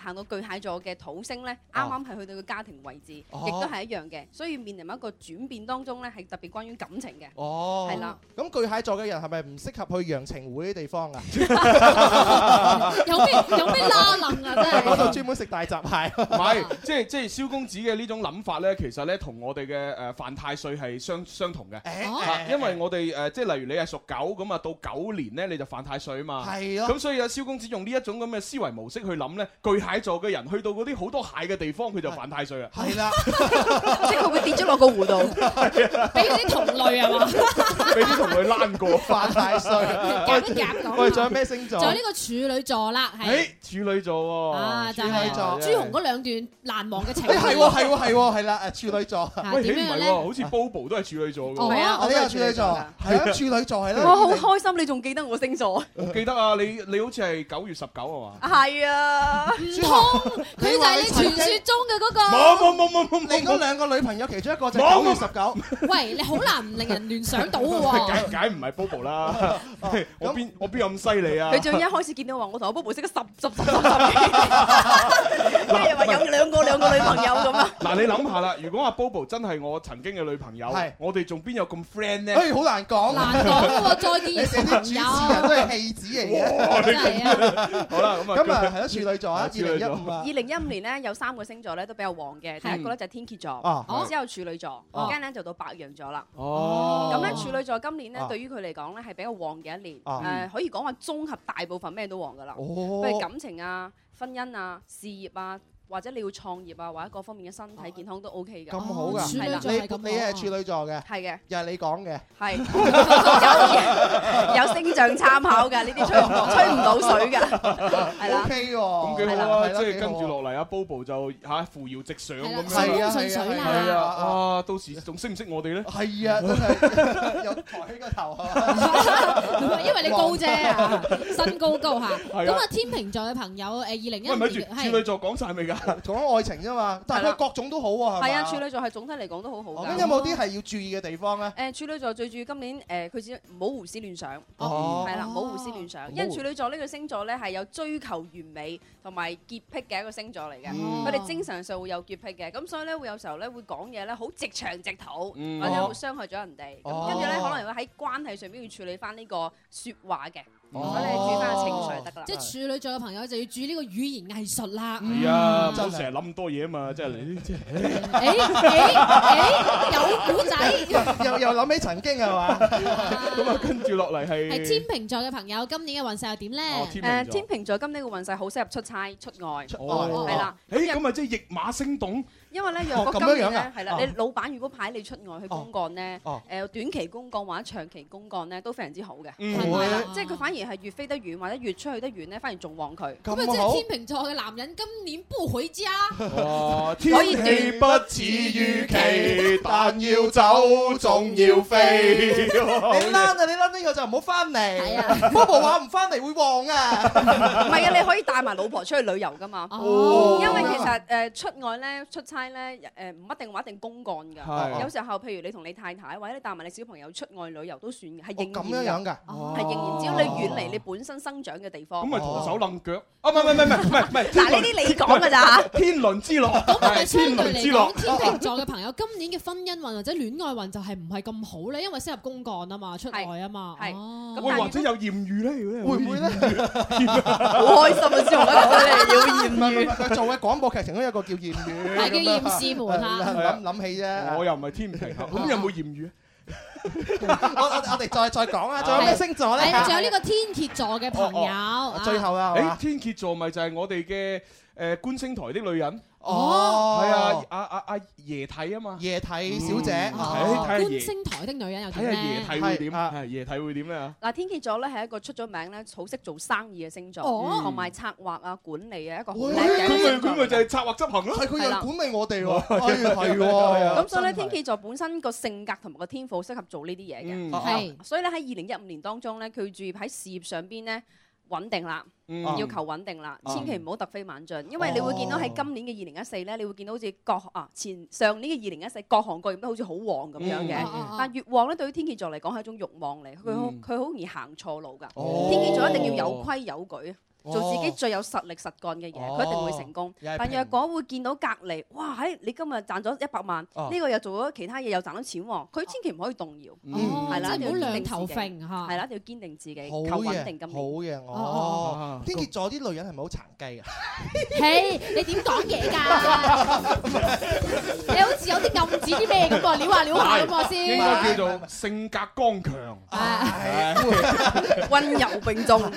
Speaker 13: 行到巨蟹座嘅土星咧，啱啱係去到個家庭位置，亦
Speaker 11: 哦
Speaker 13: 都係一樣嘅，所以面臨一個轉變當中咧，係特別關於感情嘅。
Speaker 11: 哦，
Speaker 13: 係啦。
Speaker 11: 咁巨蟹座嘅人係咪唔適合去陽澄湖啲地方啊？
Speaker 12: 有咩有咩拉能啊？真係
Speaker 11: 嗰度專門食大
Speaker 6: [laughs]
Speaker 11: 閘蟹。
Speaker 6: 唔係，即係即係蕭公子嘅呢種諗法咧，其實咧同我哋嘅誒犯太歲係相相同嘅，啊因為我哋誒即係例如你係屬狗咁啊，到九年咧你就犯太歲啊嘛，
Speaker 11: 係咯
Speaker 6: 咁所以阿蕭公子用呢一種咁嘅思維模式去諗咧，巨蟹蟹座嘅人去到嗰啲好多蟹嘅地方，佢就犯太歲啦。
Speaker 11: 係啦，
Speaker 6: [laughs] 即係佢會跌咗落個
Speaker 12: [laughs]
Speaker 6: 湖度，
Speaker 18: 俾啲同類
Speaker 11: [laughs]
Speaker 18: 係嘛？
Speaker 6: 俾啲同佢躝過，
Speaker 11: 犯太歲。
Speaker 12: [laughs]
Speaker 18: 夾一夾講。
Speaker 6: 喂，仲有咩星座？
Speaker 12: 仲有呢個處女座啦，係
Speaker 6: 誒處女座喎，
Speaker 12: 啊，就係朱紅嗰兩段難忘嘅情。
Speaker 11: 誒係喎係喎係喎係啦，誒處女座。
Speaker 6: 喂，你
Speaker 12: 點
Speaker 6: 唔
Speaker 12: 樣
Speaker 6: 係
Speaker 12: 咧
Speaker 6: 喎，好似 Bobo 都係處女座㗎
Speaker 11: 哦
Speaker 6: 喎。
Speaker 11: 係啊我都係處女座㗎係啊處女座 [laughs] 係啦我好
Speaker 6: 開心，你仲記得我星座？我記得啊，你你好似係九月十九係嘛？
Speaker 13: [laughs] 係啊，唔
Speaker 12: 通
Speaker 11: 佢就係你傳說
Speaker 12: 中嘅嗰個
Speaker 6: 冇冇冇冇冇，
Speaker 11: 哦你嗰兩個女朋友其中一個就
Speaker 6: 冇
Speaker 11: 九月十九。
Speaker 12: 喂，你好難唔令人聯
Speaker 11: [laughs]
Speaker 12: 想到嘅
Speaker 11: 啊
Speaker 6: [laughs] 解
Speaker 12: 喎。
Speaker 6: 解唔係 Bobo 啦，
Speaker 11: 哦
Speaker 6: 我邊我邊有咁犀利啊？
Speaker 13: 佢仲一開始見到我話，我同阿 Bobo 識咗十十十十十幾，咩又話有兩個兩個女朋友咁啊？
Speaker 6: 嗱，你諗下啦，如果阿 Bobo 真係我曾經嘅女朋友
Speaker 11: 係，
Speaker 6: 我哋仲邊有咁 friend 咧？
Speaker 11: 哎誒好難講。
Speaker 6: 難講喎再
Speaker 12: 見
Speaker 11: 你哋啲主持人都係戲子嚟
Speaker 6: 哇
Speaker 11: 嘅。
Speaker 6: 你咁好啦，咁啊，
Speaker 11: 咁啊係啦處女座啊
Speaker 6: 處女座
Speaker 11: 2015啊
Speaker 13: 二零一五年咧有三個星座咧都比較旺嘅，第一個咧就係天蠍
Speaker 11: 啊
Speaker 13: 座，之後處女座，
Speaker 11: 啊
Speaker 13: 跟咧就到白羊座啦。
Speaker 11: 哦
Speaker 13: 咁咧
Speaker 12: [laughs]
Speaker 13: 處女座今年咧
Speaker 11: 啊
Speaker 13: 對於佢嚟講咧係比較旺嘅一年，
Speaker 11: 啊
Speaker 13: 誒可以講話綜合大部分咩都旺噶啦，
Speaker 11: 哦
Speaker 13: 譬如感情啊、婚姻啊、事業啊。或者你要創業啊，或者各方面嘅身體健康都 OK 嘅。
Speaker 11: 咁好㗎，
Speaker 13: 係啦
Speaker 11: 你你係處女座嘅，
Speaker 13: 係嘅，
Speaker 11: 又係你講嘅。
Speaker 13: 係有有星象參考㗎，呢啲吹唔到吹唔到水㗎。係啦
Speaker 11: OK 喎，
Speaker 6: 咁幾
Speaker 11: 係
Speaker 6: 好
Speaker 11: 啦
Speaker 6: 啊！
Speaker 11: 係
Speaker 6: 即
Speaker 11: 啦
Speaker 6: 係
Speaker 11: 幾好
Speaker 6: 跟
Speaker 11: 啊
Speaker 6: 住落嚟，阿 Bobo 就嚇扶搖直上咁樣，
Speaker 11: 係啊順水啦
Speaker 6: 係啊！哇，到時仲識唔識我哋咧？ [laughs]
Speaker 11: 係 [laughs] 啊，真係有抬起個頭啊！
Speaker 12: 因為你高啫，身高高嚇。
Speaker 6: 係啊
Speaker 12: 咁啊，天秤座嘅朋友，誒，二零一
Speaker 6: 喂，
Speaker 12: 五
Speaker 6: 咪住，處女
Speaker 12: 係
Speaker 6: 座講晒未㗎？
Speaker 11: 講愛情啫嘛，但係佢各種都好喎，係咪？
Speaker 13: 係啊，處女座係總體嚟講都好好㗎。
Speaker 11: 咁有冇啲係要注意嘅地方咧？
Speaker 13: 誒處女座最注意今年誒佢只唔好胡思亂想，
Speaker 11: 哦
Speaker 13: 係啦，唔好胡思亂
Speaker 11: 哦
Speaker 14: 唔
Speaker 23: 好
Speaker 13: 想，因為處女座呢個星座咧係有追求完美同埋潔癖嘅一個星座嚟嘅，
Speaker 23: 嗯
Speaker 13: 佢哋精神上會有潔癖嘅，咁所以咧會有時候咧會講嘢咧好直腸直肚，
Speaker 23: 嗯
Speaker 13: 或者會傷害咗人哋，
Speaker 23: 哦
Speaker 13: 咁跟住咧可能會喺關係上邊要處理翻呢個説話嘅，
Speaker 6: 哦
Speaker 13: 所以你注意翻個情緒就得㗎啦。
Speaker 12: 即係處女座嘅朋友就要注意呢個語言藝術啦。Ừ.
Speaker 6: 係啊，唔
Speaker 12: 真
Speaker 6: 好
Speaker 12: 係
Speaker 6: 成日諗咁多嘢啊嘛，真係你真
Speaker 12: 誒誒誒，有古仔。
Speaker 11: 又又諗起曾經
Speaker 13: [laughs]
Speaker 11: 係嘛？
Speaker 6: 咁啊，跟住落嚟係
Speaker 12: 係天秤座嘅朋友，今年嘅運勢又點咧？
Speaker 6: Ờ,
Speaker 13: 誒天秤座今年嘅運勢好適合出差出外，出
Speaker 6: 哦，
Speaker 13: 係啦。
Speaker 6: 誒咁啊，即係逆馬星動。
Speaker 13: 因為咧，若
Speaker 6: 哦
Speaker 13: 果
Speaker 6: 咁
Speaker 13: 今
Speaker 6: 樣
Speaker 13: 年
Speaker 6: 樣啊
Speaker 13: 咧，係啦，
Speaker 6: 哦
Speaker 13: 你老闆如果派你出外去公幹咧，
Speaker 6: 哦
Speaker 13: 誒短期公幹或者長期公幹咧，都非常之好嘅，
Speaker 6: 嗯
Speaker 13: 係啦
Speaker 6: 會，
Speaker 13: 即係佢反而係越飛得遠或者越出去得遠咧，反而仲
Speaker 6: [laughs]
Speaker 13: 旺佢。
Speaker 12: 咁啊，即係天秤座嘅男人今年不回家。
Speaker 6: 哦，
Speaker 13: 天
Speaker 6: 氣不似預期，但要走仲要
Speaker 11: 飛你拉啊！你拉呢個就唔好翻嚟。Bobo 話唔翻嚟會旺啊！
Speaker 13: 唔係啊，你可以帶埋老婆出去旅遊噶嘛。
Speaker 11: 哦
Speaker 13: 因為其實誒出外咧、出差咧，誒唔一定話一定公幹
Speaker 11: 係
Speaker 14: 哦
Speaker 13: 㗎。有時候譬如你同你太太或者你帶埋你小朋友出外旅遊都算
Speaker 6: 哦
Speaker 13: 嘅，係應
Speaker 11: 咁樣樣㗎
Speaker 13: 驗㗎。係應驗，只要你遠離你本身生長嘅地方。
Speaker 6: 咁咪徒手掕腳？啊，唔係唔係唔係唔係唔係。
Speaker 13: 嗱呢啲你講㗎咋
Speaker 6: [laughs] 天倫之樂，
Speaker 12: 但係
Speaker 6: 係
Speaker 12: 相
Speaker 6: 天
Speaker 12: 對
Speaker 6: 倫之
Speaker 12: 嚟
Speaker 6: 樂
Speaker 12: 講，。天秤座嘅朋友今年嘅婚姻運或者戀愛運就係唔係咁好咧，因為適合公幹啊嘛，出外啊嘛。係。
Speaker 6: 喂，或者有豔遇咧？會唔會咧？
Speaker 13: 好開心啊！朱
Speaker 11: 唔係
Speaker 13: 紅
Speaker 11: 唔係佢做嘅廣播劇情都有個叫豔遇，
Speaker 6: 係叫豔
Speaker 12: 侍門啊
Speaker 11: 諗諗起
Speaker 6: [laughs]
Speaker 11: 啫。
Speaker 6: 我又唔係天平， [laughs] 咁有冇豔遇啊？
Speaker 11: 我我我哋再再講啊，仲有咩星座咧？哦
Speaker 12: 係啊仲有呢個天蠍座嘅朋友。啊
Speaker 11: 最後啦，係
Speaker 6: 誒
Speaker 11: 嘛
Speaker 6: 天蠍座咪就係我哋嘅誒觀星台的女人。
Speaker 11: 哦
Speaker 6: 係啊，阿阿阿夜睇啊嘛，
Speaker 11: 夜睇小姐
Speaker 6: 睇睇
Speaker 11: 哦
Speaker 6: 下
Speaker 12: 觀
Speaker 6: 夜
Speaker 12: 星台的女人又
Speaker 6: 睇下
Speaker 12: 點
Speaker 6: 夜
Speaker 12: 咧？
Speaker 6: 睇會點？係夜睇會點咧？啊
Speaker 13: 嗱，天蝎座咧係一個出咗名咧，好識做生意嘅星座，
Speaker 6: 哦
Speaker 13: 同埋策劃啊、管理啊一個好
Speaker 6: 咁
Speaker 13: 叻嘅一個
Speaker 6: 咪
Speaker 13: 星座
Speaker 6: 咁咪就係策劃執行咯。
Speaker 11: 係佢
Speaker 13: 係
Speaker 11: 又
Speaker 13: 啦
Speaker 11: 管理我哋喎，哎係喎。
Speaker 13: 咁所以咧，天蝎座本身個性格同埋個天賦好適合做呢啲嘢
Speaker 11: 嗯
Speaker 13: 嘅，
Speaker 11: 係
Speaker 13: 啊所以咧喺二零一五年當中咧，佢注意喺事業上邊咧穩定啦，
Speaker 11: 嗯
Speaker 13: 要求穩定啦，
Speaker 11: 嗯
Speaker 13: 千祈唔好突飛猛進，因為你會
Speaker 11: 哦
Speaker 13: 見到喺今年嘅二零一四咧，你會見到好似各啊前上年嘅二零一四各行各業都好似好旺咁樣嘅
Speaker 12: 哦
Speaker 11: 嗯嗯嗯，
Speaker 13: 但越旺咧對於天蝎座嚟講係一種慾望嚟，佢好
Speaker 11: 嗯
Speaker 13: 佢好容易行錯路㗎。
Speaker 11: 哦
Speaker 13: 天蝎座一定要有規有矩。做自己最有實力實幹嘅嘢，
Speaker 11: 哦
Speaker 13: 佢一定會成功。
Speaker 11: 又係
Speaker 13: 但
Speaker 11: 平
Speaker 13: 若果會見到隔離，哇！喺你今日賺咗一百萬，
Speaker 11: 哦
Speaker 13: 呢個又做咗其他嘢又賺到錢喎，佢千祈唔可以動搖，
Speaker 11: 嗯
Speaker 13: 係啦，
Speaker 12: 即係唔好
Speaker 13: 一定要
Speaker 12: 兩
Speaker 13: 堅定
Speaker 12: 頭
Speaker 13: 自己
Speaker 12: 揈啊嚇
Speaker 13: 係啦，一定要堅定自己，
Speaker 11: 好
Speaker 13: 求穩
Speaker 11: 嘢，
Speaker 13: 定今
Speaker 11: 好
Speaker 13: 年。
Speaker 11: 嘢，
Speaker 13: 哦
Speaker 11: 哦
Speaker 13: 哦，
Speaker 11: 天蠍座啲女人係咪好殘雞啊？
Speaker 12: 嘿，你點講嘢㗎？你好似有啲暗指啲咩咁
Speaker 11: 啊
Speaker 12: 喎，撩下撩下咁喎
Speaker 6: 應該叫
Speaker 12: 先。
Speaker 6: 做性格剛強。
Speaker 12: 係
Speaker 6: 係
Speaker 13: 温柔並重，
Speaker 11: 呢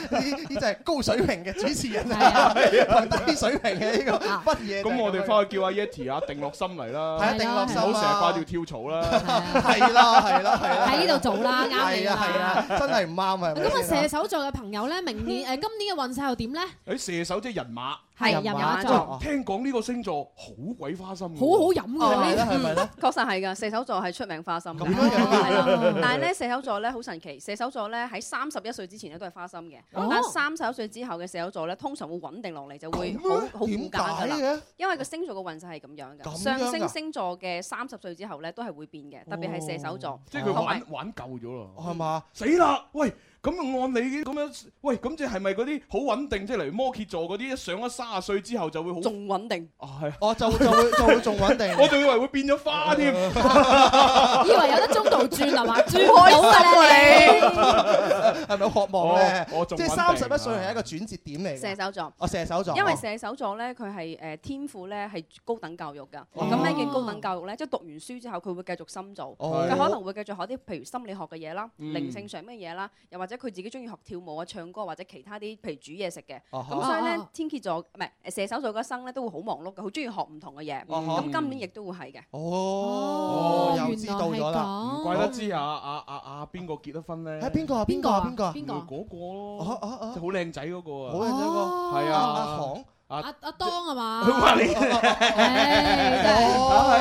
Speaker 11: 就係高水平嘅主持人啊，
Speaker 6: 係啊
Speaker 11: 同低水平嘅呢個乜嘢？
Speaker 6: 咁我哋翻去叫阿 Yeti 啊，定落心嚟啦，
Speaker 11: 係啊定落心啊
Speaker 6: 唔好成日掛住跳槽啦。
Speaker 11: 係啦係啦係啦，
Speaker 12: 喺呢度做啦啱你
Speaker 11: 係
Speaker 12: 啦
Speaker 11: 啊係啊，真係唔啱啊！係咪
Speaker 12: 咁啊，
Speaker 11: 先啊
Speaker 12: 射手座嘅朋友咧，
Speaker 6: [laughs]
Speaker 12: 明年誒今年嘅運勢又點咧？
Speaker 6: [laughs] 誒射手即係人馬，
Speaker 12: 係人馬座
Speaker 6: 喂聽講呢個星座好鬼花心，好
Speaker 12: 啊好好飲㗎
Speaker 6: 係
Speaker 12: 呢
Speaker 6: 咪咧係咪咧？
Speaker 13: 確實係㗎，射手座係出名花心嘅，
Speaker 6: 樣
Speaker 13: 係啦但係咧，射手座咧好神奇，射手座咧喺三十一歲之前咧都係花心嘅，
Speaker 12: 哦
Speaker 13: 但三十一歲之後嘅射手座咧，通常會穩定落嚟，就會
Speaker 12: 咁
Speaker 13: 好
Speaker 11: 啊
Speaker 12: 咩
Speaker 13: 好股價㗎
Speaker 12: 點解
Speaker 13: 啦
Speaker 12: 嘅。
Speaker 13: 因為個星座嘅運勢係咁
Speaker 6: 咁
Speaker 13: 樣
Speaker 6: 樣
Speaker 13: 㗎，
Speaker 6: 㗎
Speaker 13: 上升星座嘅三十歲之後咧都係會變嘅，特別係射手座，
Speaker 6: 即係佢
Speaker 13: 同埋
Speaker 6: 玩玩夠咗啦，
Speaker 11: 係嘛？
Speaker 6: 死啦！喂，咁啊按你咁樣，喂，咁即係咪嗰啲好穩定，即係例如摩羯座嗰啲，一上咗三十歲之後就會好
Speaker 13: 仲穩
Speaker 6: [laughs]
Speaker 13: 定。
Speaker 6: 啊，係啊
Speaker 11: 我就就會就會仲穩定
Speaker 6: 我仲以為會變咗花添，
Speaker 12: 以為有得中途
Speaker 6: [laughs]
Speaker 12: 轉啊嘛，轉
Speaker 11: 唔開
Speaker 12: 唔到㗎啦
Speaker 11: 心係咪好渴望咧？
Speaker 6: 我我哦仲
Speaker 11: 哦即係
Speaker 6: 穩定啊
Speaker 11: 三十一歲係一個轉折點嚟
Speaker 13: 射
Speaker 11: 嘅。
Speaker 13: 手座。
Speaker 11: 我射手座，
Speaker 13: 因為
Speaker 11: 哦
Speaker 13: 射手座咧，佢係誒天賦咧係高等教育㗎。
Speaker 11: 哦
Speaker 13: 咁咩叫高等教育咧？即係讀完書之後，佢會繼續深造，
Speaker 11: 哦
Speaker 13: 佢可能會繼續學啲譬如心理學嘅嘢啦、
Speaker 11: 嗯
Speaker 13: 靈性上嘅嘢啦，又或者佢自己中意學跳舞啊、唱歌或者其他啲譬如煮嘢食嘅。
Speaker 11: 啊哈
Speaker 13: 咁所以咧
Speaker 11: 啊，
Speaker 13: 天蝎座唔係誒射手座嗰一生咧都會好忙碌嘅，好中意學唔同嘅嘢。
Speaker 6: 哈
Speaker 13: 咁今年亦都會係嘅。
Speaker 11: 哦，又知道咗啦，
Speaker 6: 唔怪
Speaker 12: 哦
Speaker 6: 得知啊啊啊啊邊個結咗婚咧？
Speaker 11: 係邊個啊？邊個啊？邊個哦啊？
Speaker 6: 嗰個咯，即係好靚仔嗰個啊，
Speaker 11: 哦好靚仔嗰個
Speaker 6: 係啊，
Speaker 11: 阿航
Speaker 6: 啊
Speaker 12: 阿阿
Speaker 6: [laughs]
Speaker 12: 當啊嘛，
Speaker 6: 佢話你 [laughs]
Speaker 11: 哦啊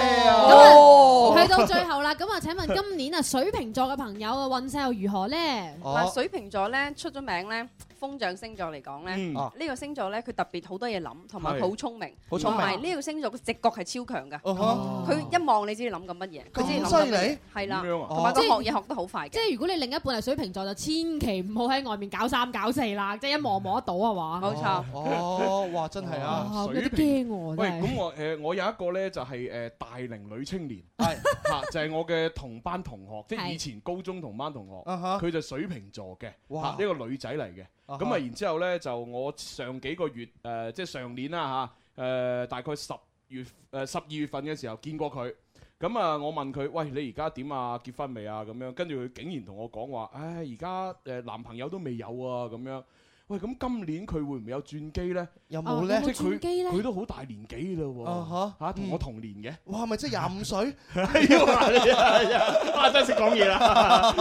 Speaker 12: 咁啊，去到最後啦，咁啊，請問今年啊水瓶座嘅朋友嘅運勢又如何
Speaker 6: [laughs]
Speaker 12: 咧？
Speaker 11: 哦
Speaker 13: 嗱，水瓶座咧出咗名咧，風象星座嚟講咧，
Speaker 12: 嗯
Speaker 13: 呢個星座咧佢特別好多嘢諗，同埋
Speaker 12: 係
Speaker 13: 佢好聰明，
Speaker 12: 好聰明
Speaker 13: 同埋呢個星座嘅直覺係超強
Speaker 11: 哦
Speaker 13: 㗎。
Speaker 8: 哦
Speaker 13: 佢一望你知你諗緊乜嘢，佢知你諗緊
Speaker 12: 咁犀
Speaker 13: 乜嘢
Speaker 12: 利，
Speaker 13: 係啦，
Speaker 12: 咁樣啊
Speaker 13: 同埋佢
Speaker 12: 哦
Speaker 13: 學嘢學得好快嘅
Speaker 12: 即。係如果你另一半係水瓶座，就千祈唔好喺外面搞三搞四啦，即係一望望得到啊嘛。
Speaker 13: 冇錯
Speaker 11: 哦，哇，真係啊！
Speaker 12: 哇
Speaker 6: 水
Speaker 12: 有啲
Speaker 6: 瓶
Speaker 12: 驚我
Speaker 6: 喂，
Speaker 12: 真係
Speaker 6: 咁我 [laughs] 誒我有一個咧就係誒大齡女青年，係嚇就係我嘅同班同學，即係
Speaker 11: 係
Speaker 6: 以前高中同班同學，
Speaker 11: 啊哈
Speaker 6: 佢就水瓶座嘅，
Speaker 11: 哇
Speaker 6: 啊嚇一個女仔嚟嘅。
Speaker 11: 啊哈
Speaker 6: 咁啊，然之後咧就我上幾個月誒，即係上年啦嚇誒，大概十月誒十二月份嘅時候見過佢。咁啊，我問佢：喂，你而家點啊？結婚未啊？咁樣，跟住佢竟然同我講話：唉，而家誒男朋友都未有啊！咁樣。喂，咁今年佢會唔會有轉機呢？
Speaker 11: 有
Speaker 12: Ờ,
Speaker 11: 冇呢啊有
Speaker 6: 即
Speaker 11: 冇
Speaker 6: 係
Speaker 11: 轉機
Speaker 6: 佢
Speaker 11: 呢
Speaker 6: 佢都好大年紀啦
Speaker 11: 啊
Speaker 6: 哦喎，嚇同我同年
Speaker 11: [laughs]
Speaker 6: 嘅。
Speaker 11: 哇，咪即係
Speaker 6: [laughs]
Speaker 11: 廿五歲？哎
Speaker 6: 係啊係啊啊真係識講嘢啦！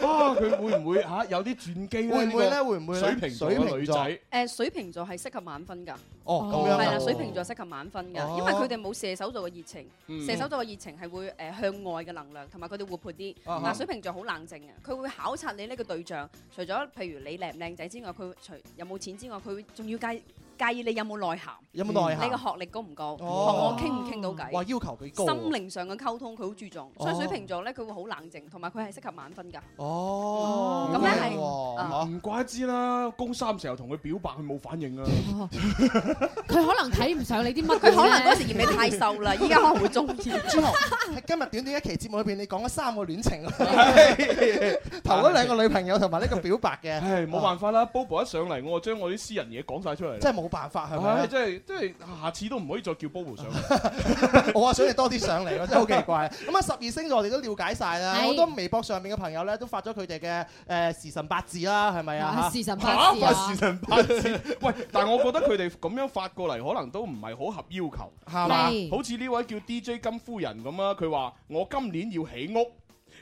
Speaker 6: 哇，佢會唔會嚇有啲轉機呢？
Speaker 11: 會唔會呢
Speaker 6: 呢個
Speaker 11: 會唔會呢
Speaker 6: 水瓶座嘅女
Speaker 11: 水
Speaker 6: 仔
Speaker 11: 瓶？
Speaker 13: 誒水瓶座係適合晚婚㗎，
Speaker 11: 哦咁樣啊
Speaker 13: 係啦，水瓶座適合晚婚㗎，
Speaker 11: 哦
Speaker 13: 因為佢哋冇射手座嘅熱情，
Speaker 11: 嗯
Speaker 13: 射手座嘅熱情係會誒向外嘅能量，同埋佢哋活潑啲。
Speaker 11: 啊
Speaker 13: 但係水瓶座好冷靜嘅，佢會考察你呢個對象，除咗譬如你靚唔靚仔之外，佢會除有冇錢之外，佢會仲要介介意你有冇內涵，
Speaker 11: 有冇內涵
Speaker 13: 你嘅學歷高唔高，同我
Speaker 11: 啊哦
Speaker 13: 傾唔傾到偈。
Speaker 11: 哇，要求幾高
Speaker 13: 心
Speaker 11: 喎
Speaker 13: 靈上嘅溝通佢好注重，所以
Speaker 11: 哦
Speaker 13: 水瓶座咧佢會好冷靜，同埋佢係適合晚婚㗎。
Speaker 11: 哦，
Speaker 13: 咁咧係
Speaker 6: 係啊唔怪之啦，高三時候同佢表白，佢冇反應
Speaker 11: [laughs]
Speaker 6: 啊。
Speaker 12: Ờ. 佢可能睇唔上你啲乜，
Speaker 13: 佢可能嗰時嫌你太瘦
Speaker 11: [laughs]
Speaker 13: 啦依家可能會中意
Speaker 11: 朱紅喺今日短短一期節目裏邊，你講咗三個戀情，啊頭嗰兩個女朋友同埋呢個表白嘅，
Speaker 6: 唉，冇辦法啦，Bobo 一上嚟，我將我啲私人嘢講晒出嚟啦。
Speaker 11: 真係冇辦 [laughs] 法係咪
Speaker 6: 唉
Speaker 11: 啊？
Speaker 6: 真係真係，下次都唔可以再叫 Bobo
Speaker 11: [laughs]
Speaker 6: 上嚟。
Speaker 11: 我啊想你多啲上嚟，我真係好奇怪。咁啊，十二星座我哋都了解晒啦，
Speaker 6: 係
Speaker 11: 好多微博上面嘅朋友咧都發咗佢哋嘅誒時辰八字啦，係咪啊？
Speaker 12: 時辰八字啊
Speaker 6: 嚇時辰 [laughs] 八字。喂，但係我覺得佢哋咁樣發過嚟，可能都唔係好合要求，
Speaker 11: 係嘛係
Speaker 6: 好似呢位叫 DJ 金夫人咁啊，佢話我今年要起屋。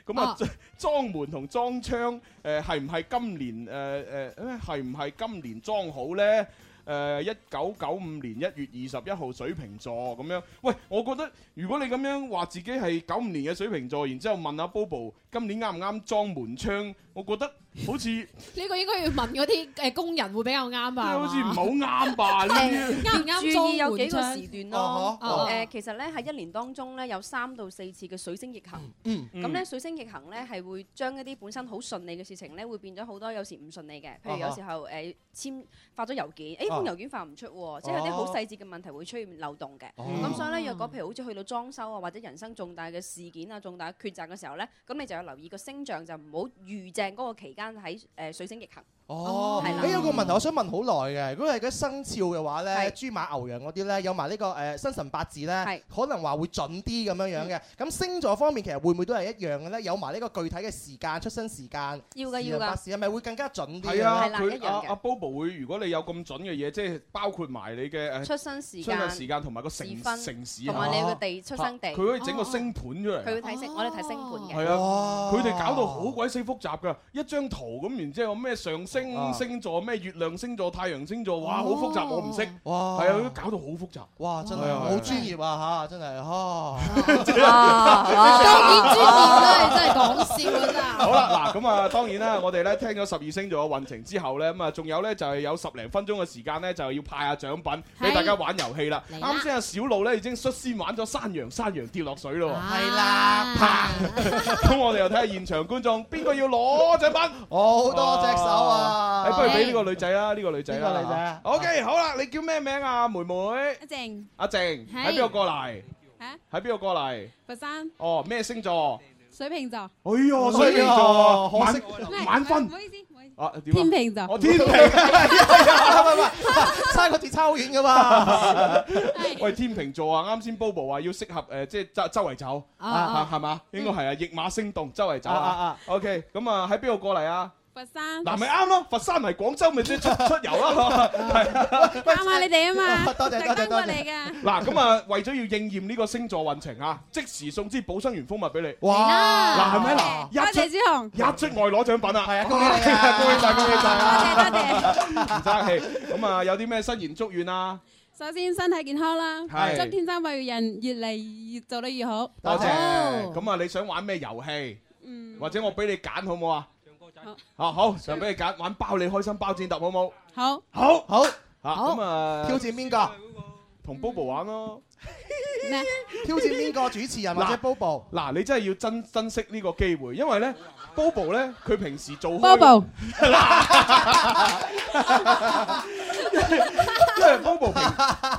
Speaker 6: 咁啊， [laughs] 裝門同裝窗，誒係唔係今年誒呃誒，係唔係今年裝好呢？誒一九九五年一月二十一號水瓶座咁樣，喂，我覺得如果你咁樣話自己係九五年嘅水瓶座，然之後問阿 Bobo 今年啱唔啱裝門窗，我覺得好似。
Speaker 12: 呢個應該要問嗰啲誒工人會比較啱吧？
Speaker 6: 好似唔係好啱吧呢啲
Speaker 12: 啱唔啱
Speaker 13: 注意
Speaker 12: 裝
Speaker 13: 有幾個
Speaker 12: 換
Speaker 13: 時段
Speaker 11: 哦
Speaker 12: 啊
Speaker 13: 咯。呃
Speaker 12: 哈啊
Speaker 13: 誒，其實咧喺一年當中咧有三到四次嘅水星逆行。
Speaker 11: 嗯
Speaker 13: 咁咧水星逆行咧係會將一啲本身好順利嘅事情咧會變咗好多有時唔順利嘅，譬如
Speaker 11: 啊
Speaker 13: 有
Speaker 11: 哈
Speaker 13: 時候誒簽發咗郵件，誒
Speaker 11: 啊
Speaker 13: 封郵件發唔出喎，即係有啲好細節嘅問題會出現漏洞嘅。
Speaker 11: 哦
Speaker 6: 嗯
Speaker 13: 咁所以咧，若果譬如好似去到裝修啊，或者人生重大嘅事件啊、重大呃嘅抉擇嘅時候咧，咁你就要留意個星象，就唔好預正嗰個期間喺誒水星逆行。
Speaker 11: 哦，
Speaker 13: 係啦
Speaker 11: 誒有個問題我想問好耐嘅，如果係嗰啲生肖嘅話咧，豬馬牛羊嗰啲咧，有埋呢個誒生辰八字咧，可能話會準啲咁樣樣嘅。咁星座方面其實會唔會都係一樣嘅咧？有埋呢個具體嘅時間、出生時間，
Speaker 13: 要㗎
Speaker 11: 時辰
Speaker 13: 要㗎
Speaker 11: 八字係咪會更加準啲？
Speaker 6: 係啊，
Speaker 13: 係啦一
Speaker 6: 佢
Speaker 13: 樣
Speaker 6: 阿
Speaker 13: 嘅
Speaker 6: 阿 Bobo 會，如果你有咁準嘅嘢，即係包括埋你嘅誒
Speaker 13: 出生時間
Speaker 6: 出生時間同埋個城
Speaker 13: 時分
Speaker 6: 城市
Speaker 13: 同埋你個
Speaker 6: 啊
Speaker 13: 地出生地
Speaker 6: 佢
Speaker 13: 哦
Speaker 6: 可以整個星盤出
Speaker 13: 佢會
Speaker 6: 嚟。
Speaker 13: 睇星，我哋睇星盤
Speaker 19: 哦
Speaker 13: 嘅。
Speaker 6: 係
Speaker 11: 哦
Speaker 6: 啊，佢哋搞到好鬼死複雜㗎，一張圖咁，然之後咩上升星座、咩月亮星座、太陽星座，哇，好複雜，我唔識。
Speaker 11: 哇
Speaker 6: 係啊，佢搞到好複雜。
Speaker 11: 哇，真係
Speaker 6: 係啊係啊
Speaker 11: 好專業啊嚇，真係哦。
Speaker 8: Ờ.
Speaker 6: 好啦，嗱咁啊，當然啦，我哋咧聽咗十二星座嘅運程之後咧，咁啊，仲有咧就係有十零分鐘嘅時間咧，就要派下獎品俾大家玩遊戲啦。
Speaker 11: 嚟啦
Speaker 6: 啱先阿小路咧已經率先玩咗山羊，山羊跌落水咯喎。
Speaker 12: À.
Speaker 11: 係啦，
Speaker 6: 咁我哋又睇下現場觀眾邊個要攞獎品。
Speaker 11: [laughs] 好多隻手啊
Speaker 6: 誒不如俾呢個女仔啦，呢個女仔啦。
Speaker 11: 呢個女仔啊
Speaker 6: OK，好啦，你叫咩名啊，妹妹？
Speaker 19: 靜，
Speaker 6: 阿靜
Speaker 19: 係
Speaker 6: 喺邊度過嚟？
Speaker 19: 嚇
Speaker 6: 喺邊度過嚟？
Speaker 19: 佛山
Speaker 6: 哦，咩星座？
Speaker 19: 水瓶座，
Speaker 6: 哎呀，水瓶座，
Speaker 11: 可
Speaker 6: 晚
Speaker 11: 惜
Speaker 6: 晚婚
Speaker 19: 唔。好意思，唔好意思，
Speaker 6: 啊，點啊
Speaker 19: 天秤座，
Speaker 6: 我天秤，
Speaker 11: [laughs] 差個字差好遠噶嘛。
Speaker 6: [laughs] 喂，天秤座啊，啱先 Bobo 話要適合誒，即係周周圍走，
Speaker 19: 啊
Speaker 6: 啊
Speaker 12: Ờ,
Speaker 19: 啊
Speaker 6: 係嘛？應該係啊，逆馬星動，周圍走
Speaker 11: 啊啊
Speaker 6: 啊。OK，咁啊喺邊度過嚟啊？
Speaker 19: 佛山，
Speaker 6: 嗱，咪啱咯，佛山嚟廣州咪即係出 [laughs] 出遊
Speaker 19: [laughs]
Speaker 6: 啦。
Speaker 19: 啱下你哋啊嘛，
Speaker 11: 多謝多謝多謝
Speaker 19: 嚟㗎。
Speaker 6: 嗱，咁啊，為咗要應驗呢個星座運程啊，即時送支保生元蜂蜜俾你。
Speaker 11: 哇
Speaker 6: 嗱，係咪啊嗱？
Speaker 19: 啊多謝朱紅，
Speaker 6: 一出外攞獎品啊！ [laughs] 係啊，
Speaker 11: 恭喜你啊
Speaker 6: 恭喜晒，恭喜晒啊！
Speaker 19: 多謝多謝。
Speaker 6: 唔爭氣，咁啊，有啲咩新言祝願啊？
Speaker 19: 首先身體健康啦，
Speaker 6: 係
Speaker 19: 祝天生快活人越嚟越做得越好。
Speaker 6: 多
Speaker 19: 好。
Speaker 6: 謝咁啊，你想玩咩遊戲？
Speaker 19: 嗯
Speaker 6: 或者我俾你揀好唔好啊？
Speaker 19: 好
Speaker 6: 啊好，就俾你揀玩包你開心包剪揼好冇？
Speaker 19: 好，
Speaker 6: 好，
Speaker 11: 好，
Speaker 6: 啊咁啊，
Speaker 11: 挑戰邊個？
Speaker 6: 同 Bobo 玩咯。
Speaker 19: 咩？
Speaker 11: 挑戰邊個主持人或者
Speaker 6: 嗱
Speaker 11: Bobo？
Speaker 6: 嗱，你真係要珍珍惜呢個機會，因為咧 Bobo 咧佢平時做開
Speaker 19: Bobo
Speaker 6: [laughs] 因為 Bobo 平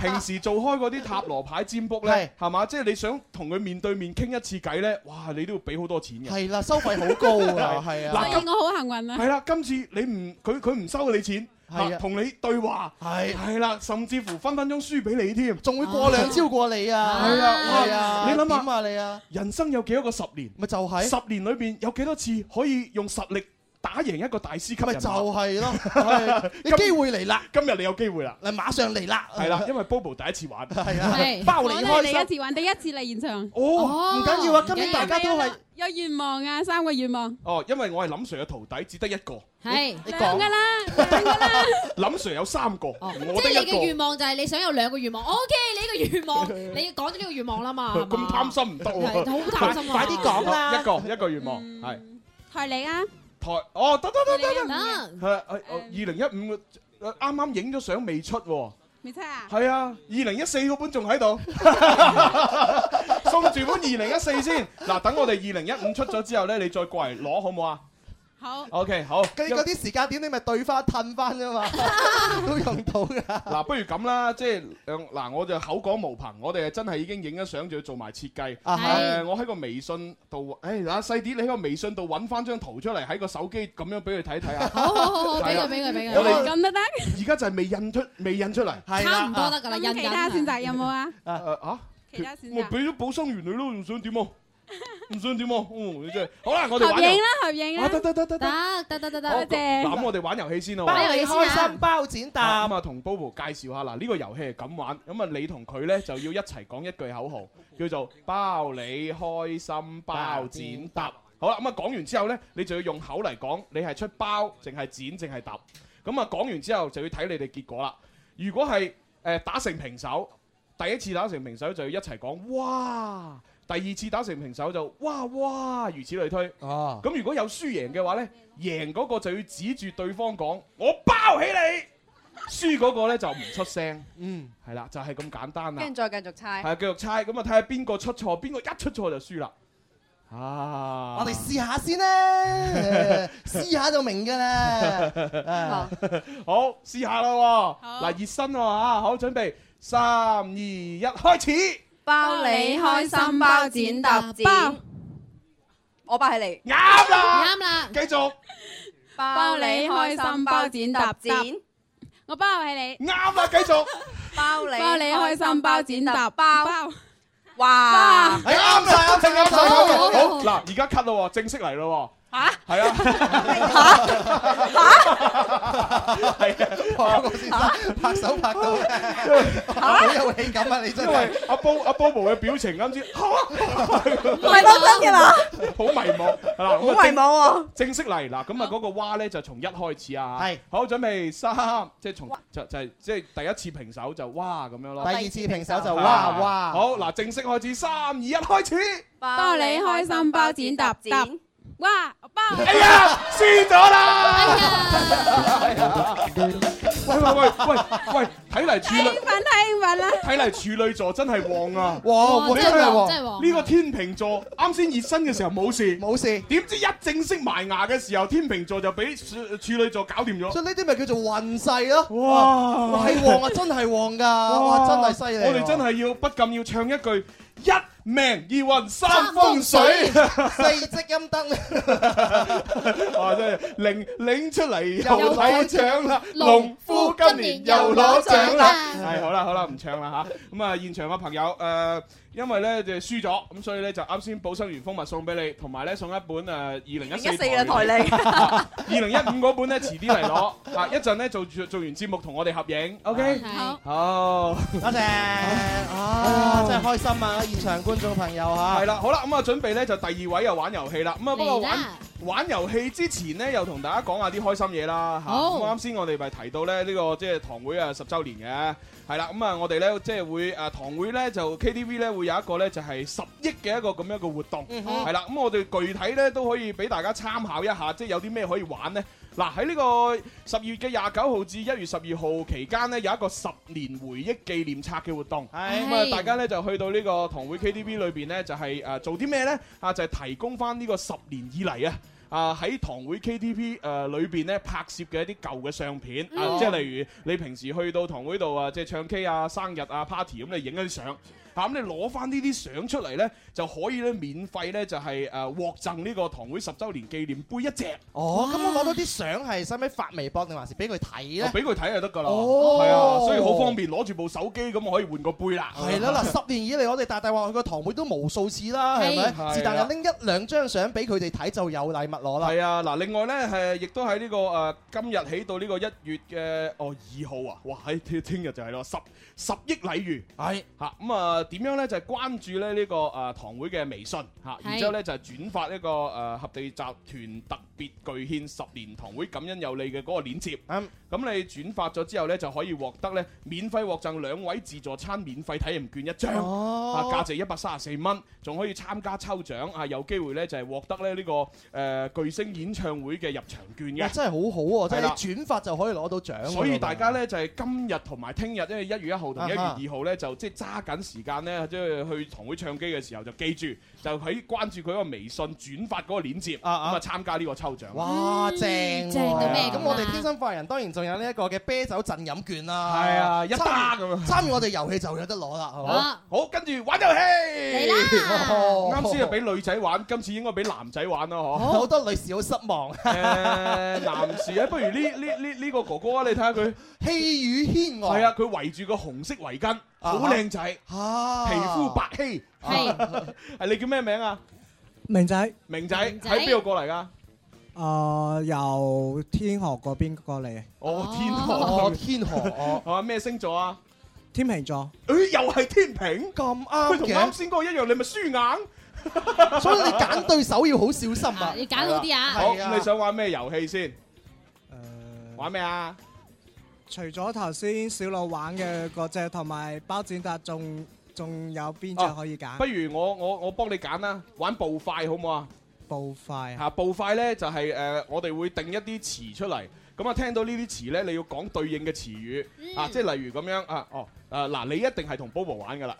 Speaker 6: 平時做開嗰啲塔羅牌占卜咧，係嘛？即係你想同佢面對面傾一次偈咧，哇！你都要俾好多錢嘅。
Speaker 11: 係啦，收費好高
Speaker 6: [laughs]
Speaker 11: 啊，係
Speaker 19: 所
Speaker 11: 啊。
Speaker 19: 以我好幸運
Speaker 12: [laughs]
Speaker 19: 啊。
Speaker 6: 係啦，今次你唔佢佢唔收你錢，
Speaker 11: 係啊
Speaker 6: 啊同你對話，
Speaker 11: 係
Speaker 6: 係啦，甚至乎分分鐘輸俾你添，
Speaker 11: 仲會過兩招過你啊！
Speaker 6: 係啊
Speaker 11: 係啊！
Speaker 6: 哇你諗下
Speaker 11: 點啊你啊！
Speaker 6: 人生有幾多個十年？
Speaker 11: 咪就係
Speaker 6: 十年裏邊有幾多次可以用實力打贏一個大師級
Speaker 11: 咪
Speaker 6: 人物？
Speaker 11: 就係咯，係你機會嚟啦！
Speaker 6: 今日你有機會啦，
Speaker 11: 嗱，馬上嚟啦！
Speaker 6: 係啦，因為 Bobo 第一次玩，
Speaker 11: 係
Speaker 19: 係
Speaker 11: 啊，包你
Speaker 19: 我
Speaker 11: 開
Speaker 19: 都係
Speaker 11: 心。
Speaker 19: 第一次玩，第一次嚟現場。
Speaker 11: 哦唔緊要啊今年大家都係
Speaker 19: 有願望啊，三個願望。
Speaker 6: 哦，因為我係林 Sir 嘅徒弟，只得一個，
Speaker 12: 係
Speaker 6: 你
Speaker 12: 兩
Speaker 6: 講
Speaker 12: 噶啦，
Speaker 6: 林 Sir 有三個，我
Speaker 12: 即
Speaker 6: 得
Speaker 12: 係你嘅
Speaker 6: 一
Speaker 12: 願
Speaker 6: 個。
Speaker 12: 望就係你想有兩個願望。O K，你呢個願望，你講咗呢個願望啦啊嘛，係
Speaker 6: 咁
Speaker 12: 嘛
Speaker 6: 貪心唔得
Speaker 12: 係
Speaker 6: 喎，
Speaker 12: 好貪心啊快啲講啦
Speaker 6: 一個一個願望嗯係
Speaker 19: 台你啊，
Speaker 6: 台哦，得得得得得。
Speaker 19: 得
Speaker 6: 係啊，係二零一五呃啱啱影咗相未出喎，
Speaker 19: 未猜啊？
Speaker 6: 係啊，二零一四嗰本仲喺度， [laughs] 送住本二零一四先。嗱，等我哋二零一五出咗之後咧，你再過嚟攞好唔好啊
Speaker 19: 好，
Speaker 6: ？OK，好。
Speaker 11: 嗰嗰啲時間點你咪對翻褪翻啫嘛， [laughs] 都用到㗎。
Speaker 6: 嗱，不如咁啦，即係呃嗱，我就口講無憑，我哋真係已經影咗相，仲要做埋設計。
Speaker 11: 啊係
Speaker 6: 誒我喺個微信度，誒嗱細啲，你喺個微信度揾翻張圖出嚟，喺個手機咁樣俾佢睇睇啊。
Speaker 12: 好好好好，俾
Speaker 6: 係啊
Speaker 12: 佢俾佢俾
Speaker 6: 我哋
Speaker 12: 佢，咁都得，
Speaker 6: 而家就係未印出，未印出嚟。
Speaker 12: 差
Speaker 11: 啊
Speaker 12: 唔多得噶啦，印
Speaker 19: 啊咁
Speaker 12: 緊
Speaker 19: 其他選擇有冇啊？
Speaker 6: 啊啊！
Speaker 19: 其他選
Speaker 6: 我
Speaker 19: 擇
Speaker 6: 俾。咗保生元你咯，唔想點
Speaker 19: [laughs]
Speaker 6: 啊？唔想點啊？哦，你真係好啦，我哋
Speaker 19: 合
Speaker 6: 玩
Speaker 19: 影
Speaker 6: 遊
Speaker 19: 啦， [laughs] 合影
Speaker 6: 啊
Speaker 19: 啦，
Speaker 6: 得得得得
Speaker 12: 得得得得得，
Speaker 6: 好
Speaker 19: 多謝
Speaker 6: 嗱，咁我哋玩遊戲先啦喎。
Speaker 11: 包你開心，包剪
Speaker 6: 啊
Speaker 11: 答。
Speaker 6: 咁啊，同 Bobo 介紹下嗱，呢個遊戲係咁玩，咁啊，你同佢咧就要一齊講一句口號，叫做包你開心包剪揼。好啦，咁啊講完之後咧，你就要用口嚟講，你係出包，淨係剪，淨係揼。咁啊講完之後就要睇你哋結果啦。如果係誒打成平手，第一次打成平手就要一齊講哇，第二次打成平手就哇哇，如此類推。
Speaker 11: 哦，
Speaker 6: 咁如果有輸贏嘅話呢，贏嗰個就要指住對方講我包起你，輸嗰個呢就唔出聲，
Speaker 11: 嗯，
Speaker 6: 係啦，就係咁簡單啦
Speaker 14: 跟。住再繼續猜。
Speaker 6: 係繼續猜，咁啊睇下邊個出錯，邊個一出錯就輸啦。啊！
Speaker 11: 我哋試下
Speaker 6: [laughs]
Speaker 11: 先啦，試下就明㗎啦。啊
Speaker 13: 哦
Speaker 6: 好，試下啦喎，嗱熱身喎嚇，好準備，三二一，開始。
Speaker 14: 包你開心，包剪揼剪。我包起你。
Speaker 6: 啱啦，
Speaker 12: 啱啦，
Speaker 6: 繼續。
Speaker 19: 包你開心包剪揼剪，我包係你。啱啊，繼續。
Speaker 14: 包你
Speaker 19: 包你開心包剪揼
Speaker 14: 包
Speaker 19: 包。
Speaker 14: 哇！
Speaker 11: 哎
Speaker 6: 係啱晒，啱晒，啱晒，
Speaker 14: 好
Speaker 6: 啱晒。
Speaker 14: 好
Speaker 6: 好，嗱，而家 cut 咯喎，正式嚟咯喎。係啊， [laughs]
Speaker 11: 啊拍手拍到
Speaker 6: [laughs] 好
Speaker 11: 有氣感啊！你真
Speaker 6: 因為阿 Bo 阿 Bobo 嘅表情啱先，唔
Speaker 11: 係咯真嘅啦，
Speaker 6: 好迷茫嗱，好
Speaker 11: 好迷茫
Speaker 6: 喎。正式嚟嗱，咁啊嗰個蛙咧就從一開始啊，係好準備三，即係從就就係即係第一次平手就哇咁樣咯，
Speaker 11: 第二次平手就哇哇
Speaker 6: 啊好嗱，正式開始三二一開始，
Speaker 19: 包你開心包剪揼揼。哇！包。
Speaker 6: 哎呀，輸咗
Speaker 11: 哎
Speaker 6: 啦！喂喂喂喂喂，睇嚟處女
Speaker 19: 興。奮啦興奮啦！
Speaker 6: 睇嚟處女座真係旺啊！
Speaker 12: 哦
Speaker 19: 旺旺真係旺真係旺
Speaker 6: 呢個天秤座啱先熱身嘅時候冇事，冇事。點知一正式埋牙嘅時候，天秤座就俾處處女座搞掂咗。
Speaker 11: 所以呢啲咪叫做運勢咯。
Speaker 6: 哇
Speaker 11: 哇係旺啊，真係旺㗎！哇，真係犀利喎。
Speaker 6: 我哋真係要不禁要唱一句一命二運三風水，
Speaker 11: 四積陰德。
Speaker 6: [laughs] 哇！真係領領出嚟
Speaker 11: 又
Speaker 6: 又睇
Speaker 11: 攞
Speaker 6: 獎啦，
Speaker 11: 獎
Speaker 6: 農夫今年又攞獎啦。
Speaker 11: 嗯
Speaker 6: 係好啦好啦，唔唱啦吓。咁啊，現場嘅朋友誒。因為咧就輸咗，咁所以咧就啱先保生園蜂蜜送俾你，同埋咧送一本誒呃二零一四
Speaker 14: 2014嘅台曆
Speaker 6: 二零一五嗰本咧遲啲嚟攞， [laughs] 啊一陣咧做做完節目同我哋合影，OK？
Speaker 11: 好
Speaker 6: 好，
Speaker 11: 多謝啊！真係開心啊！現場觀眾朋友嚇。
Speaker 6: 係啦，好啦，咁啊，準備咧就第二位又玩遊戲啦。咁啊，不過
Speaker 11: 嚟
Speaker 6: 玩
Speaker 11: 啦
Speaker 6: 玩遊戲之前呢，又同大家講下啲開心嘢啦嚇。
Speaker 11: 好
Speaker 6: 咁啱先我哋咪提到咧呢個即係堂會啊十週年嘅，係啦。咁啊，我哋咧即係會誒堂會咧就 KTV 咧會有一個咧就係十億嘅一個咁樣嘅活動，
Speaker 11: 嗯哼
Speaker 6: 係啦。咁我哋具體咧都可以俾大家參考一下，即係有啲咩可以玩呢？嗱喺呢個十月嘅廿九號至一月十二號期間呢，有一個十年回憶紀念冊嘅活動，咁啊
Speaker 11: 係
Speaker 6: 大家咧就去到呢個堂會 KTV 裏邊咧，就係、誒、做啲咩咧？啊，就係、提供翻呢個十年以嚟啊。啊喺堂會 KTV 誒、呃裏邊咧拍攝嘅一啲舊嘅相片、啊，
Speaker 11: 嗯
Speaker 6: 即係例如你平時去到堂會度啊，即係唱 K 啊、生日啊、party 咁，你影一啲相嚇，咁、你攞翻呢啲相出嚟咧，就可以咧免費咧就係、誒、獲贈呢個堂會十週年紀念杯一隻。
Speaker 11: 哦，咁我攞到啲相係使唔使發微博定還是俾佢睇
Speaker 6: 我
Speaker 11: 咧？
Speaker 6: 啊俾佢睇就得㗎啦，
Speaker 11: 哦
Speaker 6: 係啊，所以好方便，攞住部手機咁我可以換個杯啦。
Speaker 11: 係啦，嗱，十年以嚟我哋大大話去個堂會都無數次啦，係
Speaker 6: 哦係係啊
Speaker 11: 咪？是但係拎一兩張相俾佢哋睇就有禮物攞啦。
Speaker 6: 係啊，嗱，另外咧係亦都喺呢個誒今日起到呢個一月嘅哦二號啊，哇喺聽聽日就係咯，十十億禮遇
Speaker 11: 係
Speaker 6: 嚇咁啊點樣咧就係關注咧呢個誒堂會嘅微信嚇，然之後咧就係轉發呢個誒合地集團特別巨獻十年堂會感恩有你嘅嗰個鏈接，
Speaker 11: 咁
Speaker 6: 你轉發咗之後咧就可以獲得咧免費獲贈兩位自助餐免費體驗券一張，啊
Speaker 11: 哦
Speaker 6: 價值。一百三十四蚊，仲可以參加抽獎啊！有機會咧就係獲得咧呢個誒、呃巨星演唱會嘅入場券
Speaker 11: 哇
Speaker 6: 嘅，
Speaker 11: 真係好好喎！
Speaker 6: 係
Speaker 11: 真
Speaker 6: 啦
Speaker 11: 係轉發就可以攞到獎喎。
Speaker 6: 所以大家咧就係今日同埋聽日，即係一月一號同一月
Speaker 11: 啊哈
Speaker 6: 二號咧，就即係揸緊時間咧，即係去堂會唱機嘅時候就記住，就喺關注佢個微信轉發嗰個鏈接，咁啊參加呢個抽獎。
Speaker 11: 哇，正喎
Speaker 6: 嗯正到咩咁啊
Speaker 11: 咁我哋天生快人當然仲有呢一個嘅啤酒贈飲券啦。
Speaker 6: 係啊一打
Speaker 11: 參與
Speaker 6: 咁啊
Speaker 11: 參與我哋遊戲就有得攞啦，
Speaker 12: 哦
Speaker 11: 係嘛？
Speaker 6: 好，跟住玩遊戲。
Speaker 11: 哦
Speaker 6: 啱先係俾女仔玩，今次應該俾男仔玩啦，嗬。
Speaker 11: 好多女士好失望。
Speaker 6: [laughs] 誒男士咧，不如呢呢呢呢個哥哥啊，你睇下佢
Speaker 11: 氣宇軒昂
Speaker 6: 係啊，佢圍住個紅色圍巾，好靚仔，皮
Speaker 11: 啊
Speaker 6: 膚白皙。
Speaker 12: 啊
Speaker 6: 係，係你叫咩名啊？
Speaker 5: 明仔，
Speaker 6: 明仔
Speaker 5: 仔
Speaker 6: 喺邊度過嚟㗎？
Speaker 5: 誒由天河嗰邊過嚟，
Speaker 6: 哦，天河，
Speaker 5: 哦天河哦
Speaker 6: 係啊咩星座啊？
Speaker 5: 天秤座，
Speaker 6: 誒，又係天平，佢
Speaker 11: 咁啱
Speaker 6: 同
Speaker 11: 嘅
Speaker 6: 啱。先嗰個一樣，你咪輸硬。
Speaker 11: 所以你揀對手要好小心啊！
Speaker 12: 你揀好啲啊
Speaker 6: 好，
Speaker 12: 係
Speaker 11: 啊
Speaker 6: 咁你想玩咩遊戲先？玩咩啊？
Speaker 5: 除咗頭先小老玩嘅嗰只，同埋包剪達，仲仲有邊只可以揀？
Speaker 6: 不如我我我幫你揀啦，玩步快好唔好啊？
Speaker 5: 步快
Speaker 6: 嚇，步快呢就係、誒，我哋會定一啲詞出嚟。咁啊，聽到呢啲詞呢，你要講對應嘅詞語、啊，即係例如咁樣啊，哦，誒嗱，你一定係同 Bobo 玩噶啦。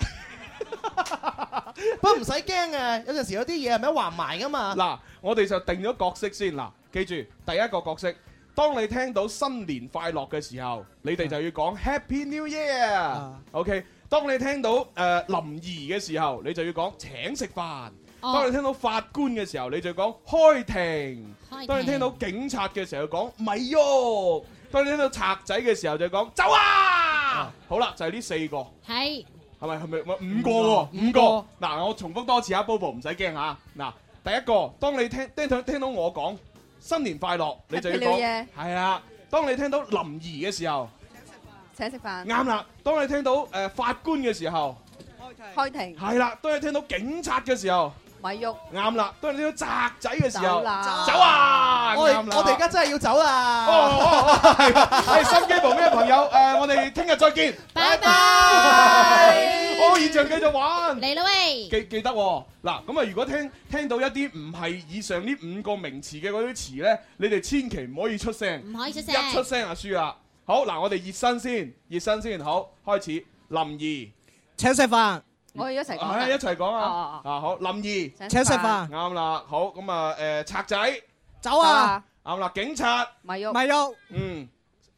Speaker 11: 不過唔使驚嘅，有陣時有啲嘢係咪還埋噶
Speaker 3: 啊
Speaker 11: 嘛？
Speaker 6: 嗱，我哋就定咗角色先。嗱，記住第一個角色，當你聽到新年快樂嘅時候，你
Speaker 3: 啊
Speaker 6: 哋就要講 Happy New Year。OK，當你聽到誒、呃林兒嘅時候，你就要講請食飯。當
Speaker 3: 哦
Speaker 6: 你聽到法官嘅時候，你就講開庭
Speaker 3: 開；庭
Speaker 6: 當你聽到警察嘅時候，就講咪喐；當你聽到賊仔嘅時候，就講走啊！好啦，就係呢四個。
Speaker 12: 係
Speaker 6: 係咪係咪咪五個喎？五個嗱，我重複多次啊，Bobo 唔使驚嚇。嗱，第一個，當你聽聽到聽到我講新年快樂，你就要
Speaker 13: Happy New
Speaker 6: 講
Speaker 13: Year
Speaker 6: 係啦。當你聽到林兒嘅時候，
Speaker 13: 請食飯。
Speaker 6: 啱。啦。當你聽到誒法官嘅時候，
Speaker 13: 開庭。
Speaker 6: 係啦。當你聽到警察嘅時候，
Speaker 13: 咪喐。
Speaker 6: 啱啦。當你聽到宅仔嘅時候，
Speaker 13: 走啦
Speaker 6: 走啊！
Speaker 11: 我哋
Speaker 6: 啱啦
Speaker 11: 我哋而家真係要走啊啦。
Speaker 6: 哦哦係喎係心機旁邊嘅朋友，誒，我哋聽日再見，拜拜。哦，現場繼續玩，
Speaker 12: 嚟啦喂！
Speaker 6: 記記得喎，嗱咁啊，如果聽聽到一啲唔係以上呢五個名詞嘅嗰啲詞咧，你哋千祈唔可以出聲，
Speaker 12: 唔可以出聲
Speaker 6: 一出聲啊輸啦。好，嗱，我哋熱身先，熱身先，好，開始，林怡。
Speaker 5: 請食飯，
Speaker 13: 我哋一齊講啊
Speaker 6: 唉，一齊講啊
Speaker 13: 哦！
Speaker 6: 啊好，林怡，
Speaker 5: 請食飯
Speaker 6: 啱啦，好咁啊，誒，賊仔，
Speaker 5: 走啊！
Speaker 6: 啱啦，警察，
Speaker 13: 咪喐
Speaker 5: 咪喐，
Speaker 6: 嗯，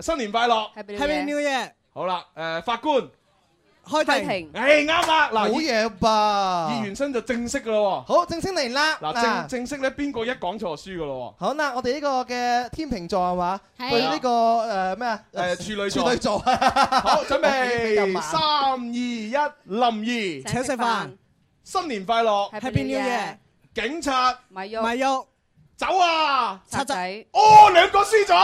Speaker 6: 新年快樂
Speaker 13: Happy
Speaker 5: Happy New Year，
Speaker 6: 好啦，誒，法官，
Speaker 5: 開
Speaker 11: 開庭
Speaker 6: 誒，啱啦，嗱，
Speaker 11: 好嘢吧？
Speaker 6: 議員身就正式噶咯喎。
Speaker 11: 好，正式嚟啦。啊
Speaker 6: 嗱，正正式咧，邊個一講錯輸噶咯
Speaker 11: 好啦，我哋呢個嘅天秤座係嘛？
Speaker 6: 係
Speaker 11: 對呢個誒咩啊？
Speaker 6: 誒處女座
Speaker 11: 處女座。啊
Speaker 6: 好，準備三
Speaker 11: 三
Speaker 6: 二一，林怡，
Speaker 4: Dạ.
Speaker 11: 請食飯，
Speaker 6: 新年快樂
Speaker 13: Dạ.
Speaker 5: Happy New Year
Speaker 6: 警察，
Speaker 13: 咪
Speaker 5: 咪喐，
Speaker 6: 走啊！
Speaker 13: 賊仔，
Speaker 6: 哦，兩個輸咗，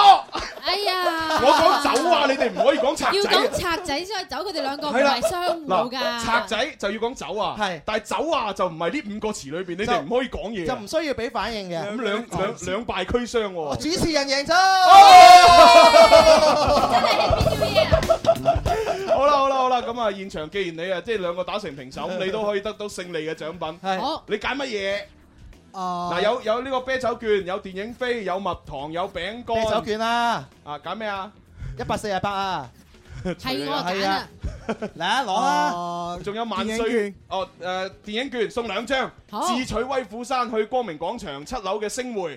Speaker 12: 哎呀，
Speaker 6: 我講走啊，你哋唔可以講
Speaker 12: 要
Speaker 6: 賊
Speaker 12: 講
Speaker 6: 仔啊。
Speaker 12: 賊仔先可以走，佢哋兩個唔
Speaker 6: 係啦
Speaker 12: 係相互㗎。
Speaker 6: 賊仔就要講走啊，係，但係走啊就唔係呢五個詞裏邊，你哋唔可以講嘢
Speaker 11: 就
Speaker 6: 啊。
Speaker 11: 唔需要俾反應嘅。
Speaker 6: 咁兩兩兩敗俱傷喎。
Speaker 11: 主持人贏咗。
Speaker 6: 哦 [laughs] 好啦好啦好啦，咁啊現場既然你啊即係兩個打成平手，咁你都可以得到勝利嘅獎品。
Speaker 5: 好
Speaker 6: 你揀乜嘢？
Speaker 5: 哦，
Speaker 6: 嗱，有有呢個啤酒券，有電影飛，有蜜糖，有餅乾。
Speaker 11: 啤酒券啦，
Speaker 6: 啊，揀咩啊？
Speaker 11: 一百四十八啊，
Speaker 6: 係
Speaker 11: 我揀啊嚟啊攞啦！
Speaker 5: 哦，
Speaker 6: 仲有萬
Speaker 11: 電影
Speaker 6: 歲
Speaker 11: 券
Speaker 6: 哦誒電影券送兩張，
Speaker 11: 好
Speaker 6: 智取威虎山去光明廣場七樓嘅星匯。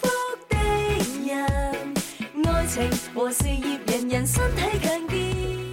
Speaker 7: 福的人，愛情和事業人人身體強健。